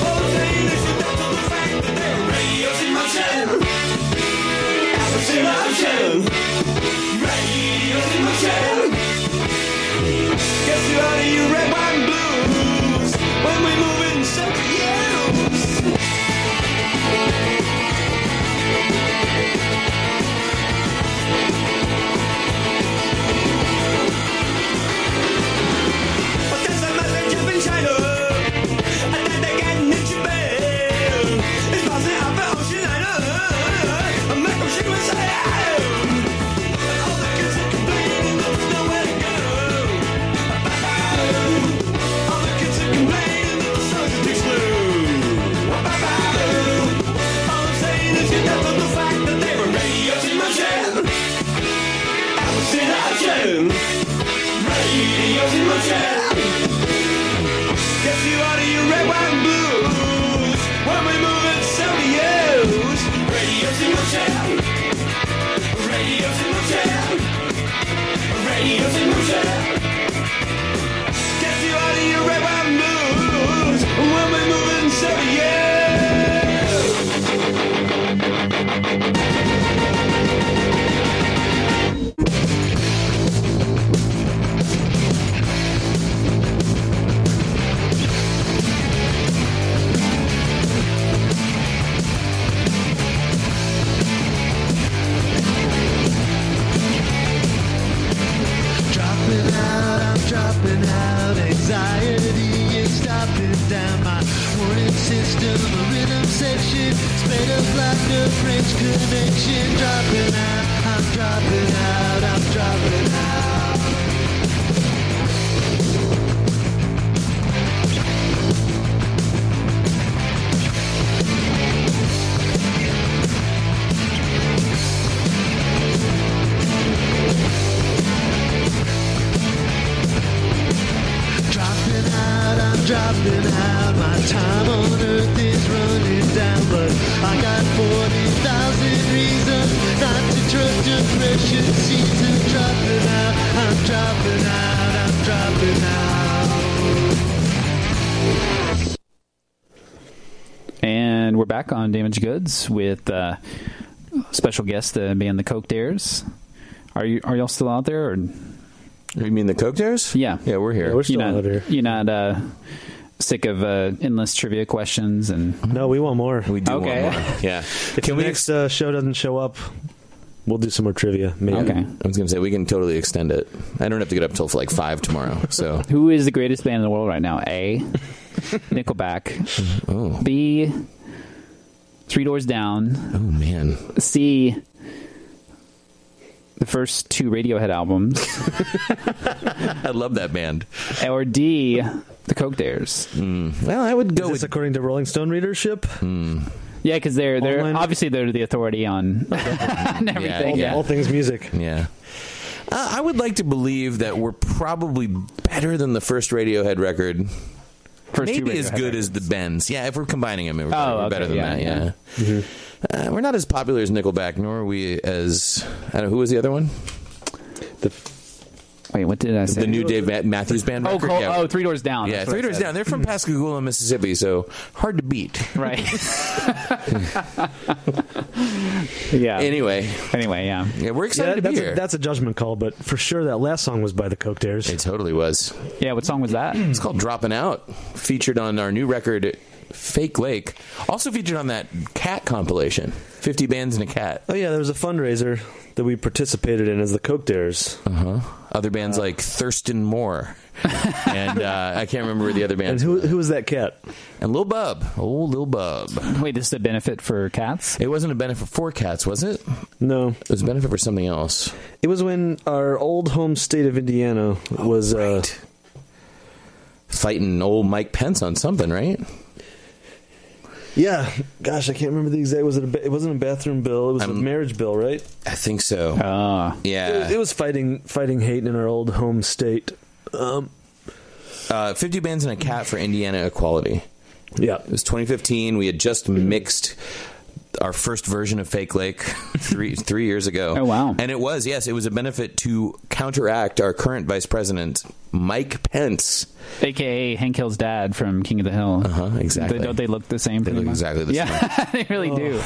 [SPEAKER 7] All the teenagers adapt to the fact that their radio's in motion. Apple's in motion. Radio's in motion. Guess who are you red, white, and blues? When we move in, so yes. But there's a message up in China. And then they get in Japan. It's passing up at Ocean Island. A macro shit was But all the kids are complaining there's nowhere to go. Bye-bye. All the kids are complaining that the songs are too slow. Bye-bye. All I'm saying is you don't know the fact that they were radio's in motion. I was in action. Radio's in motion. Guess you ought to your red, white, and blues. When we move in stereos. Radio's in motion. Radio's in motion. Radio's in motion. Guess you ought to your red, white, and blues. When we move in stereos.
[SPEAKER 10] Dropping out, I'm dropping out. Anxiety is stopping down my warning system. A rhythm section, sped up like the French connection. Dropping out, I'm dropping out, I'm dropping out. Dropping out, I'm dropping out. My time on earth is running down, but I got 40,000 reasons not to trust your precious season. Dropping out, I'm dropping out, I'm dropping out.
[SPEAKER 5] And we're back on Damaged Goods with uh, special guest, the band The Coke Dares. Are you are y'all still out there? Or
[SPEAKER 6] You mean the Coke Dares?
[SPEAKER 5] Yeah.
[SPEAKER 6] Yeah, we're here.
[SPEAKER 1] Yeah, we're still
[SPEAKER 5] you're not
[SPEAKER 1] out here.
[SPEAKER 5] you're not uh, sick of uh, endless trivia questions and
[SPEAKER 1] No, we want more.
[SPEAKER 6] We do
[SPEAKER 5] Okay.
[SPEAKER 6] want more. Yeah.
[SPEAKER 1] If the
[SPEAKER 6] we
[SPEAKER 1] next uh, show doesn't show up, we'll do some more trivia. Maybe.
[SPEAKER 5] okay.
[SPEAKER 6] I was going to say, we can totally extend it. I don't have to get up till like 5 tomorrow. So,
[SPEAKER 5] Who is the greatest band in the world right now? A. Nickelback.
[SPEAKER 6] oh,
[SPEAKER 5] B. Three Doors Down.
[SPEAKER 6] oh man.
[SPEAKER 5] C. The first two Radiohead albums.
[SPEAKER 6] I love that band.
[SPEAKER 5] or D. The Coke Dares.
[SPEAKER 6] Well, I would go
[SPEAKER 1] Is this
[SPEAKER 6] with.
[SPEAKER 1] according to Rolling Stone readership?
[SPEAKER 5] Yeah, because they're they're
[SPEAKER 1] Online-
[SPEAKER 5] obviously they're the authority on, on everything.
[SPEAKER 6] yeah.
[SPEAKER 5] Yeah,
[SPEAKER 1] All things music.
[SPEAKER 6] yeah. Uh, I would like to believe that we're probably better than the first Radiohead record.
[SPEAKER 5] First two
[SPEAKER 6] Maybe as
[SPEAKER 5] Radiohead
[SPEAKER 6] good
[SPEAKER 5] records.
[SPEAKER 6] as the Bends. Yeah, if we're combining them, we're,
[SPEAKER 5] Oh,
[SPEAKER 6] we're
[SPEAKER 5] okay,
[SPEAKER 6] better than
[SPEAKER 5] yeah,
[SPEAKER 6] that.
[SPEAKER 5] yeah.
[SPEAKER 6] Yeah.
[SPEAKER 1] Mm-hmm.
[SPEAKER 6] Uh, we're not as popular as Nickelback, nor are we as. I don't know. Who was the other one?
[SPEAKER 5] Wait, what did I say?
[SPEAKER 6] The new Dave Ma- Matthews Band
[SPEAKER 5] oh,
[SPEAKER 6] record?
[SPEAKER 5] Col-
[SPEAKER 6] yeah.
[SPEAKER 5] oh, Three Doors Down.
[SPEAKER 6] yeah,
[SPEAKER 5] That's what
[SPEAKER 6] Three
[SPEAKER 5] I
[SPEAKER 6] Doors
[SPEAKER 5] said.
[SPEAKER 6] Down. They're from Pascagoula, Mississippi, so hard to beat.
[SPEAKER 5] Right. yeah.
[SPEAKER 6] Anyway,
[SPEAKER 5] anyway, yeah.
[SPEAKER 6] yeah, we're
[SPEAKER 1] Yeah,
[SPEAKER 6] excited to be
[SPEAKER 1] that's,
[SPEAKER 6] here.
[SPEAKER 1] a, that's a judgment call, but for sure that last song was by the Coke Dares.
[SPEAKER 6] It totally was.
[SPEAKER 5] Yeah, what song was that?
[SPEAKER 6] It's called Dropping Out, featured on our new record, Fake Lake. Also featured on that cat compilation, 50 Bands and a Cat.
[SPEAKER 1] Oh yeah, there was a fundraiser that we participated in as the Coke Dares.
[SPEAKER 7] Uh-huh.
[SPEAKER 6] Uh huh. Other bands like Thurston Moore, and uh, I can't remember the other
[SPEAKER 7] And
[SPEAKER 6] bands.
[SPEAKER 7] who who was that cat?
[SPEAKER 6] And Lil Bub, oh Lil Bub.
[SPEAKER 5] Wait, this is a benefit for cats?
[SPEAKER 6] It wasn't a benefit for cats, was it? It
[SPEAKER 7] No,
[SPEAKER 6] was a benefit for something else.
[SPEAKER 7] it was when our old home state of Indiana
[SPEAKER 6] Oh,
[SPEAKER 7] was. Uh,
[SPEAKER 6] Fighting old Mike Pence on something, right?
[SPEAKER 7] yeah, gosh, I can't remember the exact. Was it? A, ba- it wasn't a bathroom bill. It was a
[SPEAKER 6] I'm-
[SPEAKER 7] marriage bill, right?
[SPEAKER 6] I think so.
[SPEAKER 5] Ah,
[SPEAKER 6] yeah,
[SPEAKER 7] It, it was fighting fighting hate in our old home state. Um,
[SPEAKER 6] uh, fifty bands and a cat for Indiana equality.
[SPEAKER 7] yeah,
[SPEAKER 6] It was 2015. We had just
[SPEAKER 5] Hmm.
[SPEAKER 6] mixed our first version of Fake Lake three three years ago.
[SPEAKER 5] Oh, wow.
[SPEAKER 6] And it was yes, it was a benefit to counteract our current vice president Mike Pence.
[SPEAKER 5] aka Hank Hill's dad from King of the Hill.
[SPEAKER 6] Uh-huh, exactly.
[SPEAKER 5] They, don't they look the same?
[SPEAKER 6] They
[SPEAKER 5] pretty
[SPEAKER 6] look
[SPEAKER 5] much?
[SPEAKER 6] exactly the
[SPEAKER 5] yeah, they really do.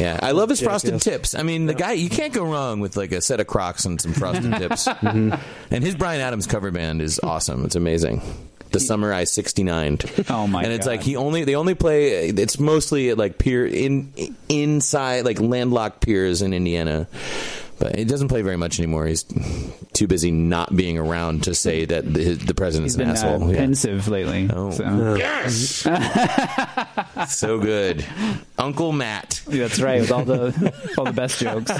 [SPEAKER 6] Yeah, I love his frosted
[SPEAKER 7] yes.
[SPEAKER 6] tips. I mean, the guy you can't go wrong with like a set of Crocs and some frosted
[SPEAKER 5] Mm-hmm.
[SPEAKER 6] tips. And his Brian Adams cover band is awesome. It's amazing. The summer I sixty nine.
[SPEAKER 5] Oh, my
[SPEAKER 6] And it's
[SPEAKER 5] God.
[SPEAKER 6] like he only they only play. It's mostly at like pier in inside like landlocked piers in Indiana. But he doesn't play very much anymore. He's too busy not being around to say that the, the president's
[SPEAKER 5] He's been
[SPEAKER 6] an
[SPEAKER 5] uh,
[SPEAKER 6] asshole. Yeah.
[SPEAKER 5] pensive lately.
[SPEAKER 6] Oh.
[SPEAKER 5] so-
[SPEAKER 6] So good, Uncle Matt.
[SPEAKER 5] Yeah, that's right. With all the all the best jokes.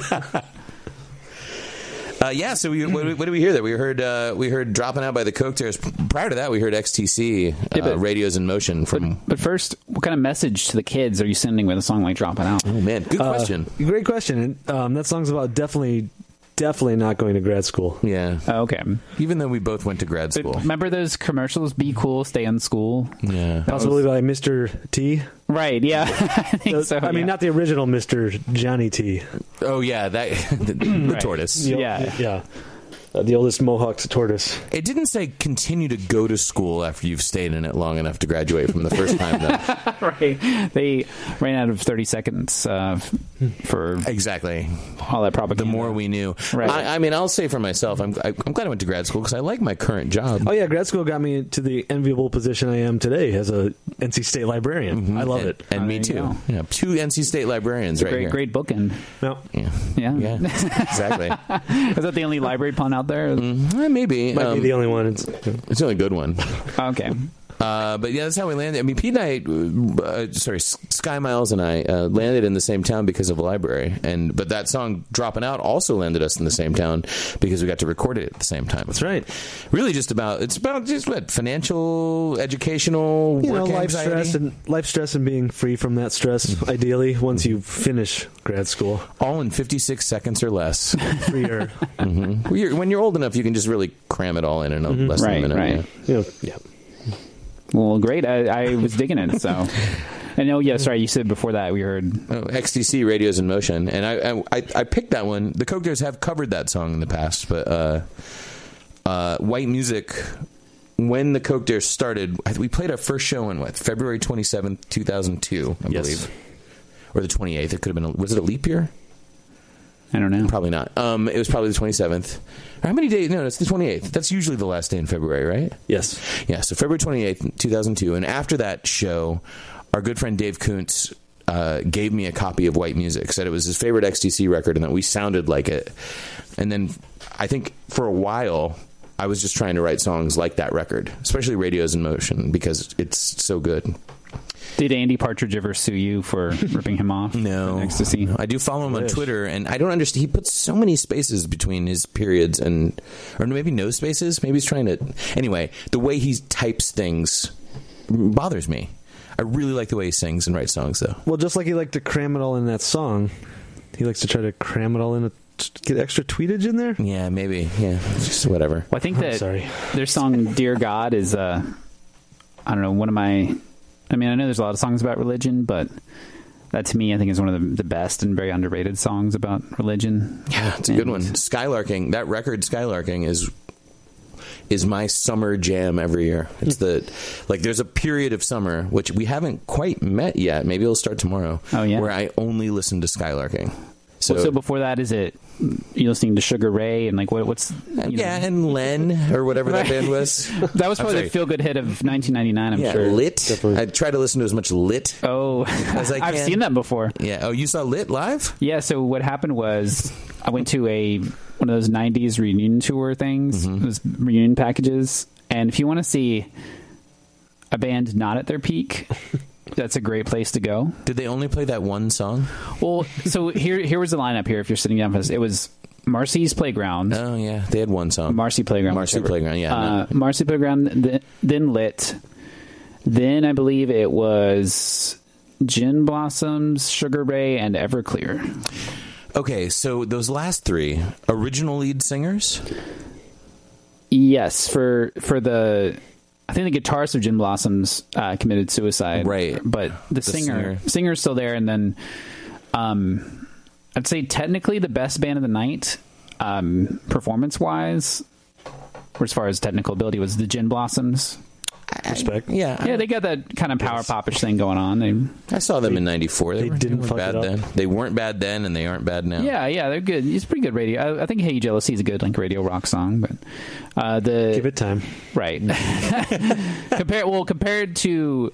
[SPEAKER 6] Uh, yeah, so we, what, what did we hear there? We heard uh, we heard dropping out by the Coke Tears. Prior to that, we heard XTC, uh,
[SPEAKER 5] Yeah, but-
[SPEAKER 6] Radios in Motion from.
[SPEAKER 5] But first, what kind of message to the kids are you sending with a song like "Dropping Out"?
[SPEAKER 6] oh man, good question.
[SPEAKER 7] Uh, great question. And um, that song's about definitely, definitely not going to grad school.
[SPEAKER 6] yeah,
[SPEAKER 5] Oh, okay.
[SPEAKER 6] even though we both went to grad
[SPEAKER 5] But
[SPEAKER 6] school.
[SPEAKER 5] remember those commercials? Be cool, stay in school.
[SPEAKER 6] Yeah,
[SPEAKER 7] Possibly by Mr. T.
[SPEAKER 5] Right? Yeah. I think
[SPEAKER 7] Uh,
[SPEAKER 5] so.
[SPEAKER 7] I mean,
[SPEAKER 5] yeah.
[SPEAKER 7] not the original Mr. Johnny T.
[SPEAKER 6] Oh yeah, that the, the
[SPEAKER 5] Right.
[SPEAKER 6] tortoise.
[SPEAKER 5] Yeah.
[SPEAKER 7] yeah. Uh, the oldest Mohawked tortoise.
[SPEAKER 6] It didn't say continue to go to school after you've stayed in it long enough to graduate from the first time. Though.
[SPEAKER 5] right. They ran out of thirty seconds uh, f- for
[SPEAKER 6] exactly.
[SPEAKER 5] all that propaganda.
[SPEAKER 6] The more we knew,
[SPEAKER 5] Right.
[SPEAKER 6] I, I mean, I'll say for myself, I'm I, I'm glad I went to grad school because I like my current job.
[SPEAKER 7] Oh yeah, grad school got me to the enviable position I am today as a NC State librarian. I love
[SPEAKER 6] and,
[SPEAKER 7] it.
[SPEAKER 6] and
[SPEAKER 5] Oh,
[SPEAKER 6] me
[SPEAKER 5] there you
[SPEAKER 6] too.
[SPEAKER 5] go.
[SPEAKER 6] Yeah, two NC State librarians right
[SPEAKER 5] great,
[SPEAKER 6] here.
[SPEAKER 5] great bookend.
[SPEAKER 7] No,
[SPEAKER 6] Yeah.
[SPEAKER 5] Yeah.
[SPEAKER 6] Yeah, exactly.
[SPEAKER 5] Is that the only library pun out there?
[SPEAKER 6] Eh, maybe
[SPEAKER 7] might
[SPEAKER 6] Um,
[SPEAKER 7] be the only one. It's,
[SPEAKER 6] it's the only good one.
[SPEAKER 5] Okay.
[SPEAKER 6] Uh, but yeah, that's how we landed. I mean, Pete and I, uh, sorry, S- Sky Miles and I uh, landed in the same town because of a library. And but that song dropping out also landed us in the same town because we got to record it at the same time. That's
[SPEAKER 7] right.
[SPEAKER 6] Really, just about it's about just what financial, educational,
[SPEAKER 7] you
[SPEAKER 6] work
[SPEAKER 7] know, life
[SPEAKER 6] anxiety? Mm-hmm.
[SPEAKER 7] stress and life stress and being free from that stress. Ideally, once you finish grad school,
[SPEAKER 6] all in fifty six seconds or less. Mm-hmm.
[SPEAKER 7] freer.
[SPEAKER 6] Well, you're, when you're old enough, you can just really cram it all in in a less
[SPEAKER 5] Right,
[SPEAKER 6] than a minute.
[SPEAKER 5] right.
[SPEAKER 6] yeah.
[SPEAKER 7] you know, yeah.
[SPEAKER 5] Well, great. I, I was digging it. So. And oh yeah, sorry. You said before that we heard
[SPEAKER 6] Oh, XTC Radios in Motion, and I, I I picked that one. The Coke Dares have covered that song in the past, but uh, uh, White Music. When the Coke Dares started, I- we played our first show in what February twenty seventh, two thousand two, I
[SPEAKER 7] Yes.
[SPEAKER 6] believe, or the twenty eighth. It could have been. A, was it a leap year?
[SPEAKER 5] I don't know.
[SPEAKER 6] Probably not. Um, it was probably the twenty seventh. How many days? No, it's the twenty eighth. That's usually the last day in February, right?
[SPEAKER 7] Yes.
[SPEAKER 6] Yeah, so February 28th, 2002. And after that show, our good friend Dave Kuntz uh, gave me a copy of White Music, said it was his favorite XTC record and that we sounded like it. And then I think for a while, I was just trying to write songs like that record, especially Radios in Motion, because it's so good.
[SPEAKER 5] Did Andy Partridge ever sue you for ripping him off?
[SPEAKER 6] No.
[SPEAKER 5] ecstasy.
[SPEAKER 6] No, I do follow him on Twitter, and I don't understand. He puts so many spaces between his periods, and or maybe no spaces. Maybe he's trying to. Anyway, the way he types things bothers me. I really like the way he sings and writes songs, though.
[SPEAKER 7] Well, just like he liked to cram it all in that song, he likes to try to cram it all in. A, get extra tweetage in there.
[SPEAKER 6] Yeah, maybe. Yeah, it's just whatever.
[SPEAKER 5] Well, I think
[SPEAKER 7] I'm
[SPEAKER 5] that
[SPEAKER 7] sorry.
[SPEAKER 5] their song "Dear God" is uh, I don't know, one of my. I mean, I know there's a lot of songs about religion, but that to me, I think is one of the, the best and very underrated songs about religion.
[SPEAKER 6] Yeah, it's a good
[SPEAKER 5] And-
[SPEAKER 6] one. Skylarking. That record, Skylarking, is is my summer jam every year. It's the like there's a period of summer which we haven't quite met yet. Maybe it'll start tomorrow.
[SPEAKER 5] Oh, yeah.
[SPEAKER 6] where I only listen to Skylarking. So.
[SPEAKER 5] So, so before that, is it you listening to Sugar Ray and like what? What's you know,
[SPEAKER 6] yeah, and Len or whatever that
[SPEAKER 5] Right.
[SPEAKER 6] band was.
[SPEAKER 5] that was
[SPEAKER 6] I'm
[SPEAKER 5] probably
[SPEAKER 6] sorry.
[SPEAKER 5] the feel good hit of 1999. I'm
[SPEAKER 6] yeah,
[SPEAKER 5] sure.
[SPEAKER 6] lit. I try to listen to as much lit.
[SPEAKER 5] Oh,
[SPEAKER 6] As I
[SPEAKER 5] I've
[SPEAKER 6] can.
[SPEAKER 5] seen that before.
[SPEAKER 6] Yeah. Oh, you saw lit live?
[SPEAKER 5] Yeah. So what happened was I went to a one of those '90s reunion tour things,
[SPEAKER 6] Mm-hmm.
[SPEAKER 5] those reunion packages. And if you want to see a band not at their peak, that's a great place to go.
[SPEAKER 6] Did they only play that one song?
[SPEAKER 5] Well, so here here was the lineup. Here, if you're sitting down for this, it was Marcy's Playground,
[SPEAKER 6] Oh yeah, they had one song.
[SPEAKER 5] Marcy Playground,
[SPEAKER 6] Marcy
[SPEAKER 5] whichever.
[SPEAKER 6] Playground, yeah.
[SPEAKER 5] uh, Marcy Playground, th- then Lit, then I believe it was Gin Blossoms, Sugar Ray, and Everclear.
[SPEAKER 6] Okay, so those last three original lead singers.
[SPEAKER 5] Yes, for for the I think the guitarist of Gin Blossoms uh, committed suicide.
[SPEAKER 6] Right.
[SPEAKER 5] But the, singer,
[SPEAKER 6] singer.
[SPEAKER 5] singer's still there and then um I'd say technically the best band of the night, um performance wise or as far as technical ability was the Gin Blossoms.
[SPEAKER 7] Respect.
[SPEAKER 6] Yeah,
[SPEAKER 5] Yeah, they got that kind of power popish thing going on. They,
[SPEAKER 7] Oh.
[SPEAKER 6] I, I saw them in '94. They,
[SPEAKER 7] they
[SPEAKER 6] were, they
[SPEAKER 7] didn't
[SPEAKER 6] weren't
[SPEAKER 7] fuck it
[SPEAKER 6] bad
[SPEAKER 7] up.
[SPEAKER 6] then. They weren't bad then, and they aren't bad now.
[SPEAKER 5] yeah, yeah, they're good. It's pretty good radio. I, I think "Hey You Jealousy" is a good like radio rock song, but uh, the
[SPEAKER 7] Give it time.
[SPEAKER 5] Right. Compare well compared to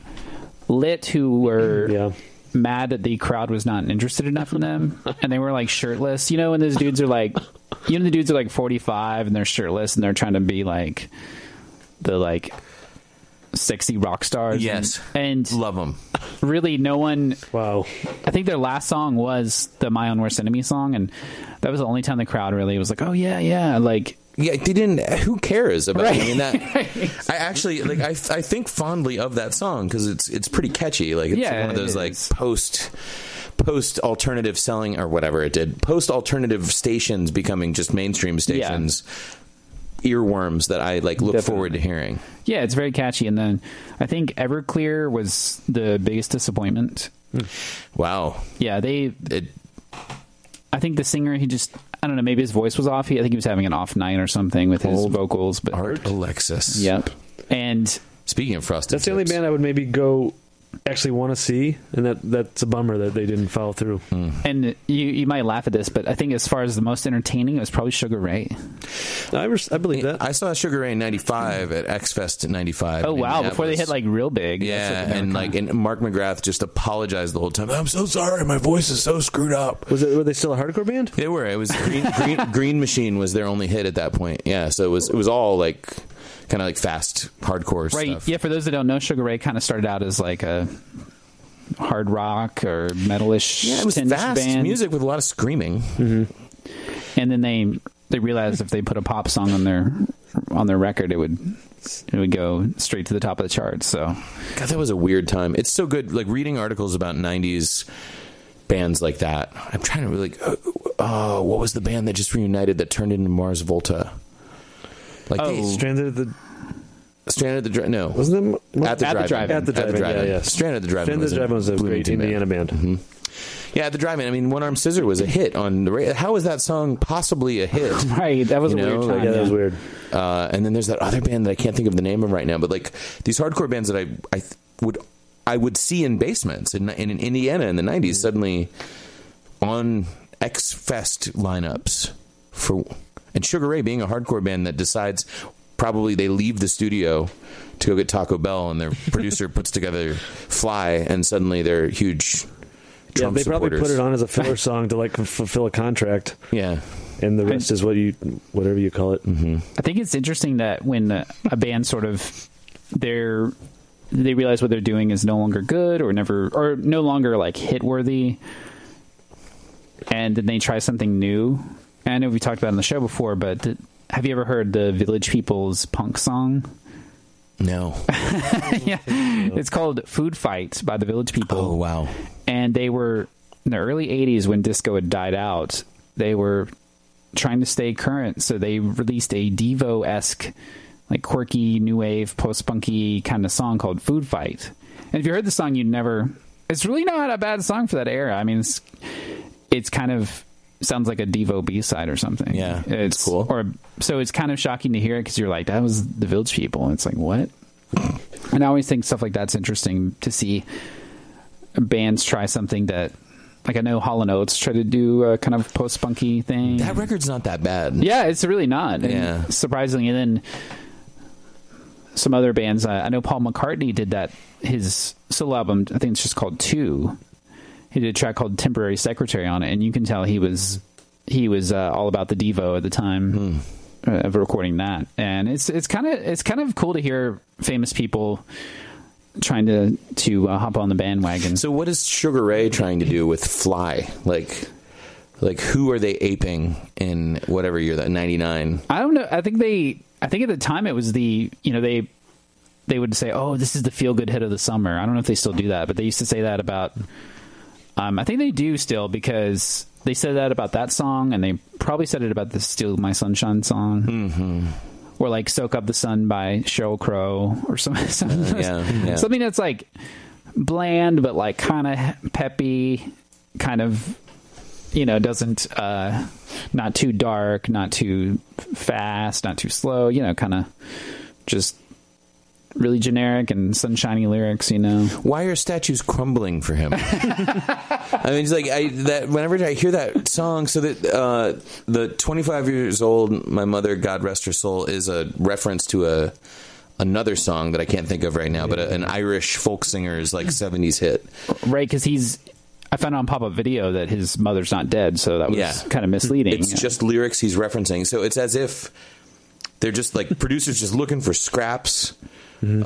[SPEAKER 5] Lit, who were
[SPEAKER 7] Yeah.
[SPEAKER 5] mad that the crowd was not interested enough in them, and they were like shirtless. You know, when those dudes are like, you know, the dudes are like forty five and they're shirtless and they're trying to be like the like sexy rock stars.
[SPEAKER 6] Yes.
[SPEAKER 5] and, and
[SPEAKER 6] love them.
[SPEAKER 5] really, no one
[SPEAKER 7] Wow.
[SPEAKER 5] I think their last song was the My Own Worst Enemy song, and that was the only time the crowd really was like, "Oh yeah, yeah," like
[SPEAKER 6] Yeah, they didn't. Who cares about?
[SPEAKER 5] Right.
[SPEAKER 6] I mean, that. I actually like. I, I think fondly of that song because it's it's pretty catchy. Like it's
[SPEAKER 5] Yeah,
[SPEAKER 6] one of those
[SPEAKER 5] it
[SPEAKER 6] like
[SPEAKER 5] is.
[SPEAKER 6] post post alternative selling or whatever it did. Post alternative stations becoming just mainstream stations. Earworms that I like look
[SPEAKER 5] Definitely.
[SPEAKER 6] forward to hearing.
[SPEAKER 5] Yeah, it's very catchy. And then I think Everclear was the biggest disappointment.
[SPEAKER 6] Wow,
[SPEAKER 5] Yeah, they.
[SPEAKER 6] it
[SPEAKER 5] I think the singer he just I don't know maybe his voice was off. He, I think he was having an off night or something with his vocals. But
[SPEAKER 6] Art Alexis.
[SPEAKER 5] yep. And
[SPEAKER 6] Speaking of frosted,
[SPEAKER 7] That's the only
[SPEAKER 6] Tips,
[SPEAKER 7] band I would maybe go actually want to see, and that that's a bummer that they didn't follow through.
[SPEAKER 5] and you you might laugh at this, but I think as far as the most entertaining, it was probably Sugar Ray.
[SPEAKER 7] I, res- I believe that.
[SPEAKER 6] I saw Sugar Ray in '95 at X Fest in '95.
[SPEAKER 5] Oh
[SPEAKER 6] in
[SPEAKER 5] wow! Before they hit
[SPEAKER 6] Indianapolis.
[SPEAKER 5] like real big. That's what
[SPEAKER 6] Yeah,
[SPEAKER 5] they
[SPEAKER 6] and
[SPEAKER 5] were
[SPEAKER 6] like
[SPEAKER 5] kinda-
[SPEAKER 6] and Mark McGrath just apologized the whole time. I'm so sorry, my voice is so screwed up.
[SPEAKER 7] was it? Were they still a hardcore band?
[SPEAKER 6] They were. It was Green, Green, Green Machine was their only hit at that point. Yeah, so it was it was all like kind of like fast hardcore
[SPEAKER 5] right.
[SPEAKER 6] stuff.
[SPEAKER 5] Yeah, for those that don't know, Sugar Ray kind of started out as like a hard rock or metalish
[SPEAKER 6] Yeah, it was
[SPEAKER 5] tinge
[SPEAKER 6] fast
[SPEAKER 5] band.
[SPEAKER 6] music with a lot of screaming.
[SPEAKER 5] and then they they realized if they put a pop song on their on their record it would it would go straight to the top of the charts so
[SPEAKER 6] God, that was a weird time. It's so good. Like reading articles about '90s bands like that. I'm trying to like, uh, oh, what was the band that just reunited that turned into Mars Volta? Like they
[SPEAKER 7] Stranded at the
[SPEAKER 6] stranded at the Dri- no
[SPEAKER 7] Oh. wasn't
[SPEAKER 6] at
[SPEAKER 7] it
[SPEAKER 6] the
[SPEAKER 5] At the
[SPEAKER 6] drive-in.
[SPEAKER 5] drive-in.
[SPEAKER 7] At the drive-in, yeah, yeah.
[SPEAKER 6] Stranded at the drive-in.
[SPEAKER 7] Stranded at the Drive-In was a great
[SPEAKER 6] Bloomington band.
[SPEAKER 7] Indiana band.
[SPEAKER 6] Mm-hmm. Yeah, at the drive-in. I mean, One Arm Scissor was a hit on the radio. How was that song possibly a hit?
[SPEAKER 5] right that was
[SPEAKER 6] You
[SPEAKER 5] a
[SPEAKER 6] know,
[SPEAKER 5] weird time
[SPEAKER 7] Yeah, that was
[SPEAKER 5] yeah.
[SPEAKER 7] weird.
[SPEAKER 6] Uh, and then there's that other band that I can't think of the name of right now, but like these hardcore bands that I I th- would I would see in basements in in, in Indiana in the
[SPEAKER 7] Mm-hmm.
[SPEAKER 6] '90s suddenly on X Fest lineups for and Sugar Ray being a hardcore band that decides probably they leave the studio to go get Taco Bell and their producer puts together Fly and suddenly they're huge.
[SPEAKER 7] Yeah,
[SPEAKER 6] Trump
[SPEAKER 7] they probably
[SPEAKER 6] supporters.
[SPEAKER 7] put it on as a filler song to like f- fulfill a contract,
[SPEAKER 6] Yeah,
[SPEAKER 7] and the rest is what you, whatever you call it.
[SPEAKER 5] i think it's interesting that when a, a band sort of they're they realize what they're doing is no longer good or never or no longer like hit worthy and then they try something new and i know we talked about it on the show before but th- have you ever heard the village people's punk song
[SPEAKER 6] no.
[SPEAKER 5] It's called Food Fight by the Village People.
[SPEAKER 6] Oh wow.
[SPEAKER 5] And they were in the early 80s when disco had died out, they were trying to stay current. So they released a Devo esque, like quirky, new wave, post punky kind of song called Food Fight. And if you heard the song, you'd never. It's really not a bad song for that era. I mean, it's, it's kind of sounds like a Devo B side or something.
[SPEAKER 6] Yeah,
[SPEAKER 5] it's,
[SPEAKER 6] it's cool.
[SPEAKER 5] Or so it's kind of shocking to hear it because you're like, that was the Village People. And it's like what? And I always think stuff like that's interesting to see bands try something that, like I know Hall and Oates try to do a kind of post punky thing.
[SPEAKER 6] That record's not that bad.
[SPEAKER 5] yeah, it's really not. And
[SPEAKER 6] Yeah.
[SPEAKER 5] surprisingly, and then some other bands. Uh, I know Paul McCartney did that. His solo album, I think it's just called Two. He did a track called "Temporary Secretary" on it, and you can tell he was he was uh, all about the Devo at the time uh, of recording that, and it's it's kind of it's kind of cool to hear famous people trying to to uh, hop on the bandwagon.
[SPEAKER 6] So what is Sugar Ray trying to do with Fly? Like, like who are they aping in whatever year that ninety nine?
[SPEAKER 5] I don't know. I think they. I think at the time it was the you know they they would say oh this is the feel good hit of the summer. I don't know if they still do that, but they used to say that about. Um, I think they do still because they said that about that song, and they probably said it about the "Steal My Sunshine" song. Mm-hmm. Or like "Soak Up the Sun" by Sheryl Crow, or some, some
[SPEAKER 6] yeah, yeah.
[SPEAKER 5] something that's like bland but like kind of peppy, kind of you know doesn't uh not too dark not too fast not too slow you know kind of just really generic and sunshiny lyrics you know
[SPEAKER 6] Why are statues crumbling for him? I mean, it's like I that whenever I hear that song. So that uh, the 25 years old, my mother, God rest her soul, is a reference to a another song that I can't think of right now, but a, an Irish folk singer's like 70s hit.
[SPEAKER 5] right because he's i found on pop-up video that his mother's not dead so that was
[SPEAKER 6] Yeah.
[SPEAKER 5] kind of misleading
[SPEAKER 6] It's just lyrics he's referencing. So it's as if they're just like producers just looking for scraps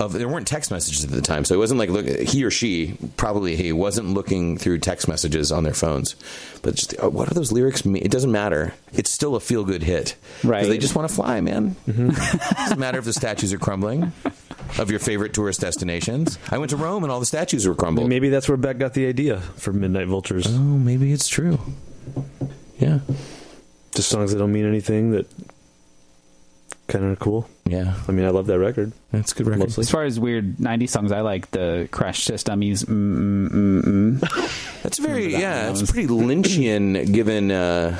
[SPEAKER 6] of there weren't text messages at the time. So it wasn't like look he or she probably he wasn't looking through text messages on their phones. But just oh, what are those lyrics mean? It doesn't matter. It's still a feel good hit. 'Cause
[SPEAKER 5] Right.
[SPEAKER 6] They just want to fly, man. doesn't matter if the statues are crumbling of your favorite tourist destinations. I went to Rome and all the statues were crumbled.
[SPEAKER 7] Maybe that's where Beck got the idea for Midnight Vultures.
[SPEAKER 6] Oh, maybe it's true. Yeah.
[SPEAKER 7] Just songs that don't mean anything that kind of cool.
[SPEAKER 6] Yeah.
[SPEAKER 7] I mean, I love that record.
[SPEAKER 6] That's a good record.
[SPEAKER 5] as far as weird 90s songs i like the crash test dummies mm, mm, mm, mm.
[SPEAKER 6] That's very
[SPEAKER 5] that
[SPEAKER 6] yeah.
[SPEAKER 5] one.
[SPEAKER 6] It's pretty Lynchian, given uh,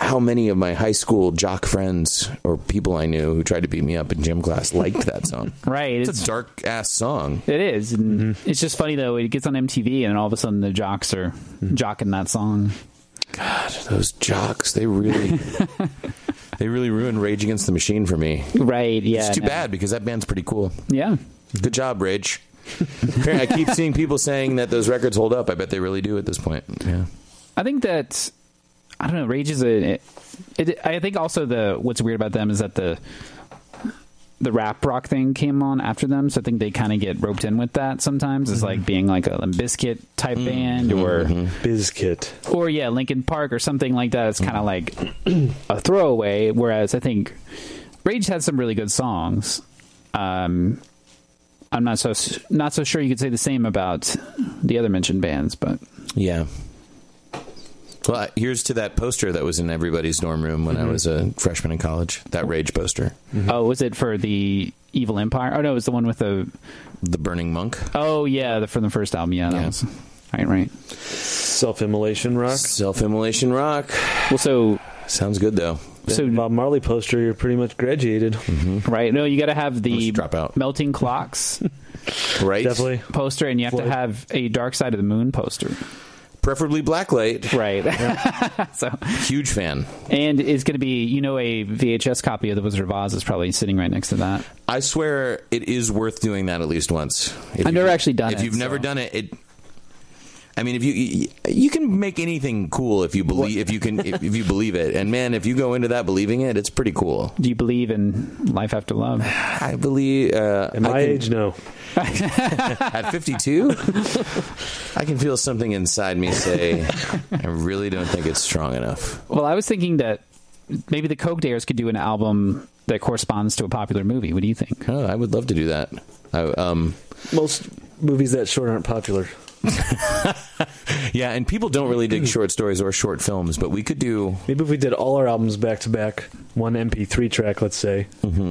[SPEAKER 6] how many of my high school jock friends or people I knew who tried to beat me up in gym class liked that song.
[SPEAKER 5] right
[SPEAKER 6] It's a dark ass song.
[SPEAKER 5] It is. And It's just funny though. It gets on MTV, and all of a sudden the jocks are jocking that song.
[SPEAKER 6] God, those jocks. They really. They really ruined Rage Against the Machine for me.
[SPEAKER 5] Right? Yeah.
[SPEAKER 6] It's too
[SPEAKER 5] no.
[SPEAKER 6] bad because that band's pretty cool.
[SPEAKER 5] Yeah.
[SPEAKER 6] Good job, Rage. Apparently, I keep seeing people saying that those records hold up. I bet they really do at this point. Yeah.
[SPEAKER 5] I think that I don't know. Rage is a. It, it, I think also the what's weird about them is that the the rap rock thing came on after them, so I think they kind of get roped in with that sometimes. It's like being like a Limp Bizkit type band or.
[SPEAKER 7] Bizkit.
[SPEAKER 5] or yeah, Lincoln Park or something like that. It's kind of like a throwaway. Whereas I think Rage had some really good songs. Um, I'm not so not so sure you could say the same about the other mentioned bands, but
[SPEAKER 6] Yeah. Well, I- here's to that poster that was in everybody's dorm room when I was a freshman in college. That rage poster,
[SPEAKER 5] oh, was it for the Evil Empire? Oh no, it was the one with the
[SPEAKER 6] the burning monk,
[SPEAKER 5] oh yeah, the from the first album. Yeah, that
[SPEAKER 6] Yeah.
[SPEAKER 5] was right, right.
[SPEAKER 7] Self-immolation rock.
[SPEAKER 6] self-immolation rock.
[SPEAKER 5] Well, so
[SPEAKER 6] Sounds good though.
[SPEAKER 5] so
[SPEAKER 7] So Bob Marley poster, you're pretty much graduated.
[SPEAKER 5] right, no, you got to have the
[SPEAKER 6] Let's drop out.
[SPEAKER 5] melting clocks
[SPEAKER 6] Right,
[SPEAKER 7] Definitely.
[SPEAKER 5] poster, and you have to
[SPEAKER 7] Floyd.
[SPEAKER 5] have a Dark Side of the Moon poster,
[SPEAKER 6] Preferably blacklight.
[SPEAKER 5] right? so
[SPEAKER 6] Huge fan.
[SPEAKER 5] And it's going to be, you know, a VHS copy of The Wizard of Oz is probably sitting right next to that.
[SPEAKER 6] I swear it is worth doing that at least once. If
[SPEAKER 5] I've
[SPEAKER 6] you-
[SPEAKER 5] never actually done
[SPEAKER 6] If
[SPEAKER 5] it,
[SPEAKER 6] you've never
[SPEAKER 5] so-
[SPEAKER 6] done it, it. I mean, if you you- you can make anything cool if you believe if you can if, if you believe it, and man, if you go into that believing it, it's pretty cool.
[SPEAKER 5] Do you believe in life after love?
[SPEAKER 6] I believe. Uh,
[SPEAKER 7] At my
[SPEAKER 6] I can-
[SPEAKER 7] age, no.
[SPEAKER 6] At 52, I can feel something inside me say, I really don't think it's strong enough.
[SPEAKER 5] Well, I was thinking that maybe the Coke Dares could do an album that corresponds to a popular movie. What do you think?
[SPEAKER 6] Oh, I would love to do that. I, um,
[SPEAKER 7] Most movies that short aren't popular.
[SPEAKER 6] yeah, and people don't really dig short stories or short films, but we could do.
[SPEAKER 7] Maybe if we did all our albums back to back, one MP3 track, let's say,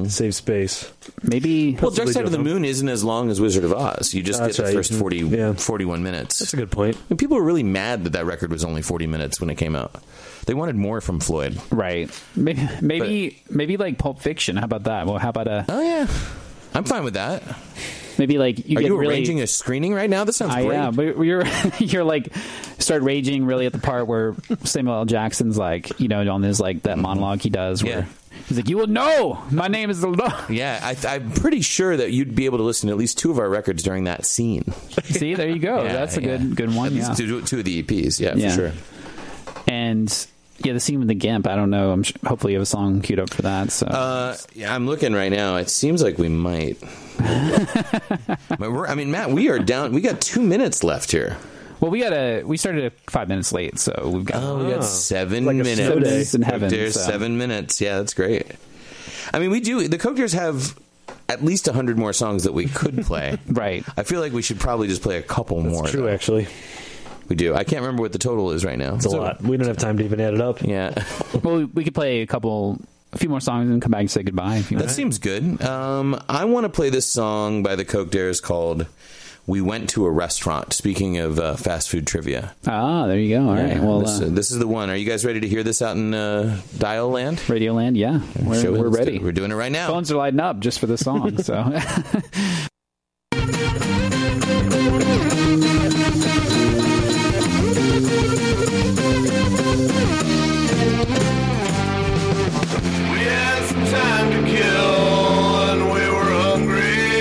[SPEAKER 7] save space.
[SPEAKER 5] Maybe
[SPEAKER 6] Well, Dark Side of the Moon isn't as long as Wizard of Oz. You just get
[SPEAKER 7] That's
[SPEAKER 6] the
[SPEAKER 7] right.
[SPEAKER 6] first 40,
[SPEAKER 7] Yeah.
[SPEAKER 6] 41 minutes.
[SPEAKER 7] That's a good point.
[SPEAKER 6] And people were really mad that that record was only 40 minutes when it came out. They wanted more from Floyd.
[SPEAKER 5] right. Maybe maybe maybe like Pulp Fiction. How about that? Well, how about a
[SPEAKER 6] Oh, yeah. I'm fine with that.
[SPEAKER 5] maybe like you
[SPEAKER 6] Are
[SPEAKER 5] get
[SPEAKER 6] you
[SPEAKER 5] really
[SPEAKER 6] arranging a screening right now? That sounds
[SPEAKER 5] I
[SPEAKER 6] great.
[SPEAKER 5] am. But you're you're like start raging really at the part where Samuel L. Jackson's like, you know, on his like that monologue he does where
[SPEAKER 6] Yeah.
[SPEAKER 5] he's like, "You will know my name is the Lord."
[SPEAKER 6] Yeah, I, I'm pretty sure that you'd be able to listen to at least two of our records during that scene.
[SPEAKER 5] See, there you go.
[SPEAKER 6] Yeah,
[SPEAKER 5] That's a
[SPEAKER 6] yeah.
[SPEAKER 5] good good one.
[SPEAKER 6] At least
[SPEAKER 5] Yeah.
[SPEAKER 6] two, two of the EPs. Yeah,
[SPEAKER 5] Yeah.
[SPEAKER 6] for sure.
[SPEAKER 5] And yeah, the scene with the gimp. I don't know. I'm sure, hopefully you have a song queued up for that. So
[SPEAKER 6] Uh, yeah, I'm looking right now. It seems like we might. but we're, I mean, Matt, we are down. We got two minutes left here.
[SPEAKER 5] well, we got a we started five minutes late, so we've got
[SPEAKER 6] Oh, we got seven
[SPEAKER 11] Like a
[SPEAKER 6] minutes.
[SPEAKER 11] soda.
[SPEAKER 5] minutes in heaven.
[SPEAKER 6] There's
[SPEAKER 5] so.
[SPEAKER 6] seven minutes. Yeah, that's great. I mean, we do. The Coke Deers have at least hundred more songs that we could play.
[SPEAKER 5] Right.
[SPEAKER 6] I feel like we should probably just play a couple more.
[SPEAKER 12] It's true,
[SPEAKER 6] though.
[SPEAKER 12] actually.
[SPEAKER 6] We do. I can't remember what the total is right now.
[SPEAKER 11] It's a lot. We don't have time to even add it up.
[SPEAKER 6] Yeah.
[SPEAKER 5] Well, we- we could play a couple, a few more songs and come back and say goodbye. If you
[SPEAKER 6] That
[SPEAKER 5] want.
[SPEAKER 6] seems good. Um, I want to play this song by the Coke Dares called "We Went to a Restaurant." Speaking of uh, fast food trivia,
[SPEAKER 5] Ah, there you go. All right.
[SPEAKER 6] Yeah,
[SPEAKER 5] Well,
[SPEAKER 6] this,
[SPEAKER 5] uh,
[SPEAKER 6] uh, this is the one. Are you guys ready to hear this out in uh, Dial Land?
[SPEAKER 5] Radio Land. Yeah, we're,
[SPEAKER 6] Show it.
[SPEAKER 5] we're
[SPEAKER 6] Let's do
[SPEAKER 5] ready.
[SPEAKER 6] it. We're doing it right now.
[SPEAKER 5] Phones are lighting up just for the song. so.
[SPEAKER 13] We had some time to kill and we were hungry.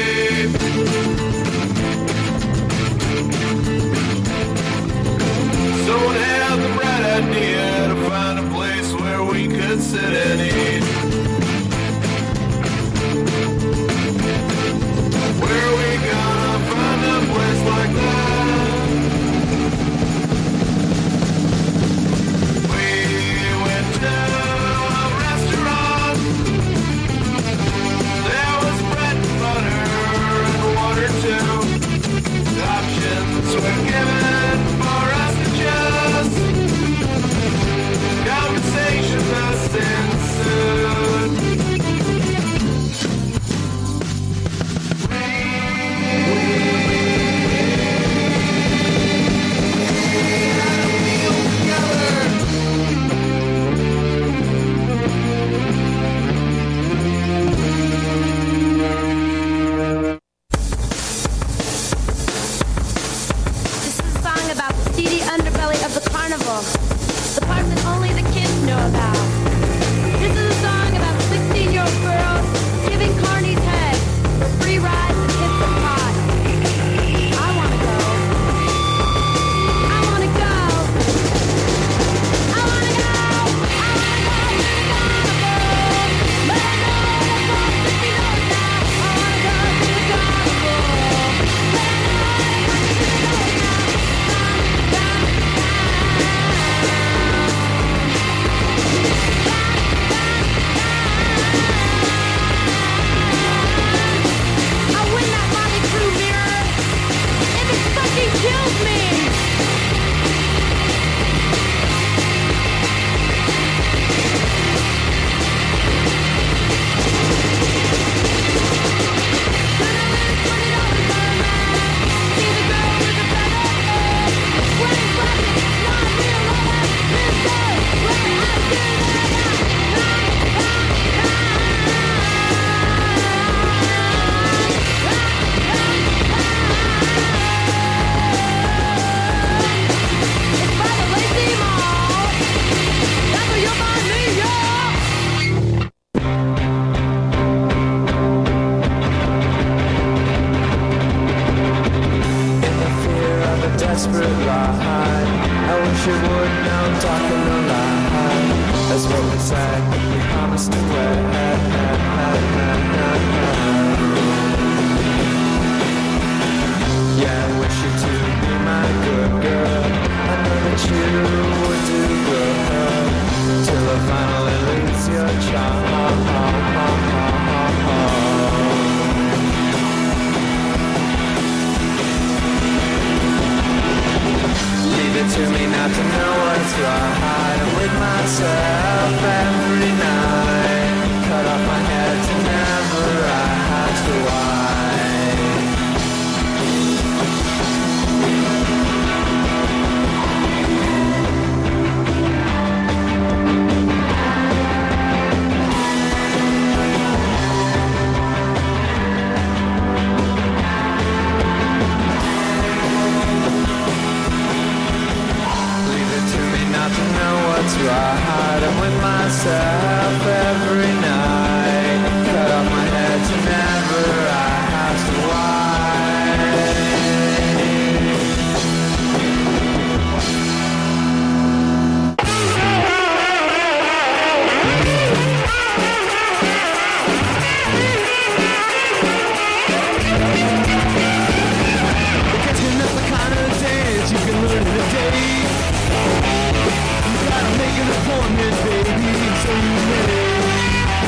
[SPEAKER 13] Someone had the bright idea to find a place where we could sit and eat. Where we gonna find a place like that? We went to a restaurant. There was bread and butter and water too. Options were given for us to choose. Conversation thus ensued.
[SPEAKER 7] This is a song about the seedy underbelly of the carnival, the part that only the kids know about. This is a song about 16-year-old girls giving carnies head, free rides and hits of pot. I wanna go. I wanna go. I wanna go. I wanna go to the carnival. But I know the folks that she knows now. I wanna go to the carnival. I win that Motley Crue mirror if it fucking kills me. Gonna lose twenty dollars on a man. See the girl with the feather head. When it's fucking not real, all that mister. When I do It's by the lazy mall. That's where you'll find me, y'all.
[SPEAKER 4] the fear of a desperate lie. I wish it would, now I'm talking a lie. That's what we said, we promised to quit. Yeah, I wish you to be my good girl. I know that you would do good. Till I finally lose your charm. Leave it to me not to know what's right. I'm with myself every night. Cut off my head to never ask why. Leave it to me not to know what's right. I'm with myself every night. Cut off my head to never ask why.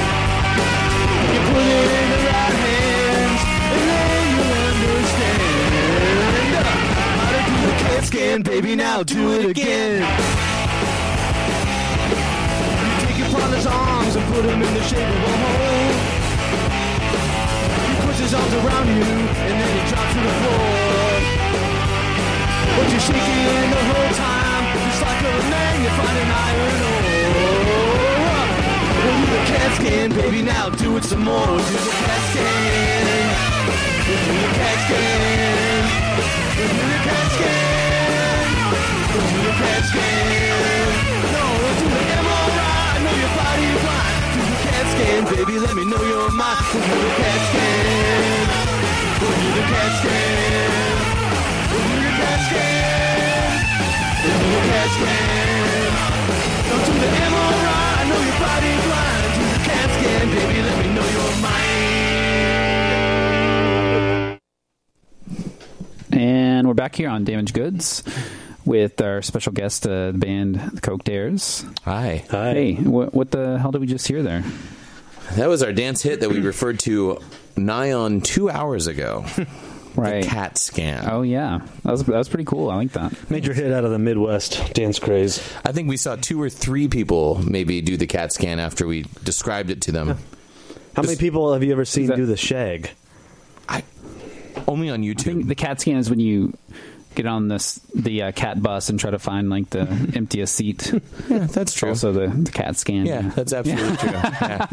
[SPEAKER 4] You put it in the right hands, and then you'll understand. How to do a CAT scan, baby, now do it again. You take your partner's arms and put them in the shape of a hole. You push his arms around you, and then you drop to the floor. But you're shaking the whole time, just like a man, you find an iron ore. Well, do the CAT scan, baby, now do it some more. Do the CAT scan. Do the CAT scan. Do the CAT scan. Do the CAT scan. No, do the MRI. Know your body blind. Do the CAT scan, baby, let me know your mind. Do the CAT scan. Do the CAT scan. Do the CAT scan. Do the CAT scan. Don't do the MRI. I know your body blind. Do the CAT scan, baby. Let me know your mind.
[SPEAKER 5] And we're back here on Damaged Goods with our special guest, uh, the band The Coke Dares.
[SPEAKER 6] Hi.
[SPEAKER 7] Hi.
[SPEAKER 5] Hey, what, what the hell did we just hear there?
[SPEAKER 6] That was our dance hit that we referred to nigh on two hours ago.
[SPEAKER 5] Right.
[SPEAKER 6] The cat scan.
[SPEAKER 5] Oh, yeah. That was, that was pretty cool. I like that.
[SPEAKER 7] Major hit out of the Midwest dance craze.
[SPEAKER 6] I think we saw two or three people maybe do the cat scan after we described it to them.
[SPEAKER 7] How many people have you ever seen
[SPEAKER 5] that-
[SPEAKER 7] do the shag?
[SPEAKER 6] I only on YouTube.
[SPEAKER 5] I think the cat scan is when you get on this the uh, cat bus and try to find like the emptiest seat.
[SPEAKER 6] yeah, that's true.
[SPEAKER 5] Also, the, the cat scan.
[SPEAKER 6] yeah, that's absolutely true. Yeah.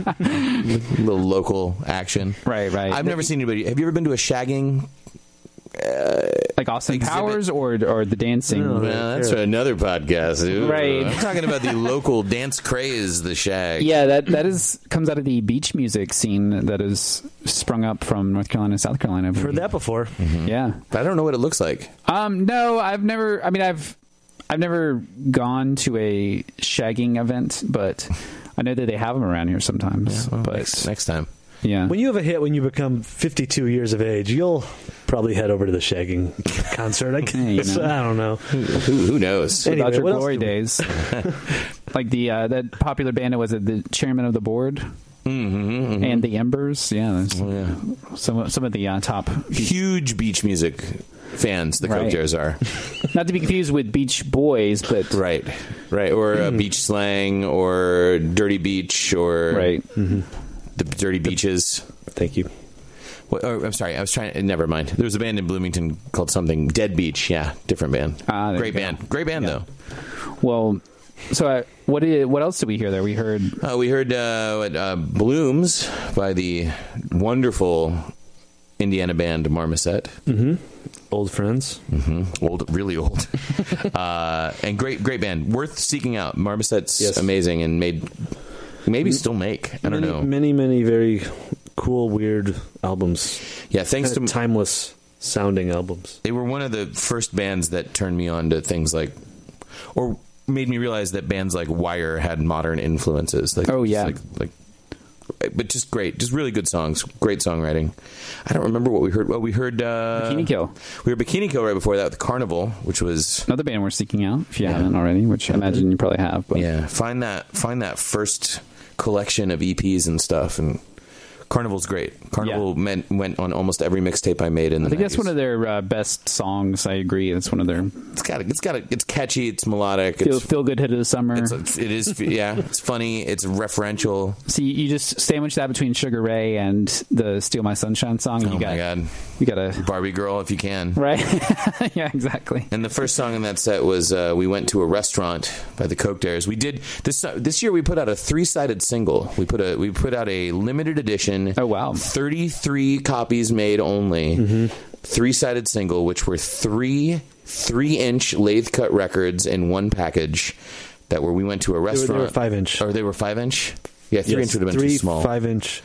[SPEAKER 6] Little local action.
[SPEAKER 5] Right, right.
[SPEAKER 6] I've never seen anybody. Have you ever been to a shagging?
[SPEAKER 5] like Austin
[SPEAKER 6] Exhibit.
[SPEAKER 5] Powers or or the dancing.
[SPEAKER 7] No.
[SPEAKER 6] Well, that's for another podcast. Ooh.
[SPEAKER 5] Right.
[SPEAKER 6] I'm talking about the local dance craze, the shag.
[SPEAKER 5] Yeah, that that is comes out of the beach music scene that is sprung up from North Carolina, South Carolina. I
[SPEAKER 7] Heard
[SPEAKER 5] believe.
[SPEAKER 7] that before.
[SPEAKER 5] Yeah.
[SPEAKER 6] But I don't know what it looks like.
[SPEAKER 5] Um. No, I've never. I mean, I've I've never gone to a shagging event, but I know that they have them around here sometimes.
[SPEAKER 6] Well,
[SPEAKER 5] but
[SPEAKER 6] next, next time.
[SPEAKER 5] yeah,
[SPEAKER 7] When you have a hit when you become 52 years of age, you'll probably head over to the shagging concert. I,
[SPEAKER 5] you
[SPEAKER 7] guess.
[SPEAKER 5] know.
[SPEAKER 7] I don't know.
[SPEAKER 6] Who, who knows?
[SPEAKER 7] Anyway,
[SPEAKER 5] Without
[SPEAKER 7] what
[SPEAKER 5] your
[SPEAKER 7] else
[SPEAKER 5] glory
[SPEAKER 7] do we-
[SPEAKER 5] days. like the uh, that popular band was it the chairman of the board
[SPEAKER 6] Mm-hmm.
[SPEAKER 5] and the Embers. Yeah, that's
[SPEAKER 6] yeah.
[SPEAKER 5] some some of the uh, top.
[SPEAKER 6] Huge beach music fans. The
[SPEAKER 5] Right.
[SPEAKER 6] Coke Dares are.
[SPEAKER 5] Not to be confused with Beach Boys, but
[SPEAKER 6] Right, right, or
[SPEAKER 5] Hmm.
[SPEAKER 6] uh, beach slang, or dirty beach, or
[SPEAKER 5] right.
[SPEAKER 6] the dirty beaches.
[SPEAKER 7] Thank you.
[SPEAKER 6] What, or, I'm sorry, I was trying. Never mind. There was a band in Bloomington called something Dead Beach. Yeah, different band.
[SPEAKER 5] Ah, there
[SPEAKER 6] Great
[SPEAKER 5] you go.
[SPEAKER 6] band. Great band
[SPEAKER 5] Well, so I, what did, what else did we hear there? We heard
[SPEAKER 6] though. Uh, we heard uh, what, uh, "Blooms" by the wonderful Indiana band Marmoset.
[SPEAKER 7] Old friends.
[SPEAKER 6] Hmm? old, really old, uh, and great, great band. Worth seeking out. Marmoset's
[SPEAKER 7] Yes.
[SPEAKER 6] amazing and made, maybe still make. I don't
[SPEAKER 7] many,
[SPEAKER 6] know.
[SPEAKER 7] Many, many very cool, weird albums.
[SPEAKER 6] yeah, thanks
[SPEAKER 7] Kind
[SPEAKER 6] to
[SPEAKER 7] of timeless sounding albums.
[SPEAKER 6] they were one of the first bands that turned me on to things like or made me realize that bands like wire had modern influences like
[SPEAKER 5] Oh,
[SPEAKER 6] just
[SPEAKER 5] yeah.
[SPEAKER 6] like, like- but just great just really good songs great songwriting i don't remember what we heard well we heard uh
[SPEAKER 5] Bikini Kill.
[SPEAKER 6] we were bikini kill right before that with carnival which was
[SPEAKER 5] another band we're seeking out. If you haven't already, which I imagine you probably have, but
[SPEAKER 6] yeah find that find that first collection of eps and stuff and carnival's great carnival meant, went on almost every mixtape i made in the
[SPEAKER 5] I think that's one of
[SPEAKER 6] the
[SPEAKER 5] their uh, best songs. I agree. That's one of their
[SPEAKER 6] it's got a, it's got a, it's catchy it's melodic
[SPEAKER 5] feel,
[SPEAKER 6] it's
[SPEAKER 5] feel good hit of the summer.
[SPEAKER 6] It's, it's, it is, yeah. It's funny. It's referential.
[SPEAKER 5] See, you just sandwich that between Sugar Ray and the "Steal My Sunshine" song. and
[SPEAKER 6] oh
[SPEAKER 5] you got,
[SPEAKER 6] my god,
[SPEAKER 5] You got a
[SPEAKER 6] Barbie girl, if you can.
[SPEAKER 5] right. yeah, exactly.
[SPEAKER 6] And the first song in that set was uh, "We Went to a Restaurant" by the Coke Dares. We did this this year. We put out a three sided single. We put a we put out a limited edition.
[SPEAKER 5] Oh, wow.
[SPEAKER 6] thirty three copies made only.
[SPEAKER 7] Mm-hmm.
[SPEAKER 6] Three sided single, which were three three inch lathe cut records in one package. That were we went to a
[SPEAKER 7] they were
[SPEAKER 6] restaurant.
[SPEAKER 7] five inch.
[SPEAKER 6] Or they were five inch. Yeah, three
[SPEAKER 7] Yes,
[SPEAKER 6] inch would have been
[SPEAKER 7] three
[SPEAKER 6] too small.
[SPEAKER 7] five inch,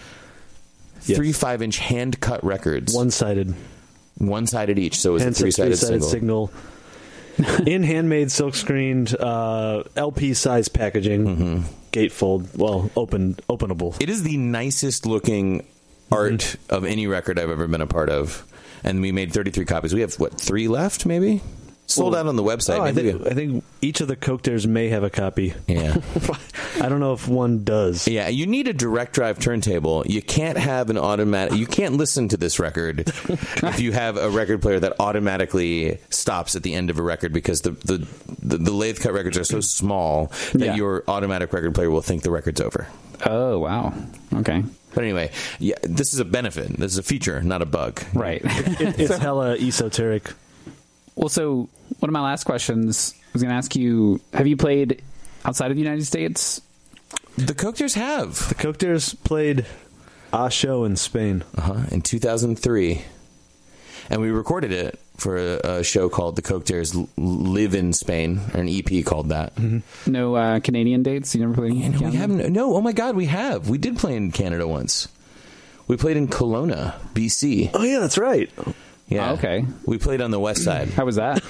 [SPEAKER 7] yes.
[SPEAKER 6] Three five inch hand cut records.
[SPEAKER 7] one sided.
[SPEAKER 6] one sided each, so it was
[SPEAKER 7] Hence
[SPEAKER 6] a
[SPEAKER 7] a
[SPEAKER 6] three sided
[SPEAKER 7] three-sided
[SPEAKER 6] single.
[SPEAKER 7] signal. in handmade silk screened uh, LP size packaging,
[SPEAKER 6] Mm-hmm.
[SPEAKER 7] gatefold, well, open, openable.
[SPEAKER 6] It is the nicest looking art
[SPEAKER 7] Mm-hmm.
[SPEAKER 6] of any record I've ever been a part of, and we made thirty three copies. We have what three left, maybe? Sold out on the website.
[SPEAKER 7] Oh, I,
[SPEAKER 6] Maybe
[SPEAKER 7] think, I think each of the Coke Dares may have a copy.
[SPEAKER 6] Yeah.
[SPEAKER 7] I don't know if one does.
[SPEAKER 6] Yeah, you need a direct drive turntable. You can't have an automatic. You can't listen to this record if you have a record player that automatically stops at the end of a record because the the, the, the lathe cut records are so small that
[SPEAKER 5] Mm. Yeah.
[SPEAKER 6] your automatic record player will think the record's over.
[SPEAKER 5] Oh wow. Okay.
[SPEAKER 6] But anyway, yeah, this is a benefit. This is a feature, not a bug.
[SPEAKER 5] Right.
[SPEAKER 7] It, it's hella esoteric.
[SPEAKER 5] well, so one of my last questions I was going to ask you: Have you played outside of the United States?
[SPEAKER 6] The Cocteers have
[SPEAKER 7] The Coke Dares played a show in Spain.
[SPEAKER 6] uh-huh, in 2003, and we recorded it for a, a show called The Coke Dares L- Live in Spain, or an EP called that.
[SPEAKER 5] No uh, Canadian dates. You never played.
[SPEAKER 6] Yeah, no, we
[SPEAKER 5] Canada?
[SPEAKER 6] haven't. No, oh my God, we have. We did play in Canada once. We played in Kelowna, BC.
[SPEAKER 7] Oh yeah, that's right.
[SPEAKER 6] Yeah.
[SPEAKER 5] Oh, okay.
[SPEAKER 6] We played on the west side.
[SPEAKER 5] How was that?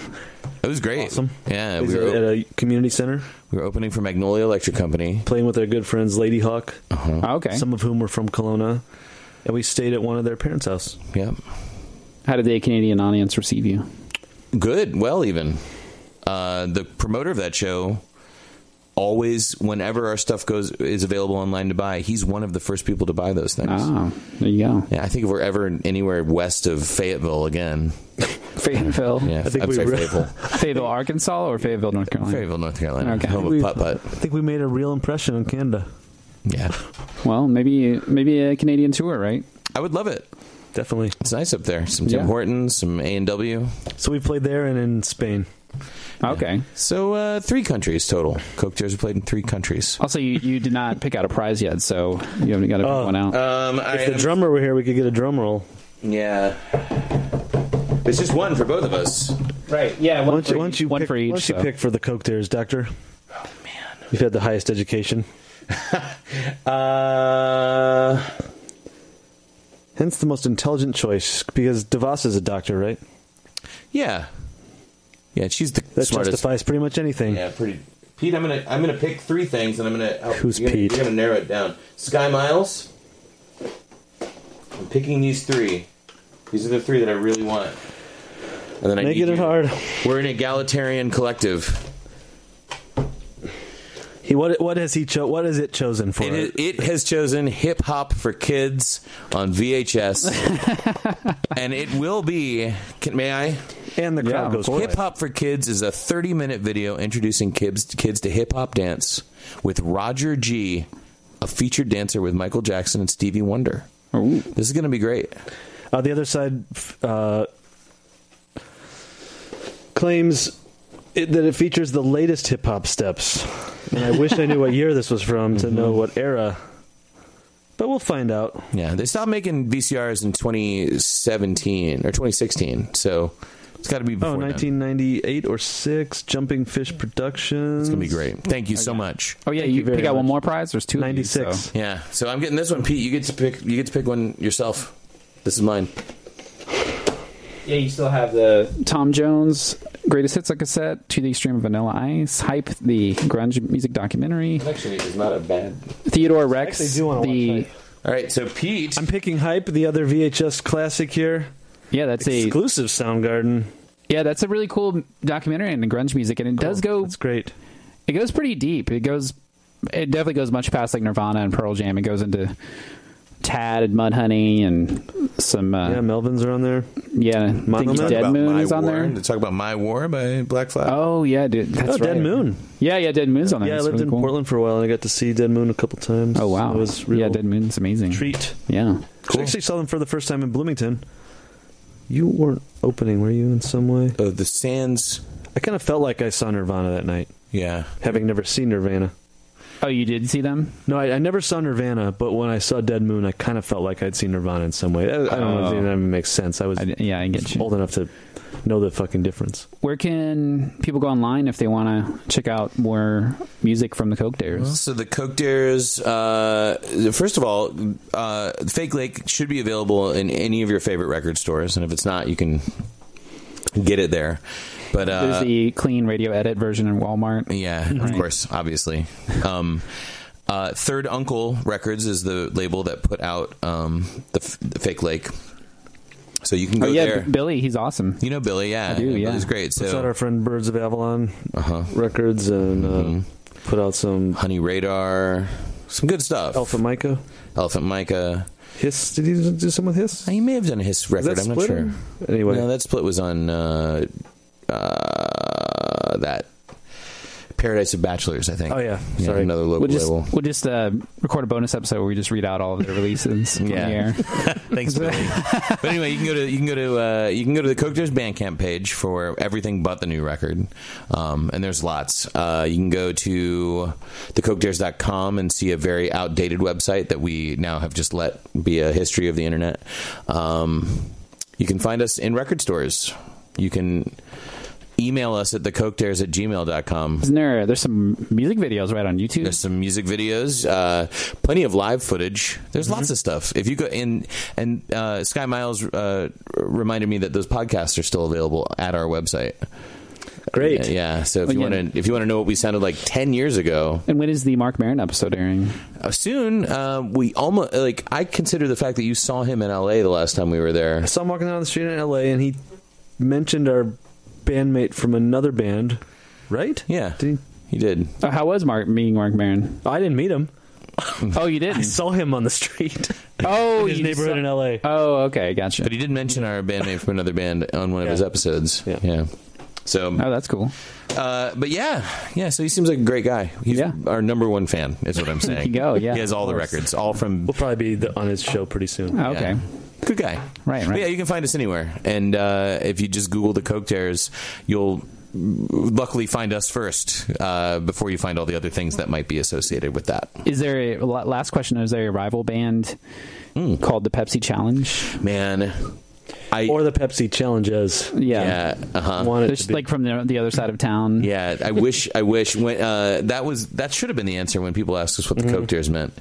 [SPEAKER 6] It was great.
[SPEAKER 7] Awesome.
[SPEAKER 6] Yeah.
[SPEAKER 7] Is
[SPEAKER 6] We
[SPEAKER 7] it
[SPEAKER 6] were,
[SPEAKER 7] at a community center
[SPEAKER 6] we were opening for Magnolia Electric Company.
[SPEAKER 7] playing with our good friends Lady Hawk,
[SPEAKER 5] Oh, okay.
[SPEAKER 7] some of whom were from Kelowna, and we stayed at one of their parents' house.
[SPEAKER 6] Yep.
[SPEAKER 5] How did the Canadian audience receive you?
[SPEAKER 6] Good. Well, even. Uh, the promoter of that show always, whenever our stuff goes is available online to buy, he's one of the first people to buy those things.
[SPEAKER 5] Oh, there you go.
[SPEAKER 6] Yeah, I think if we're ever anywhere west of Fayetteville again,
[SPEAKER 5] Fayetteville,
[SPEAKER 6] yeah,
[SPEAKER 7] think
[SPEAKER 6] I'm
[SPEAKER 7] we
[SPEAKER 6] sorry,
[SPEAKER 7] re-
[SPEAKER 6] Fayetteville,
[SPEAKER 5] Fayetteville, Arkansas, or Fayetteville, North Carolina.
[SPEAKER 6] Fayetteville, North Carolina,
[SPEAKER 5] Okay.
[SPEAKER 6] home
[SPEAKER 7] We-
[SPEAKER 6] of putt putt.
[SPEAKER 7] I think we made a real impression in Canada.
[SPEAKER 6] Yeah,
[SPEAKER 5] Well, maybe maybe a Canadian tour, right?
[SPEAKER 6] I would love it.
[SPEAKER 7] Definitely.
[SPEAKER 6] It's nice up there. Some Tim
[SPEAKER 5] Yeah.
[SPEAKER 6] Hortons, some A and W.
[SPEAKER 7] So we played there and in Spain.
[SPEAKER 5] Okay.
[SPEAKER 6] So uh, three countries total. Coke Tears have played in three countries.
[SPEAKER 5] Also, you, you did not pick out a prize yet, so you haven't got to pick
[SPEAKER 7] Oh,
[SPEAKER 5] one out.
[SPEAKER 6] Um, I
[SPEAKER 7] If the drummer were here, we could get a drum roll.
[SPEAKER 6] yeah. It's just one for both of us.
[SPEAKER 5] right. Yeah. One,
[SPEAKER 7] Why don't you, why don't you
[SPEAKER 5] one
[SPEAKER 7] pick,
[SPEAKER 5] for
[SPEAKER 7] why
[SPEAKER 5] each.
[SPEAKER 7] don't you
[SPEAKER 5] so.
[SPEAKER 7] pick for the Coke Dares, Doctor? Oh man, you've had the highest education,
[SPEAKER 6] Uh,
[SPEAKER 7] hence the most intelligent choice because Devos is a doctor, right?
[SPEAKER 6] yeah, yeah. She's the
[SPEAKER 7] That
[SPEAKER 6] smartest.
[SPEAKER 7] justifies pretty much anything.
[SPEAKER 6] Yeah, pretty. Pete, I'm gonna I'm gonna pick three things, and I'm gonna help.
[SPEAKER 7] Who's
[SPEAKER 6] you're gonna,
[SPEAKER 7] Pete?
[SPEAKER 6] You're gonna narrow it down. Sky Miles. I'm picking these three. These are the three that I really want. And then I
[SPEAKER 7] Make
[SPEAKER 6] need
[SPEAKER 7] it
[SPEAKER 6] you-
[SPEAKER 7] hard.
[SPEAKER 6] We're an egalitarian collective.
[SPEAKER 7] He what? What has he cho- What has it chosen for?
[SPEAKER 6] It, is- it has chosen hip hop for kids on VHS, and it will be. Can, may I?
[SPEAKER 7] and the crowd
[SPEAKER 5] of
[SPEAKER 7] goes
[SPEAKER 5] course.
[SPEAKER 7] for
[SPEAKER 6] Hip
[SPEAKER 7] it.
[SPEAKER 6] hop for kids is a 30 minute video introducing kids kids to hip hop dance with Roger G, a featured dancer with Michael Jackson and Stevie Wonder.
[SPEAKER 7] Oh,
[SPEAKER 5] Ooh.
[SPEAKER 6] This is going to be great.
[SPEAKER 7] Uh, the other side f- uh, claims it, that it features the latest hip hop steps, and I wish I knew what year this was from to know
[SPEAKER 5] Mm-hmm.
[SPEAKER 7] what era. But we'll find out.
[SPEAKER 6] Yeah, they stopped making VCRs in 2017 or 2016, so it's got to be before
[SPEAKER 7] Oh,
[SPEAKER 6] then.
[SPEAKER 7] 1998 or 6, Jumping Fish Productions.
[SPEAKER 6] It's going to be great. Thank you so much.
[SPEAKER 5] Oh yeah,
[SPEAKER 7] Thank
[SPEAKER 5] you,
[SPEAKER 7] you very
[SPEAKER 5] pick out one
[SPEAKER 7] much.
[SPEAKER 5] more prize. There's two. of you,
[SPEAKER 7] 96.
[SPEAKER 5] so.
[SPEAKER 6] Yeah, so I'm getting this one, Pete. You get to pick. You get to pick one yourself. This is mine.
[SPEAKER 5] Yeah, you still have the Tom Jones Greatest Hits like cassette, To the Extreme Vanilla Ice, Hype, the grunge music documentary,
[SPEAKER 6] Actually, it's not a bad.
[SPEAKER 5] Theodore Rex,
[SPEAKER 7] actually do wanna
[SPEAKER 5] the
[SPEAKER 7] watch Hype.
[SPEAKER 6] All right, so Pete,
[SPEAKER 7] I'm picking Hype, the other VHS classic here.
[SPEAKER 5] yeah, that's a
[SPEAKER 7] Exclusive Soundgarden.
[SPEAKER 5] yeah, that's a really cool documentary in the grunge music, and it does go
[SPEAKER 7] That's great.
[SPEAKER 5] it goes pretty deep. It goes it definitely goes much past like Nirvana and Pearl Jam. It goes into Tad and Mudhoney and some uh,
[SPEAKER 7] Yeah,
[SPEAKER 5] yeah,
[SPEAKER 7] Melvins are on there.
[SPEAKER 5] I think
[SPEAKER 7] Monument.
[SPEAKER 5] Dead
[SPEAKER 6] about
[SPEAKER 5] Moon
[SPEAKER 6] my
[SPEAKER 5] is on
[SPEAKER 6] war.
[SPEAKER 5] there.
[SPEAKER 6] To talk about my war by Black Flag.
[SPEAKER 5] Oh yeah, dude, that's
[SPEAKER 7] oh,
[SPEAKER 5] right.
[SPEAKER 7] Dead Moon.
[SPEAKER 5] Yeah, yeah, Dead Moon's on there.
[SPEAKER 7] yeah, I
[SPEAKER 5] That's
[SPEAKER 7] lived
[SPEAKER 5] really
[SPEAKER 7] in
[SPEAKER 5] cool.
[SPEAKER 7] Portland for a while and I got to see Dead Moon a couple times.
[SPEAKER 5] Oh wow,
[SPEAKER 7] It was real
[SPEAKER 5] yeah, Dead Moon's amazing.
[SPEAKER 7] treat.
[SPEAKER 5] Yeah,
[SPEAKER 7] I actually saw them for the first time in Bloomington. You weren't opening, were you, in some way?
[SPEAKER 6] Uh, the Sands.
[SPEAKER 7] I kind of felt like I saw Nirvana that night,
[SPEAKER 6] Yeah.
[SPEAKER 7] having never seen Nirvana.
[SPEAKER 5] Oh, you did see them?
[SPEAKER 7] No, I, I never saw Nirvana, but when I saw Dead Moon, I kind of felt like I'd seen Nirvana in some way. I, I don't know
[SPEAKER 5] Oh.
[SPEAKER 7] if that even makes sense. I was
[SPEAKER 5] I d yeah, I get you.
[SPEAKER 7] old enough to know the fucking difference.
[SPEAKER 5] Where can people go online if they want to check out more music from the Coke Dares?
[SPEAKER 6] So the Coke Dares, uh, first of all, uh, Fake Lake should be available in any of your favorite record stores, and if it's not, you can get it there. But uh,
[SPEAKER 5] There's the clean radio edit version in Walmart.
[SPEAKER 6] Yeah, of course, obviously. Um, uh, Third Uncle Records is the label that put out um, the, f- the Fake Lake. So you can
[SPEAKER 5] Oh,
[SPEAKER 6] go
[SPEAKER 5] yeah,
[SPEAKER 6] there.
[SPEAKER 5] B- Billy, he's awesome.
[SPEAKER 6] You know Billy, yeah.
[SPEAKER 5] I do, yeah.
[SPEAKER 6] Billy's great.
[SPEAKER 5] What's
[SPEAKER 6] So
[SPEAKER 5] that,
[SPEAKER 7] Our friend Birds of Avalon
[SPEAKER 6] uh-huh.
[SPEAKER 7] Records and uh, put out some
[SPEAKER 6] Honey Radar, some good stuff.
[SPEAKER 7] Alpha Micah.
[SPEAKER 6] Elephant Micah.
[SPEAKER 7] Hiss? Did he do some with Hiss?
[SPEAKER 6] He may have done his record.
[SPEAKER 7] that
[SPEAKER 6] I'm not
[SPEAKER 7] Split?
[SPEAKER 6] sure.
[SPEAKER 7] Anyway.
[SPEAKER 6] no, that split was on uh, uh, that Paradise of Bachelors, I think.
[SPEAKER 7] Oh, yeah. Sorry.
[SPEAKER 6] another local
[SPEAKER 5] We'll just
[SPEAKER 6] label.
[SPEAKER 5] we'll just uh, record a bonus episode where we just read out all of their releases. on
[SPEAKER 6] Yeah.
[SPEAKER 5] the air.
[SPEAKER 6] Thanks, Billy. but anyway, you can go to you can go to uh, you can go to the Coke Dares Bandcamp page for everything but the new record, um, and there's lots. Uh, you can go to thecokedares.com and see a very outdated website that we now have just let be a history of the internet. Um, you can find us in record stores. You can email us at thecokedares at gmail.com.
[SPEAKER 5] Isn't there? There's some music videos right on YouTube.
[SPEAKER 6] There's some music videos, uh, plenty of live footage. There's
[SPEAKER 7] Mm-hmm.
[SPEAKER 6] lots of stuff. If you go in, and uh, Sky Miles uh, reminded me that those podcasts are still available at our website.
[SPEAKER 7] Great.
[SPEAKER 6] Yeah, so if
[SPEAKER 5] Oh,
[SPEAKER 6] you
[SPEAKER 5] yeah.
[SPEAKER 6] want to, if you want to know what we sounded like ten years ago,
[SPEAKER 5] And when is the Mark Maron episode airing?
[SPEAKER 6] uh, soon uh, we almost like I consider the fact that you saw him in L.A. the last time we were there.
[SPEAKER 7] I saw him walking down the street in LA and he mentioned our bandmate from another band, right?
[SPEAKER 6] Yeah,
[SPEAKER 7] Did
[SPEAKER 6] he did.
[SPEAKER 5] Oh, how was Mark meeting Mark Maron?
[SPEAKER 7] he? I didn't meet him.
[SPEAKER 5] Oh, you
[SPEAKER 7] I
[SPEAKER 5] didn't.
[SPEAKER 7] saw him on the street.
[SPEAKER 5] Oh,
[SPEAKER 7] his
[SPEAKER 5] you just
[SPEAKER 7] neighborhood
[SPEAKER 5] saw-
[SPEAKER 7] in LA.
[SPEAKER 5] Oh, okay, gotcha.
[SPEAKER 6] But he did mention our bandmate from another band on one of his episodes.
[SPEAKER 7] Yeah.
[SPEAKER 6] So
[SPEAKER 5] Oh, that's cool.
[SPEAKER 6] Uh, but yeah, yeah. So he seems like a great guy. He's
[SPEAKER 5] Yeah.
[SPEAKER 6] our number one fan. Is what I'm saying.
[SPEAKER 5] you go, yeah,
[SPEAKER 6] he has all the
[SPEAKER 5] of course.
[SPEAKER 6] records, all from.
[SPEAKER 7] We'll probably be the, on his show pretty soon.
[SPEAKER 5] Oh, okay.
[SPEAKER 6] yeah. Good guy.
[SPEAKER 5] Right,
[SPEAKER 6] But
[SPEAKER 5] right.
[SPEAKER 6] yeah, you can find us anywhere, and uh, if you just Google the Coke Dares, you'll luckily find us first uh, before you find all the other things that might be associated with that.
[SPEAKER 5] Is there a la- last question? Is there a rival band
[SPEAKER 6] Hmm.
[SPEAKER 5] called the Pepsi Challenge?
[SPEAKER 6] Man, I
[SPEAKER 7] Or the Pepsi Challenge as
[SPEAKER 5] Yeah,
[SPEAKER 6] yeah, uh huh.
[SPEAKER 7] want it
[SPEAKER 5] There's
[SPEAKER 7] to be.
[SPEAKER 5] like from the, the other side of town.
[SPEAKER 6] Yeah, I wish. I wish. When, uh, that was that should have been the answer when people asked us what the
[SPEAKER 5] Mm-hmm.
[SPEAKER 6] Coke Dares meant.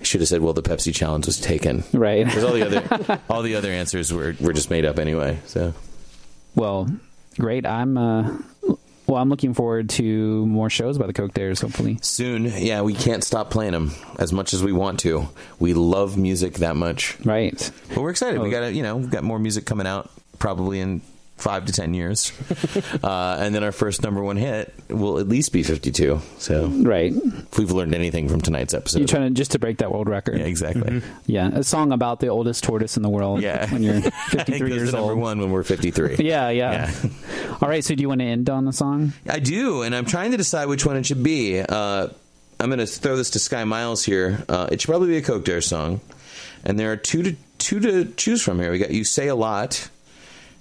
[SPEAKER 6] I should have said, "Well, the Pepsi challenge was taken."
[SPEAKER 5] Right.
[SPEAKER 6] Because all the other all the other answers were were just made up anyway. So
[SPEAKER 5] Well, great. I'm uh, well. I'm looking forward to more shows by the Coke Dares. Hopefully,
[SPEAKER 6] soon, yeah, we can't stop playing them as much as we want to. We love music that much,
[SPEAKER 5] right?
[SPEAKER 6] but we're excited.
[SPEAKER 5] Oh.
[SPEAKER 6] We got you know we've got more music coming out probably in. Five to ten years, uh, and then our first number one hit will at least be fifty-two. So,
[SPEAKER 5] Right.
[SPEAKER 6] if we've learned anything from tonight's episode,
[SPEAKER 5] You're trying to just to break that world record.
[SPEAKER 6] yeah, exactly.
[SPEAKER 5] Mm-hmm. Yeah, a song about the oldest tortoise in the world.
[SPEAKER 6] Yeah.
[SPEAKER 5] when you're
[SPEAKER 6] It
[SPEAKER 5] 53
[SPEAKER 6] goes
[SPEAKER 5] years
[SPEAKER 6] to number
[SPEAKER 5] old.
[SPEAKER 6] one when we're 53.
[SPEAKER 5] Yeah, yeah, All right. So, do you want to end on the song?
[SPEAKER 6] I do, and I'm trying to decide which one it should be. Uh, I'm going to throw this to Sky Miles here. Uh, it should probably be a Coke Dare song, and there are two to two to choose from here. We got "You Say a Lot,"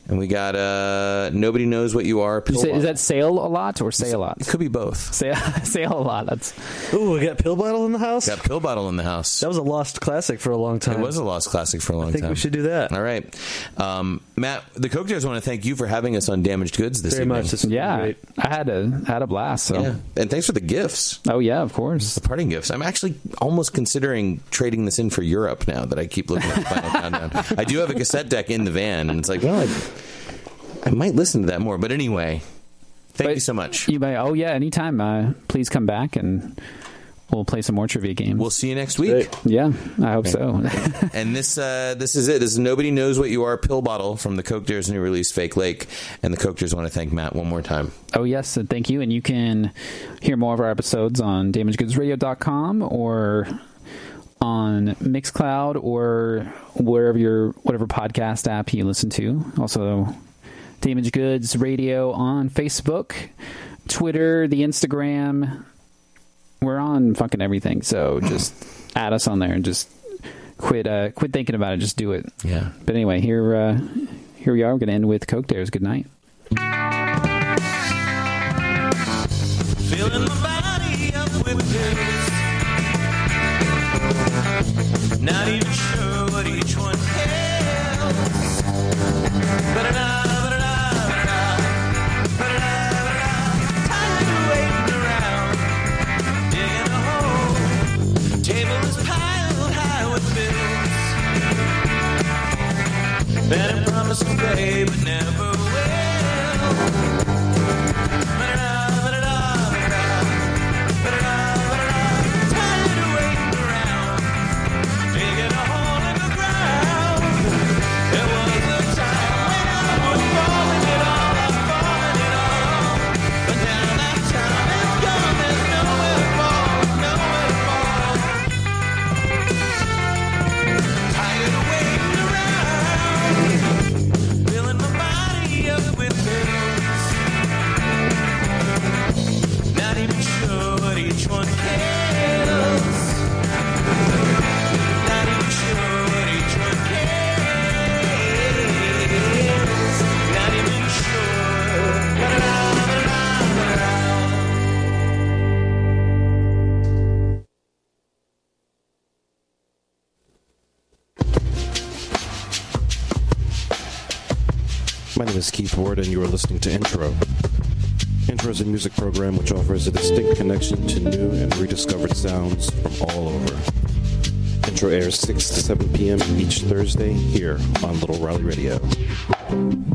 [SPEAKER 6] and we got uh, "Nobody Knows What You Are."
[SPEAKER 5] You
[SPEAKER 6] Pill
[SPEAKER 5] say, is
[SPEAKER 6] Bottle.
[SPEAKER 5] that sail a lot or say a lot?
[SPEAKER 6] It could be both.
[SPEAKER 5] Say sail a lot. That's
[SPEAKER 7] Ooh, we got Pill Bottle in the house.
[SPEAKER 6] Got pill bottle in the house.
[SPEAKER 7] That was a lost classic for a long time.
[SPEAKER 6] It was a lost classic for a long
[SPEAKER 7] think
[SPEAKER 6] time.
[SPEAKER 7] we should do that.
[SPEAKER 6] All right, um, Matt. The Coke Dares want to thank you for having us on Damaged Goods this
[SPEAKER 7] very
[SPEAKER 6] evening.
[SPEAKER 7] much. This has been
[SPEAKER 5] yeah.
[SPEAKER 7] great.
[SPEAKER 5] I had a had a blast. So.
[SPEAKER 6] yeah, and thanks for the gifts.
[SPEAKER 5] Oh yeah, of course.
[SPEAKER 6] parting gifts. I'm actually almost considering trading this in for Europe now that I keep looking at the final countdown. I do have a cassette deck in the van, and it's like, well, I, I might listen to that more. But anyway, thank
[SPEAKER 5] But
[SPEAKER 6] you so much.
[SPEAKER 5] You may. Oh yeah, anytime. Uh, please come back and we'll play some more trivia games.
[SPEAKER 6] We'll see you next week.
[SPEAKER 5] yeah, I hope so.
[SPEAKER 6] And this uh, this is it. This is nobody knows what you are. Pill bottle from the Coke Dares new release, Fake Lake, and the Coke Dares want to thank Matt one more time.
[SPEAKER 5] Oh, yes. And thank you. And you can hear more of our episodes on damagedgoodsradio.com or on Mixcloud or wherever your whatever podcast app you listen to. Also, Damaged Goods Radio on Facebook, Twitter, the Instagram. We're on fucking everything. So just add us on there and just quit uh, quit thinking about it. Just do it.
[SPEAKER 6] Yeah.
[SPEAKER 5] But anyway, here uh, here we are. We're going to end with Coke Dares. Good night.
[SPEAKER 4] Filling my body up with pills. Not even sure what each one hails. Ba-da-da, ba-da-da, ba-da-da, ba-da-da, ba-da-da. Tired of waiting around, digging a hole. Table is piled high with bills. Better promise to pay, but never will. Ba-da-da, ba-da-da, ba-da-da, ba-da-da, ba-da-da. Tired of waiting around, digging a hole.
[SPEAKER 7] is Keith Ward, and you are listening to Intro. Intro is a music program which offers a distinct connection to new and rediscovered sounds from all over. Intro airs 6 to 7 p.m. each Thursday here on Little Raleigh Radio.